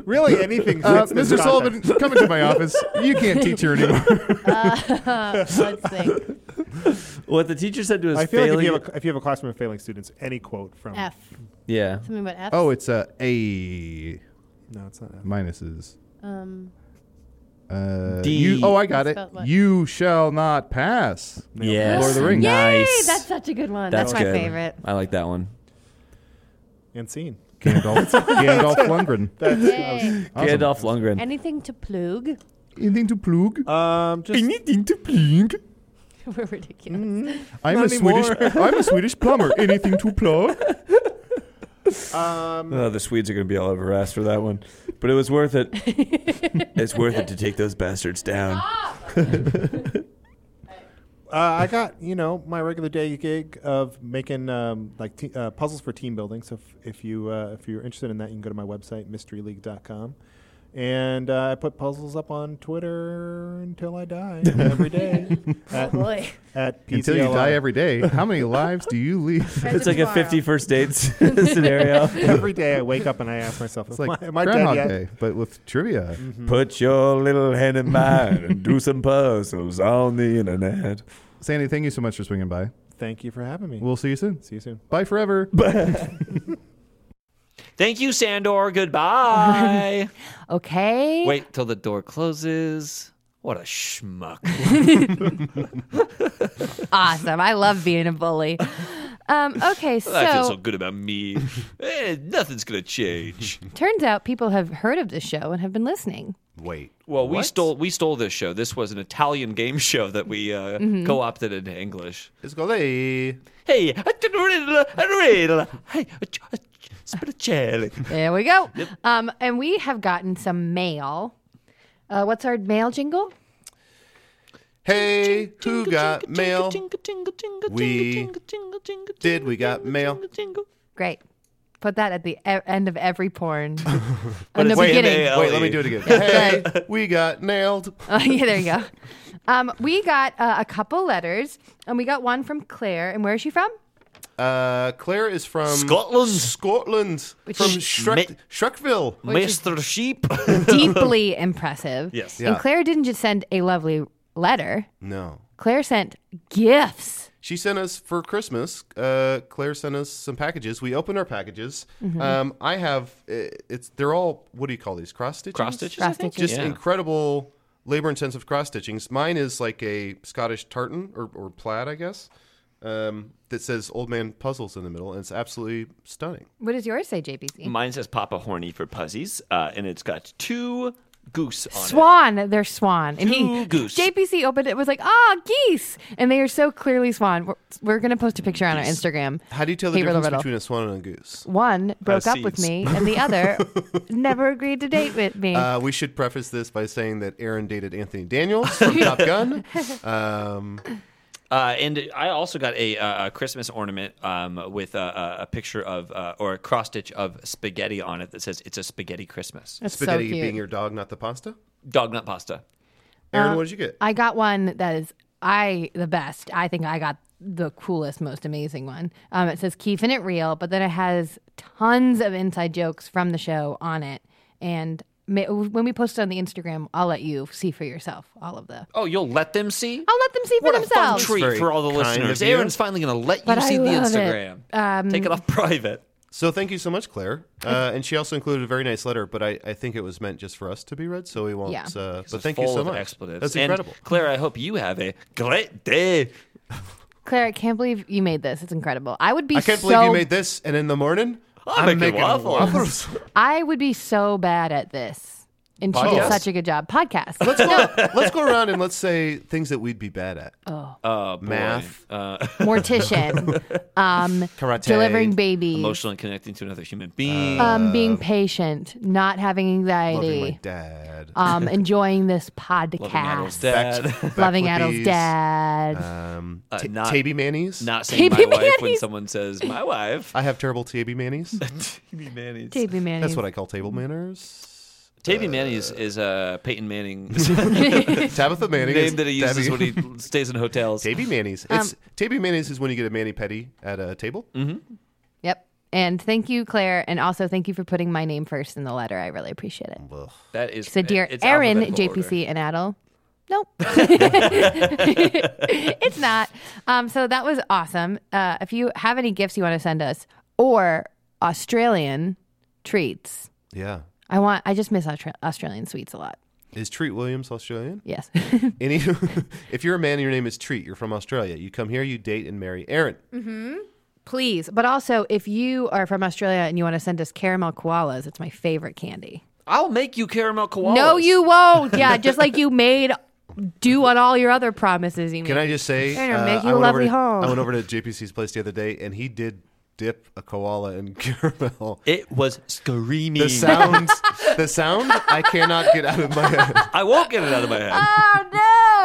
Speaker 15: really, anything.
Speaker 2: Uh,
Speaker 15: fits this
Speaker 2: Mr. Sullivan,
Speaker 15: context.
Speaker 2: come into my office. You can't teach here anymore.
Speaker 17: Uh, let's think.
Speaker 12: what the teacher said to his
Speaker 15: I feel like if
Speaker 12: failing.
Speaker 15: you, have a, if you have a classroom of failing students, any quote from
Speaker 17: F.
Speaker 12: yeah.
Speaker 17: Something about F.
Speaker 2: Oh, it's uh, a
Speaker 15: No, it's not. F.
Speaker 2: minuses.
Speaker 17: Um,
Speaker 2: Uh,
Speaker 12: D.
Speaker 2: you- oh, I got
Speaker 17: It's
Speaker 2: it.
Speaker 17: about what?
Speaker 2: You shall not pass.
Speaker 12: Yes.
Speaker 2: Lord of the Rings.
Speaker 17: Yay!
Speaker 12: Nice.
Speaker 17: That's such a good one.
Speaker 12: That's
Speaker 17: That's, my
Speaker 12: good.
Speaker 17: favorite.
Speaker 12: I like that one.
Speaker 15: And scene.
Speaker 2: Gandalf, Gandalf Lundgren.
Speaker 15: That's,
Speaker 17: Yay.
Speaker 2: Awesome.
Speaker 12: Gandalf Lundgren.
Speaker 17: Anything to plug?
Speaker 2: Anything to plug?
Speaker 15: Um, just
Speaker 12: Anything to plug?
Speaker 17: We're ridiculous.
Speaker 2: I'm
Speaker 15: Not
Speaker 2: a Swedish.
Speaker 15: anymore.
Speaker 2: I'm a Swedish plumber. Anything to plug?
Speaker 15: um,
Speaker 12: Oh, the Swedes are going to be all over us for that one. But it was worth it. it's worth it to take those bastards down.
Speaker 15: uh, I got you know my regular day gig of making um, like te- uh, puzzles for team building. So if, if you uh, if you're interested in that, you can go to my website mysteryleague.com, and uh, I put puzzles up on Twitter until I die every day.
Speaker 17: Oh
Speaker 15: at,
Speaker 17: boy.
Speaker 15: at
Speaker 2: Until you die
Speaker 15: PCLI.
Speaker 2: every day. How many lives do you leave?
Speaker 12: It's like a
Speaker 17: Tomorrow.
Speaker 12: 50 first dates scenario.
Speaker 2: Mm-hmm.
Speaker 15: every day I wake up and I ask myself,
Speaker 2: It's
Speaker 15: am
Speaker 2: like
Speaker 15: I, am I dead
Speaker 2: Groundhog
Speaker 15: yet? Mm-hmm.
Speaker 2: Day, but with trivia.
Speaker 12: Put your little hand in mine and do some puzzles on the internet.
Speaker 2: Sandy, thank you so much for swinging by.
Speaker 15: Thank you for having me.
Speaker 2: We'll see you soon.
Speaker 15: see you soon.
Speaker 2: Bye forever.
Speaker 6: Thank you, Sandor. Goodbye.
Speaker 3: Okay.
Speaker 6: Wait till the door closes. What a schmuck.
Speaker 3: Awesome. I love being a bully. Um, okay, so.
Speaker 6: I feel so good about me. Eh, nothing's going to change.
Speaker 3: Turns out people have heard of this show and have been listening.
Speaker 8: Wait.
Speaker 6: Well, we
Speaker 8: What?
Speaker 6: stole we stole this show. This was an Italian game show that we uh,
Speaker 3: Mhm.
Speaker 6: co-opted into English.
Speaker 8: It's called a.
Speaker 6: Hey, a riddle, a riddle. Hey, a ch- a ch- spirituale.
Speaker 3: There we go. Um, and we have gotten some mail. Uh, what's our mail jingle?
Speaker 8: Hey, who got mail? We did. We got mail.
Speaker 3: Great. Put that at the e- end of every porn.
Speaker 8: But
Speaker 3: In the
Speaker 8: it's- Wait,
Speaker 3: beginning.
Speaker 6: uh,
Speaker 8: they- wait, let me do it again. Hey, we got nailed.
Speaker 3: Oh, yeah, there you go. Um, we got uh, a couple letters, and we got one from Claire. And where is she from?
Speaker 8: Uh, Claire is from
Speaker 12: Scotland.
Speaker 8: Scotland. from Shrek, Shrekville.
Speaker 3: Which is-
Speaker 12: Mr. Sheep.
Speaker 3: Deeply impressive.
Speaker 8: Yes.
Speaker 3: And
Speaker 8: Yeah.
Speaker 3: Claire didn't just send a lovely letter.
Speaker 8: No.
Speaker 3: Claire sent gifts.
Speaker 8: She sent us for Christmas. Uh, Claire sent us some packages. We opened our packages.
Speaker 12: Mm-hmm.
Speaker 3: Mhm.
Speaker 8: Um, I have uh, it's they're all what do you call these cross stitches?
Speaker 12: Cross stitches, I think? Cross stitches.
Speaker 8: Just
Speaker 12: Yeah.
Speaker 8: incredible labor intensive cross stitchings. Mine is like a Scottish tartan or, or plaid, I guess, um, that says "Old Man Puzzles" in the middle, and it's absolutely stunning.
Speaker 3: What does yours say, JBC?
Speaker 12: Mine says Papa Horny for Puzzies, uh, and it's got two goose on it.
Speaker 3: Swan, they're swan, and he
Speaker 12: Two goose.
Speaker 3: JPC opened it was like ah geese, and they are so clearly swan. We're, we're gonna post a picture on our Instagram.
Speaker 8: How do you tell the
Speaker 3: Hey, riddle, riddle.
Speaker 8: difference between a swan and a goose?
Speaker 3: One broke up with
Speaker 8: seeds.
Speaker 3: me, and the other never agreed to date with me.
Speaker 8: Uh, we should preface this by saying that Aaron dated Anthony Daniels from Top Gun. Um,
Speaker 12: Uh, and I also got a, uh, a Christmas ornament um, with a, a, a picture of, uh, or a cross stitch of spaghetti on it that says it's a spaghetti Christmas.
Speaker 8: spaghetti being your dog, not the pasta.
Speaker 12: dog nut pasta.
Speaker 8: Aaron,
Speaker 3: Uh,
Speaker 8: what did you get?
Speaker 3: I got one that is I the best. I think I got the coolest, most amazing one. Um, it says keeping it real, but then it has tons of inside jokes from the show on it. And ma- when we post it on the Instagram, I'll let you see for yourself all of the.
Speaker 12: Oh, you'll let them see?
Speaker 3: I'll let them see for
Speaker 12: what
Speaker 3: themselves.
Speaker 12: a fun treat
Speaker 8: Very
Speaker 12: for all the
Speaker 8: kind
Speaker 12: listeners.
Speaker 8: of you.
Speaker 12: Aaron's finally going to let you
Speaker 3: But
Speaker 12: see
Speaker 3: I
Speaker 12: the
Speaker 3: love it.
Speaker 12: Instagram.
Speaker 3: Um,
Speaker 12: Take it off private.
Speaker 8: So thank you so much, Claire. Uh, and she also included a very nice letter, but I, I think it was meant just for us to be read, so we won't.
Speaker 3: Yeah.
Speaker 8: Uh,
Speaker 12: This
Speaker 8: but
Speaker 12: is
Speaker 8: thank you
Speaker 12: full
Speaker 8: so
Speaker 12: of
Speaker 8: much.
Speaker 12: Expletives.
Speaker 8: That's
Speaker 12: And
Speaker 8: incredible.
Speaker 12: Claire, I hope you have a great day.
Speaker 3: Claire, I can't believe you made this. It's incredible. I would be.
Speaker 8: I can't
Speaker 3: so,
Speaker 8: believe you made this, and in the morning I'm,
Speaker 12: making
Speaker 8: making
Speaker 12: waffles.
Speaker 8: waffles.
Speaker 3: I would be so bad at this, and she
Speaker 8: Podcast?
Speaker 3: did such a good job. Podcast.
Speaker 8: let's go. let's go around and let's say things that we'd be bad at.
Speaker 3: Oh.
Speaker 12: Uh, boy.
Speaker 8: Math.
Speaker 12: Uh,
Speaker 3: Mortician. Um,
Speaker 12: Karate.
Speaker 3: Delivering babies.
Speaker 12: Emotional and connecting to another human being.
Speaker 3: um, being patient, not having anxiety,
Speaker 12: loving my
Speaker 8: dad,
Speaker 3: um, enjoying this
Speaker 12: Loving Adol's
Speaker 3: podcast,
Speaker 12: dad.
Speaker 3: loving Adol's dad.
Speaker 8: Um,
Speaker 12: Uh,
Speaker 8: t-
Speaker 12: not-
Speaker 8: tabby mannies.
Speaker 12: Not saying my
Speaker 3: Baby
Speaker 12: wife when
Speaker 3: Manny's.
Speaker 12: someone says my wife.
Speaker 8: I have terrible tabby mannies.
Speaker 12: Tabby Manny's.
Speaker 3: Tabby Manny's.
Speaker 8: That's what I call table manners.
Speaker 12: Tabby Manny's is uh, Peyton Manning.
Speaker 8: Tabitha Manning is
Speaker 12: Name that he uses
Speaker 8: Tabby.
Speaker 12: when he stays in hotels.
Speaker 8: Tabby Manny's.
Speaker 3: Um,
Speaker 8: It's tabby mannies is when you get a mani petty at a table. Mm-hmm.
Speaker 3: Yep. And thank you, Claire, and also thank you for putting my name first in the letter. I really appreciate it.
Speaker 12: That is.
Speaker 3: She said, "Dear
Speaker 12: it's
Speaker 3: Aaron,
Speaker 12: alphabetical
Speaker 3: JPC, and Adel." Nope, it's not. Um, so that was awesome. Uh, if you have any gifts you want to send us or Australian treats,
Speaker 8: Yeah.
Speaker 3: I want. I just miss Austra- Australian sweets a lot.
Speaker 8: Is Treat Williams Australian?
Speaker 3: Yes.
Speaker 8: Any, if you're a man and your name is Treat, you're from Australia. You come here, you date and marry Aaron.
Speaker 3: Mm-hmm. Please. But also, if you are from Australia and you want to send us caramel koalas, it's my favorite candy.
Speaker 12: I'll make you caramel koalas.
Speaker 3: No, you won't. Yeah, just like you made do on all your other promises you made.
Speaker 8: Can I just say,
Speaker 3: Aaron,
Speaker 8: uh,
Speaker 3: make you
Speaker 8: I
Speaker 3: a
Speaker 8: went over
Speaker 3: lovely
Speaker 8: to-
Speaker 3: home.
Speaker 8: I went over to JPC's place the other day, and he did dip a koala in caramel.
Speaker 12: It was screaming.
Speaker 8: The sound, the sound, I cannot get out of my head.
Speaker 12: I won't get it out of my head.
Speaker 3: Uh,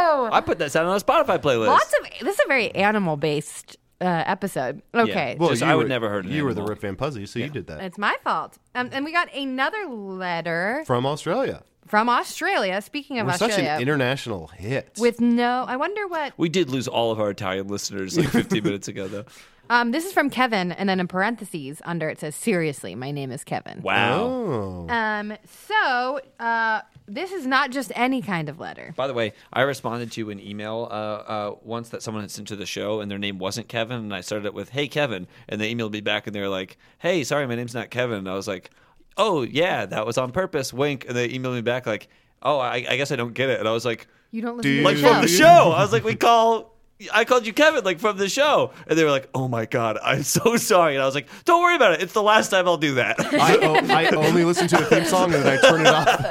Speaker 3: Oh, no.
Speaker 12: I put that sound on a Spotify playlist.
Speaker 3: Lots of this is a very animal based uh, episode. Okay.
Speaker 8: Well,
Speaker 12: Just-
Speaker 8: you
Speaker 12: I would
Speaker 8: were-
Speaker 12: never hurt an
Speaker 8: You were the
Speaker 12: animal.
Speaker 8: Rip Van Puzzy, so you did that
Speaker 3: It's my fault. Um, and we got another letter
Speaker 8: from Australia.
Speaker 3: from Australia. Speaking of
Speaker 8: We're such
Speaker 3: Australia,
Speaker 8: an international hit.
Speaker 3: with no, I wonder what
Speaker 12: We did lose all of our Italian listeners like 15 minutes ago, though.
Speaker 3: Um, this is from Kevin, and then in parentheses under it says, "Seriously, my name is Kevin."
Speaker 12: Wow.
Speaker 8: Oh.
Speaker 3: Um, so uh, this is not just any kind of letter.
Speaker 12: By the way, I responded to an email uh, uh, once that someone had sent to the show, and their name wasn't Kevin. And I started it with "Hey Kevin," and they emailed me back, and they were like, "Hey, sorry, my name's not Kevin." And I was like, "Oh yeah, that was on purpose." Wink. And they emailed me back like, "Oh, I, I guess I don't get it." And I was like,
Speaker 3: You don't listen to
Speaker 12: like
Speaker 3: the
Speaker 12: from
Speaker 3: show.
Speaker 12: the show. I was like, we call. I called you Kevin, like from the show, and they were like, "Oh my god, I'm so sorry." And I was like, "Don't worry about it. It's the last time I'll do that.
Speaker 8: I, o- I only listen to the theme song and then I turn it off.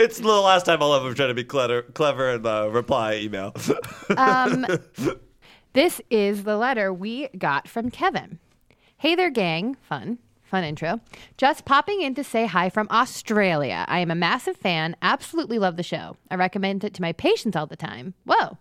Speaker 12: it's the last time I'll ever try to be clever, clever and uh, reply email."
Speaker 3: Um, This is the letter we got from Kevin. Hey there, gang. Fun. Fun intro. Just popping in to say hi from Australia. I am a massive fan, absolutely love the show. I recommend it to my patients all the time. Whoa.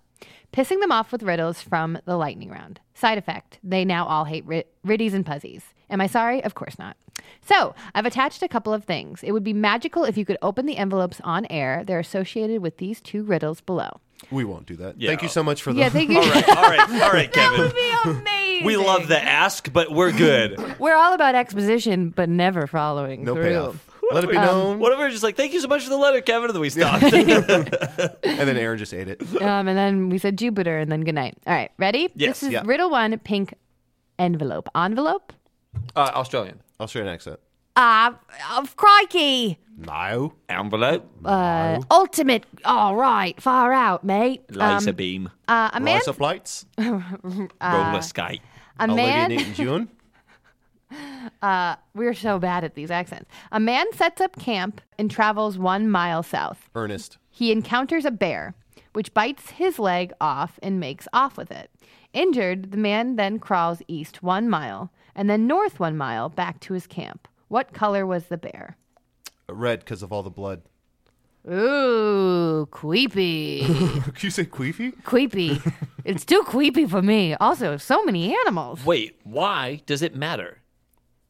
Speaker 3: pissing them off with riddles from the lightning round. Side effect, they now all hate ri- riddies and puzzies. Am I sorry? Of course not. So, I've attached a couple of things. It would be magical if you could open the envelopes on air. They're associated with these two riddles below.
Speaker 8: We won't do that. Thank you so much for the.
Speaker 3: Yeah, thank you.
Speaker 8: All right.
Speaker 6: All right, all right, Kevin.
Speaker 3: Amazing.
Speaker 6: we love the ask, but we're good.
Speaker 3: We're all about exposition, but never following
Speaker 6: No
Speaker 3: through.
Speaker 6: payoff. Let
Speaker 8: it
Speaker 3: Um,
Speaker 8: be known.
Speaker 6: What if we're just like, thank you so much for the letter, Kevin, and then we stopped.
Speaker 8: and then Aaron just ate it.
Speaker 3: Um, and then we said Jupiter, and then good night. All right, ready?
Speaker 8: Yes.
Speaker 3: This is
Speaker 8: Yeah.
Speaker 3: riddle one, pink envelope. Envelope?
Speaker 6: Uh, Australian.
Speaker 8: Australian accent.
Speaker 3: Ah, of crikey.
Speaker 8: No.
Speaker 6: Envelope.
Speaker 3: Uh, Ultimate. All right, far out, mate.
Speaker 6: Laser
Speaker 3: Um,
Speaker 6: beam.
Speaker 3: uh, a man.
Speaker 8: Lights flights.
Speaker 3: Uh,
Speaker 6: roller skate.
Speaker 3: a man-
Speaker 8: June.
Speaker 3: uh, we're so bad at these accents. A man sets up camp and travels one mile south.
Speaker 8: Ernest.
Speaker 3: He encounters a bear, which bites his leg off and makes off with it. Injured, the man then crawls east one mile and then north one mile back to his camp. What color was the bear?
Speaker 8: Red because of all the blood.
Speaker 3: Ooh, queepy.
Speaker 8: Can you say queefy?
Speaker 3: queepy. It's too queepy for me. Also, so many animals.
Speaker 6: Wait, why does it matter?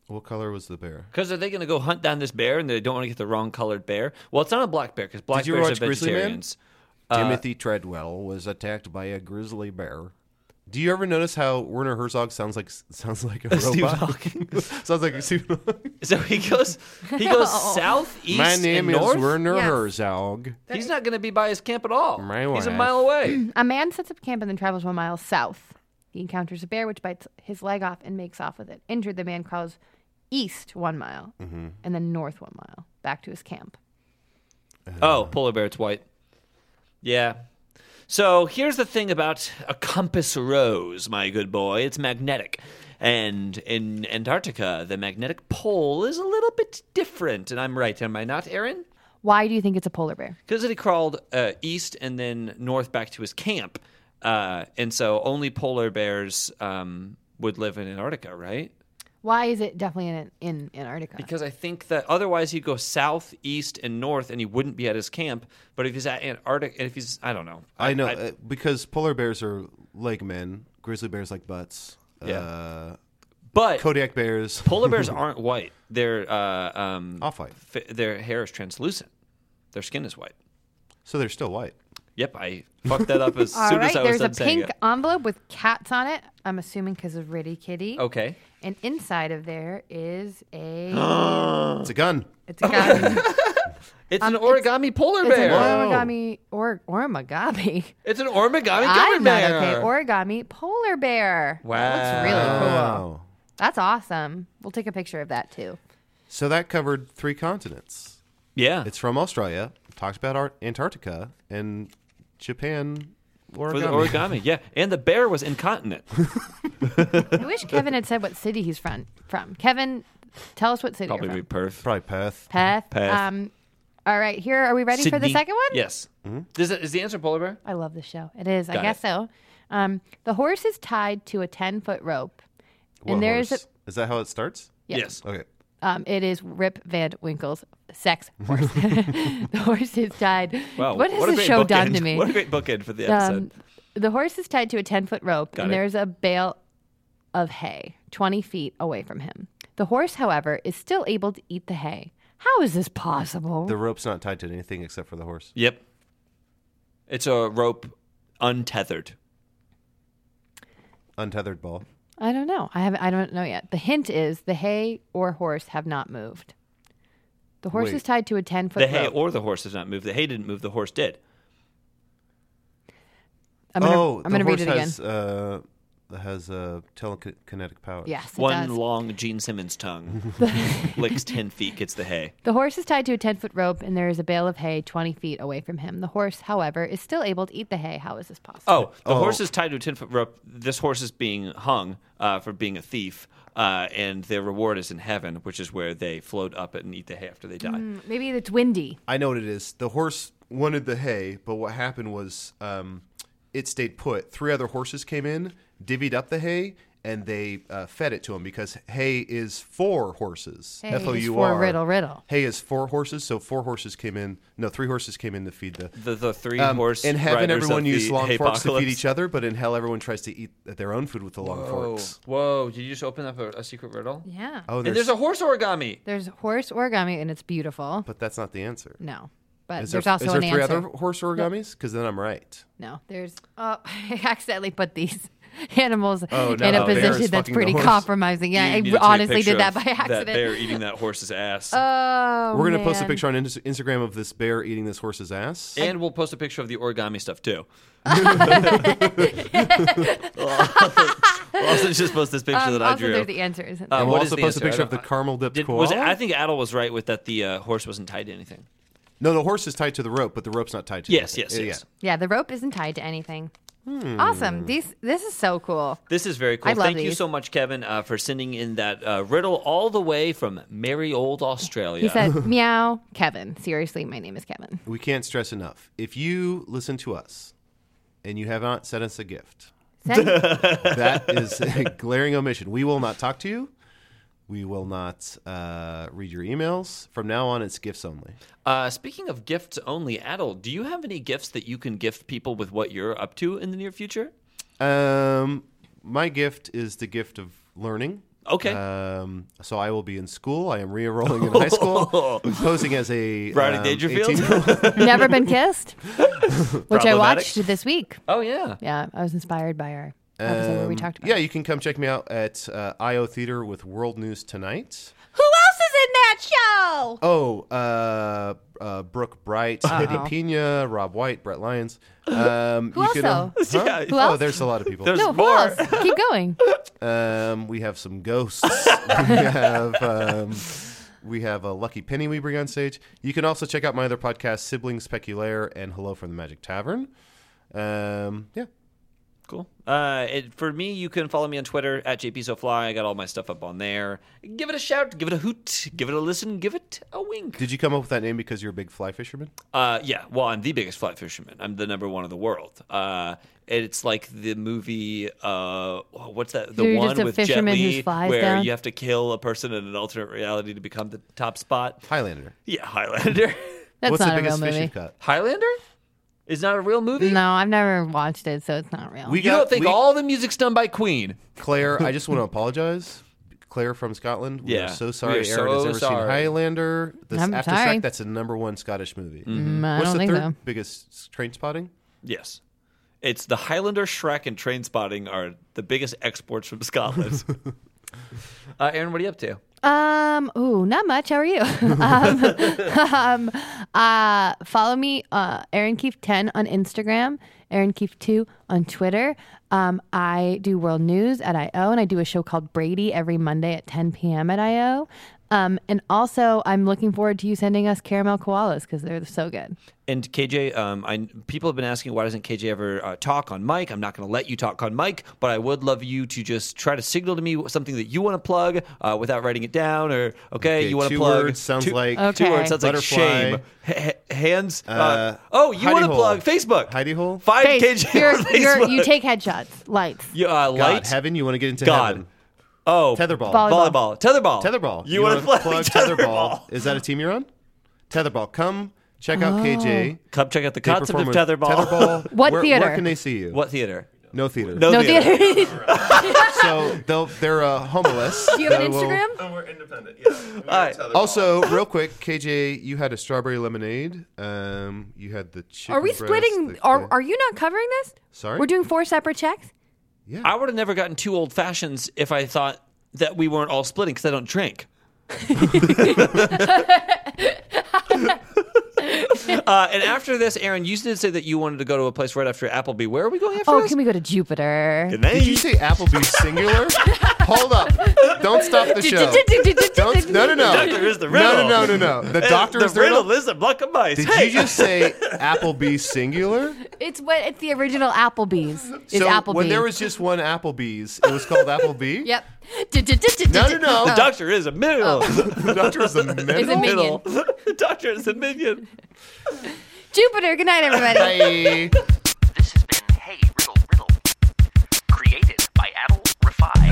Speaker 8: What color was the bear?
Speaker 6: Because are they going to go hunt down this bear and they don't want to get the wrong colored bear? Well, it's not a black bear because black
Speaker 8: Did you
Speaker 6: bears
Speaker 8: watch
Speaker 6: are
Speaker 8: Grizzly Man?
Speaker 6: vegetarians. Uh,
Speaker 8: Timothy Treadwell was attacked by a grizzly bear. Do you ever notice how Werner Herzog sounds like sounds like a robot?
Speaker 6: Stephen
Speaker 8: sounds like a Stephen Hawking.
Speaker 6: So he goes, he goes south, east,
Speaker 8: My name
Speaker 6: and north.
Speaker 8: is Werner
Speaker 6: Yes.
Speaker 8: Herzog.
Speaker 6: He's not going to be by his camp at all.
Speaker 8: My
Speaker 6: He's a
Speaker 8: wife.
Speaker 6: mile away.
Speaker 3: A man sets up camp and then travels one mile south. He encounters a bear, which bites his leg off and makes off with it. Injured, the man crawls east one mile
Speaker 8: Mm-hmm.
Speaker 6: Mhm.
Speaker 3: and then north one mile back to his camp.
Speaker 6: Oh, polar bear, it's white. Yeah. So here's the thing about a compass rose, my good boy. It's magnetic. And in Antarctica, the magnetic pole is a little bit different. And I'm right, am I not, Aaron?
Speaker 3: Why do you think it's a polar bear?
Speaker 6: Because he crawled uh, east and then north back to his camp. Uh, and so only polar bears um, would live in Antarctica, right?
Speaker 3: Why is it definitely in, in Antarctica?
Speaker 6: Because I think that otherwise he'd go south, east, and north, and he wouldn't be at his camp. But if he's at Antarctica, if he's, I don't know.
Speaker 8: I know uh, because polar bears are leg men, grizzly bears like butts.
Speaker 6: Yeah.
Speaker 8: Uh,
Speaker 6: but
Speaker 8: Kodiak bears,
Speaker 6: Polar bears aren't white. They're uh, um,
Speaker 8: off white.
Speaker 6: F- their hair is translucent. Their skin is white.
Speaker 8: so they're still white.
Speaker 6: Yep, I fucked that up as
Speaker 3: All
Speaker 6: soon
Speaker 3: right,
Speaker 6: as I was
Speaker 3: there's a
Speaker 6: done saying
Speaker 3: pink
Speaker 6: it.
Speaker 3: envelope with cats on it. I'm assuming because of Ritty Kitty.
Speaker 6: Okay.
Speaker 3: And inside of there is a.
Speaker 8: it's a gun.
Speaker 3: It's a gun.
Speaker 6: It's an origami polar bear.
Speaker 3: um, It's an origami or origami.
Speaker 6: It's an origami
Speaker 3: I'm
Speaker 6: gummy bear.
Speaker 3: Not okay. Origami polar bear. That looks really cool.
Speaker 8: Wow.
Speaker 3: That's awesome. We'll take a picture of that too.
Speaker 8: So that covered three continents.
Speaker 6: Yeah.
Speaker 8: It's from Australia. Talks about Ar- Antarctica and Japan origami.
Speaker 6: For the origami, yeah. And the bear was incontinent.
Speaker 3: I wish Kevin had said what city he's from. From Kevin, tell us what city
Speaker 6: Probably
Speaker 3: you're
Speaker 6: be
Speaker 3: from.
Speaker 6: Perth.
Speaker 8: Probably Perth.
Speaker 3: Perth.
Speaker 6: Perth.
Speaker 3: Um, all right, here are we ready for the
Speaker 6: Sydney.
Speaker 3: second one?
Speaker 6: Yes. Is, it, is the answer polar bear?
Speaker 3: I love the show. It is.
Speaker 6: Got
Speaker 3: I guess
Speaker 6: it.
Speaker 3: so. Um, the horse is tied to a ten foot rope,
Speaker 8: What
Speaker 3: and there is
Speaker 8: horse? Is that how it starts?
Speaker 3: Yeah. Yes.
Speaker 8: Okay.
Speaker 3: a. Um, it is Rip Van Winkle's sex horse. the horse is tied.
Speaker 6: Wow.
Speaker 3: what has
Speaker 6: Oh, a
Speaker 3: this
Speaker 6: great
Speaker 3: show done
Speaker 6: bookend.
Speaker 3: to me?
Speaker 6: What a great bookend for the episode.
Speaker 3: Um, the horse is tied to a 10 foot rope,
Speaker 6: Got
Speaker 3: and
Speaker 6: it.
Speaker 3: there's a bale of hay 20 feet away from him. The horse, however, is still able to eat the hay. How is this possible?
Speaker 8: The rope's not tied to anything except for the horse.
Speaker 6: Yep. It's a rope untethered.
Speaker 8: Untethered ball.
Speaker 3: I don't know. I have I don't know yet. The hint is the hay or horse have not moved. The horse
Speaker 6: Wait.
Speaker 3: is tied to a 10 foot
Speaker 6: the
Speaker 3: rope.
Speaker 6: hay or the horse does not move. The hay didn't move. The horse did.
Speaker 3: I'm gonna,
Speaker 8: oh,
Speaker 3: I'm
Speaker 8: the
Speaker 3: gonna read
Speaker 8: horse
Speaker 3: it again.
Speaker 8: has, uh, has uh, telekinetic powers.
Speaker 3: Yes, it
Speaker 6: One
Speaker 3: does.
Speaker 6: long Gene Simmons tongue licks 10 feet, gets the hay.
Speaker 3: The horse is tied to a 10 foot rope, and there is a bale of hay 20 feet away from him. The horse, however, is still able to eat the hay. How is this possible?
Speaker 6: Oh, the
Speaker 8: Oh.
Speaker 6: horse is tied to a 10 foot rope. This horse is being hung uh, for being a thief, uh, and their reward is in heaven, which is where they float up and eat the hay after they die.
Speaker 8: Oh.
Speaker 3: Mm, maybe it's windy.
Speaker 8: I know what it is. The horse wanted the hay, but what happened was um, it stayed put. Three other horses came in, divvied up the hay, and they uh, fed it to him because hay is four horses.
Speaker 3: Hay is
Speaker 8: F O U
Speaker 3: for
Speaker 8: R.
Speaker 3: riddle, riddle.
Speaker 8: Hay is four horses, so four horses came in. No, three horses came in to feed the um,
Speaker 12: The- the three horse
Speaker 8: In heaven,
Speaker 12: riders
Speaker 8: everyone
Speaker 12: of
Speaker 8: used
Speaker 12: the
Speaker 8: long forks to
Speaker 12: haypocalypse.
Speaker 8: feed each other, but in hell, everyone tries to eat their own food with the long forks.
Speaker 12: Whoa, did you just open up a, a secret riddle?
Speaker 3: Yeah.
Speaker 8: Oh,
Speaker 12: and there's,
Speaker 8: there's-
Speaker 12: a horse origami.
Speaker 3: There's horse origami and it's beautiful.
Speaker 8: But that's not the answer.
Speaker 3: No. But
Speaker 8: Is
Speaker 3: there's
Speaker 8: there,
Speaker 3: also
Speaker 8: is there
Speaker 3: an
Speaker 8: three
Speaker 3: answer.
Speaker 8: other horse origamis? Because then I'm right.
Speaker 3: No, there's. Oh, I accidentally put these animals
Speaker 8: Oh, no,
Speaker 3: in a
Speaker 8: no, bear is
Speaker 3: position that's
Speaker 8: fucking the
Speaker 3: pretty
Speaker 8: horse.
Speaker 3: compromising.
Speaker 12: You
Speaker 3: Yeah, I
Speaker 12: need to take a
Speaker 3: honestly
Speaker 12: picture
Speaker 3: did that by
Speaker 12: of
Speaker 3: accident.
Speaker 12: That bear eating that horse's ass.
Speaker 3: Oh,
Speaker 8: We're gonna post a
Speaker 3: man.
Speaker 8: picture on Ins- Instagram of this bear eating this horse's ass.
Speaker 12: and we'll post a picture of the origami stuff too. We'll also just post this picture
Speaker 3: Um,
Speaker 12: that I
Speaker 3: also
Speaker 12: drew.
Speaker 3: there's the answer, isn't
Speaker 12: Uh,
Speaker 3: there?
Speaker 8: And we'll
Speaker 12: what is
Speaker 8: also
Speaker 12: the
Speaker 8: post
Speaker 12: answer?
Speaker 8: a
Speaker 12: I
Speaker 8: picture of the
Speaker 12: don't-
Speaker 8: caramel dipped
Speaker 12: Did- was it-
Speaker 8: koala?
Speaker 12: I think Adel was right with that the uh, horse wasn't tied to anything.
Speaker 8: No, the horse is tied to the rope, but the rope's not tied to.
Speaker 12: Yes,
Speaker 8: anything.
Speaker 12: yes,
Speaker 8: Yeah,
Speaker 12: yes.
Speaker 3: Yeah, the rope isn't tied to anything.
Speaker 8: Hmm.
Speaker 3: Awesome. These. This is so cool.
Speaker 12: This is very cool.
Speaker 3: I love
Speaker 12: Thank you
Speaker 3: these.
Speaker 12: so much, Kevin, uh, for sending in that uh, riddle all the way from merry old Australia.
Speaker 3: He said, "Meow, Kevin. Seriously, my name is Kevin."
Speaker 8: We can't stress enough. If you listen to us and you have not sent us a gift,
Speaker 3: Send-
Speaker 8: that is a glaring omission. We will not talk to you. We will not uh, read your emails. From now on, it's gifts only.
Speaker 12: Uh, speaking of gifts only, Adel, do you have any gifts that you can gift people with what you're up to in the near future?
Speaker 8: Um, my gift is the gift of learning.
Speaker 12: Okay.
Speaker 8: Um, so I will be in school. I am re-enrolling in high school, posing as a
Speaker 12: Rodney
Speaker 8: um,
Speaker 12: Oh. Dangerfield?
Speaker 8: 18-year-old.
Speaker 3: Never been kissed, which I
Speaker 8: Problematic.
Speaker 3: watched this week.
Speaker 12: Oh yeah,
Speaker 3: yeah. I was inspired by our episode where we
Speaker 8: Um,
Speaker 3: talked about.
Speaker 8: Yeah, you can come check me out at uh, IO Theater with World News Tonight.
Speaker 18: Who else is in that show?
Speaker 8: Oh, uh, uh, Brooke Bright, Eddie
Speaker 3: Uh-oh.
Speaker 8: Pina, Rob White, Brett Lyons. Um,
Speaker 3: Uh-huh. Who
Speaker 8: you
Speaker 3: else
Speaker 8: could, uh,
Speaker 3: though?
Speaker 8: huh?
Speaker 3: Yeah, who
Speaker 8: oh,
Speaker 3: else?
Speaker 8: there's a lot of people.
Speaker 3: no, who else? Keep going.
Speaker 8: Um, we have some ghosts. we have um, we have a lucky penny we bring on stage. You can also check out my other podcast, Siblings Speculaire and Hello from the Magic Tavern. Um, yeah,
Speaker 12: Cool. Uh, it, for me, you can follow me on Twitter at jpsofly. I got all my stuff up on there. Give it a shout. Give it a hoot. Give it a listen. Give it a wink.
Speaker 8: did you come up with that name because you're a big fly fisherman?
Speaker 12: Uh, yeah. Well, I'm the biggest fly fisherman. I'm the number one in the world. Uh, it's like the movie. Uh, oh, what's that? The
Speaker 3: You're
Speaker 12: one
Speaker 3: just a
Speaker 12: with Jet
Speaker 3: fisherman who
Speaker 12: Li,
Speaker 3: flies
Speaker 12: where
Speaker 3: down?
Speaker 12: you have to kill a person in an alternate reality to become the top spot.
Speaker 8: Highlander.
Speaker 12: Yeah, Highlander.
Speaker 3: That's What's the not a biggest real fish movie. you've
Speaker 8: caught?
Speaker 12: Highlander. Is not a real movie.
Speaker 3: No, I've never watched it, so it's not real.
Speaker 12: you don't think all the music's done by Queen?
Speaker 8: Claire, I just want to apologize. Claire from Scotland. We
Speaker 12: Yeah.
Speaker 8: are so
Speaker 12: We
Speaker 8: sorry
Speaker 12: are
Speaker 8: Aaron has
Speaker 12: so
Speaker 8: ever
Speaker 12: sorry.
Speaker 8: seen Highlander. This
Speaker 3: I'm
Speaker 8: after
Speaker 3: sorry.
Speaker 8: Sack, that's the number one Scottish movie.
Speaker 3: Mm,
Speaker 12: Mm-hmm.
Speaker 3: I
Speaker 8: What's
Speaker 3: don't
Speaker 8: the
Speaker 3: think
Speaker 8: third
Speaker 3: so.
Speaker 8: biggest train spotting?
Speaker 12: Yes. It's the Highlander, Shrek, and Train Spotting are the biggest exports from Scotland. uh, Aaron, what are you up to?
Speaker 3: Um, ooh, not much. How are you? um, um, uh, follow me, uh, Aaron Keefe 10 on Instagram, Aaron Keefe 2 on Twitter. Um, I do world news at IO and I do a show called Brady every Monday at 10 p.m. at IO. Um, and also, I'm looking forward to you sending us caramel koalas because they're so good.
Speaker 12: And KJ, um, I, people have been asking why doesn't KJ ever uh, talk on mic? I'm not going to let you talk on mic, but I would love you to just try to signal to me something that you want to plug uh, without writing it down. Or okay,
Speaker 8: Okay,
Speaker 12: you want to
Speaker 8: two
Speaker 12: plug?
Speaker 8: words sounds
Speaker 12: two,
Speaker 8: like-
Speaker 12: two
Speaker 8: Okay.
Speaker 12: words sounds
Speaker 8: Butterfly.
Speaker 12: like shame. H- h- hands. Uh,
Speaker 8: Uh,
Speaker 12: oh, you
Speaker 8: hidey
Speaker 12: want to
Speaker 8: hole.
Speaker 12: plug Facebook?
Speaker 8: Heidi Hole?
Speaker 12: Find
Speaker 3: Face,
Speaker 12: KJ.
Speaker 3: you're,
Speaker 12: on
Speaker 3: you're,
Speaker 12: Facebook.
Speaker 3: you take headshots, lights.
Speaker 12: You, uh,
Speaker 8: God,
Speaker 12: light.
Speaker 8: heaven. You want to get into
Speaker 12: God.
Speaker 8: heaven?
Speaker 12: Oh,
Speaker 8: Tetherball.
Speaker 12: Volleyball. Tetherball.
Speaker 8: Tetherball.
Speaker 12: You wanna
Speaker 8: wanna
Speaker 12: play
Speaker 8: tetherball? Is that a team you're on? Tetherball. Come check out KJ.
Speaker 12: Come check out the
Speaker 8: They
Speaker 12: concept of
Speaker 8: perform with
Speaker 12: tetherball.
Speaker 8: Tetherball.
Speaker 3: Oh. What
Speaker 8: where,
Speaker 3: theater?
Speaker 8: Where can they see you?
Speaker 12: What theater?
Speaker 8: No theater.
Speaker 12: No No theater.
Speaker 8: so they'll, they're uh, homeless.
Speaker 3: Do you have
Speaker 8: They
Speaker 3: an
Speaker 8: will-
Speaker 3: Instagram?
Speaker 6: No, we're independent. Yeah. We are tetherball.
Speaker 8: Also, real quick, KJ, you had a strawberry lemonade. Um, you had the chicken.
Speaker 3: Are we
Speaker 8: breast,
Speaker 3: splitting?
Speaker 8: the-
Speaker 3: Are, are you not covering this?
Speaker 8: Sorry?
Speaker 3: We're doing four separate checks?
Speaker 12: I would have never gotten two old fashions if I thought that we weren't all splitting because I don't drink. uh, and after this, Aaron, you did say that you wanted to go to a place right after Applebee. Where are we going after
Speaker 3: Oh,
Speaker 12: this?
Speaker 3: can we go to Jupiter?
Speaker 12: Good night.
Speaker 8: Did you say Applebee singular? Hold up! Don't stop the show. Don't, no, no, no.
Speaker 12: The doctor is the
Speaker 8: No,
Speaker 12: riddle.
Speaker 8: no, no, no, no. The
Speaker 12: And
Speaker 8: doctor
Speaker 12: Oh. the
Speaker 8: is the riddle.
Speaker 12: riddle is a block of mice.
Speaker 8: Did
Speaker 12: Hey.
Speaker 8: you just say Applebee singular?
Speaker 3: It's what it's the original Applebee's. It's
Speaker 8: so
Speaker 3: Applebee's.
Speaker 8: when there was just one Applebee's, it was called Applebee.
Speaker 3: Yep. No,
Speaker 8: No, no, no.
Speaker 12: The doctor is a middle.
Speaker 8: the doctor is a middle.
Speaker 3: He's a minion.
Speaker 8: Oh.
Speaker 12: the doctor is a minion.
Speaker 3: Jupiter. Good night, everybody.
Speaker 5: This has been Hey Riddle Riddle, created by Adel Refai.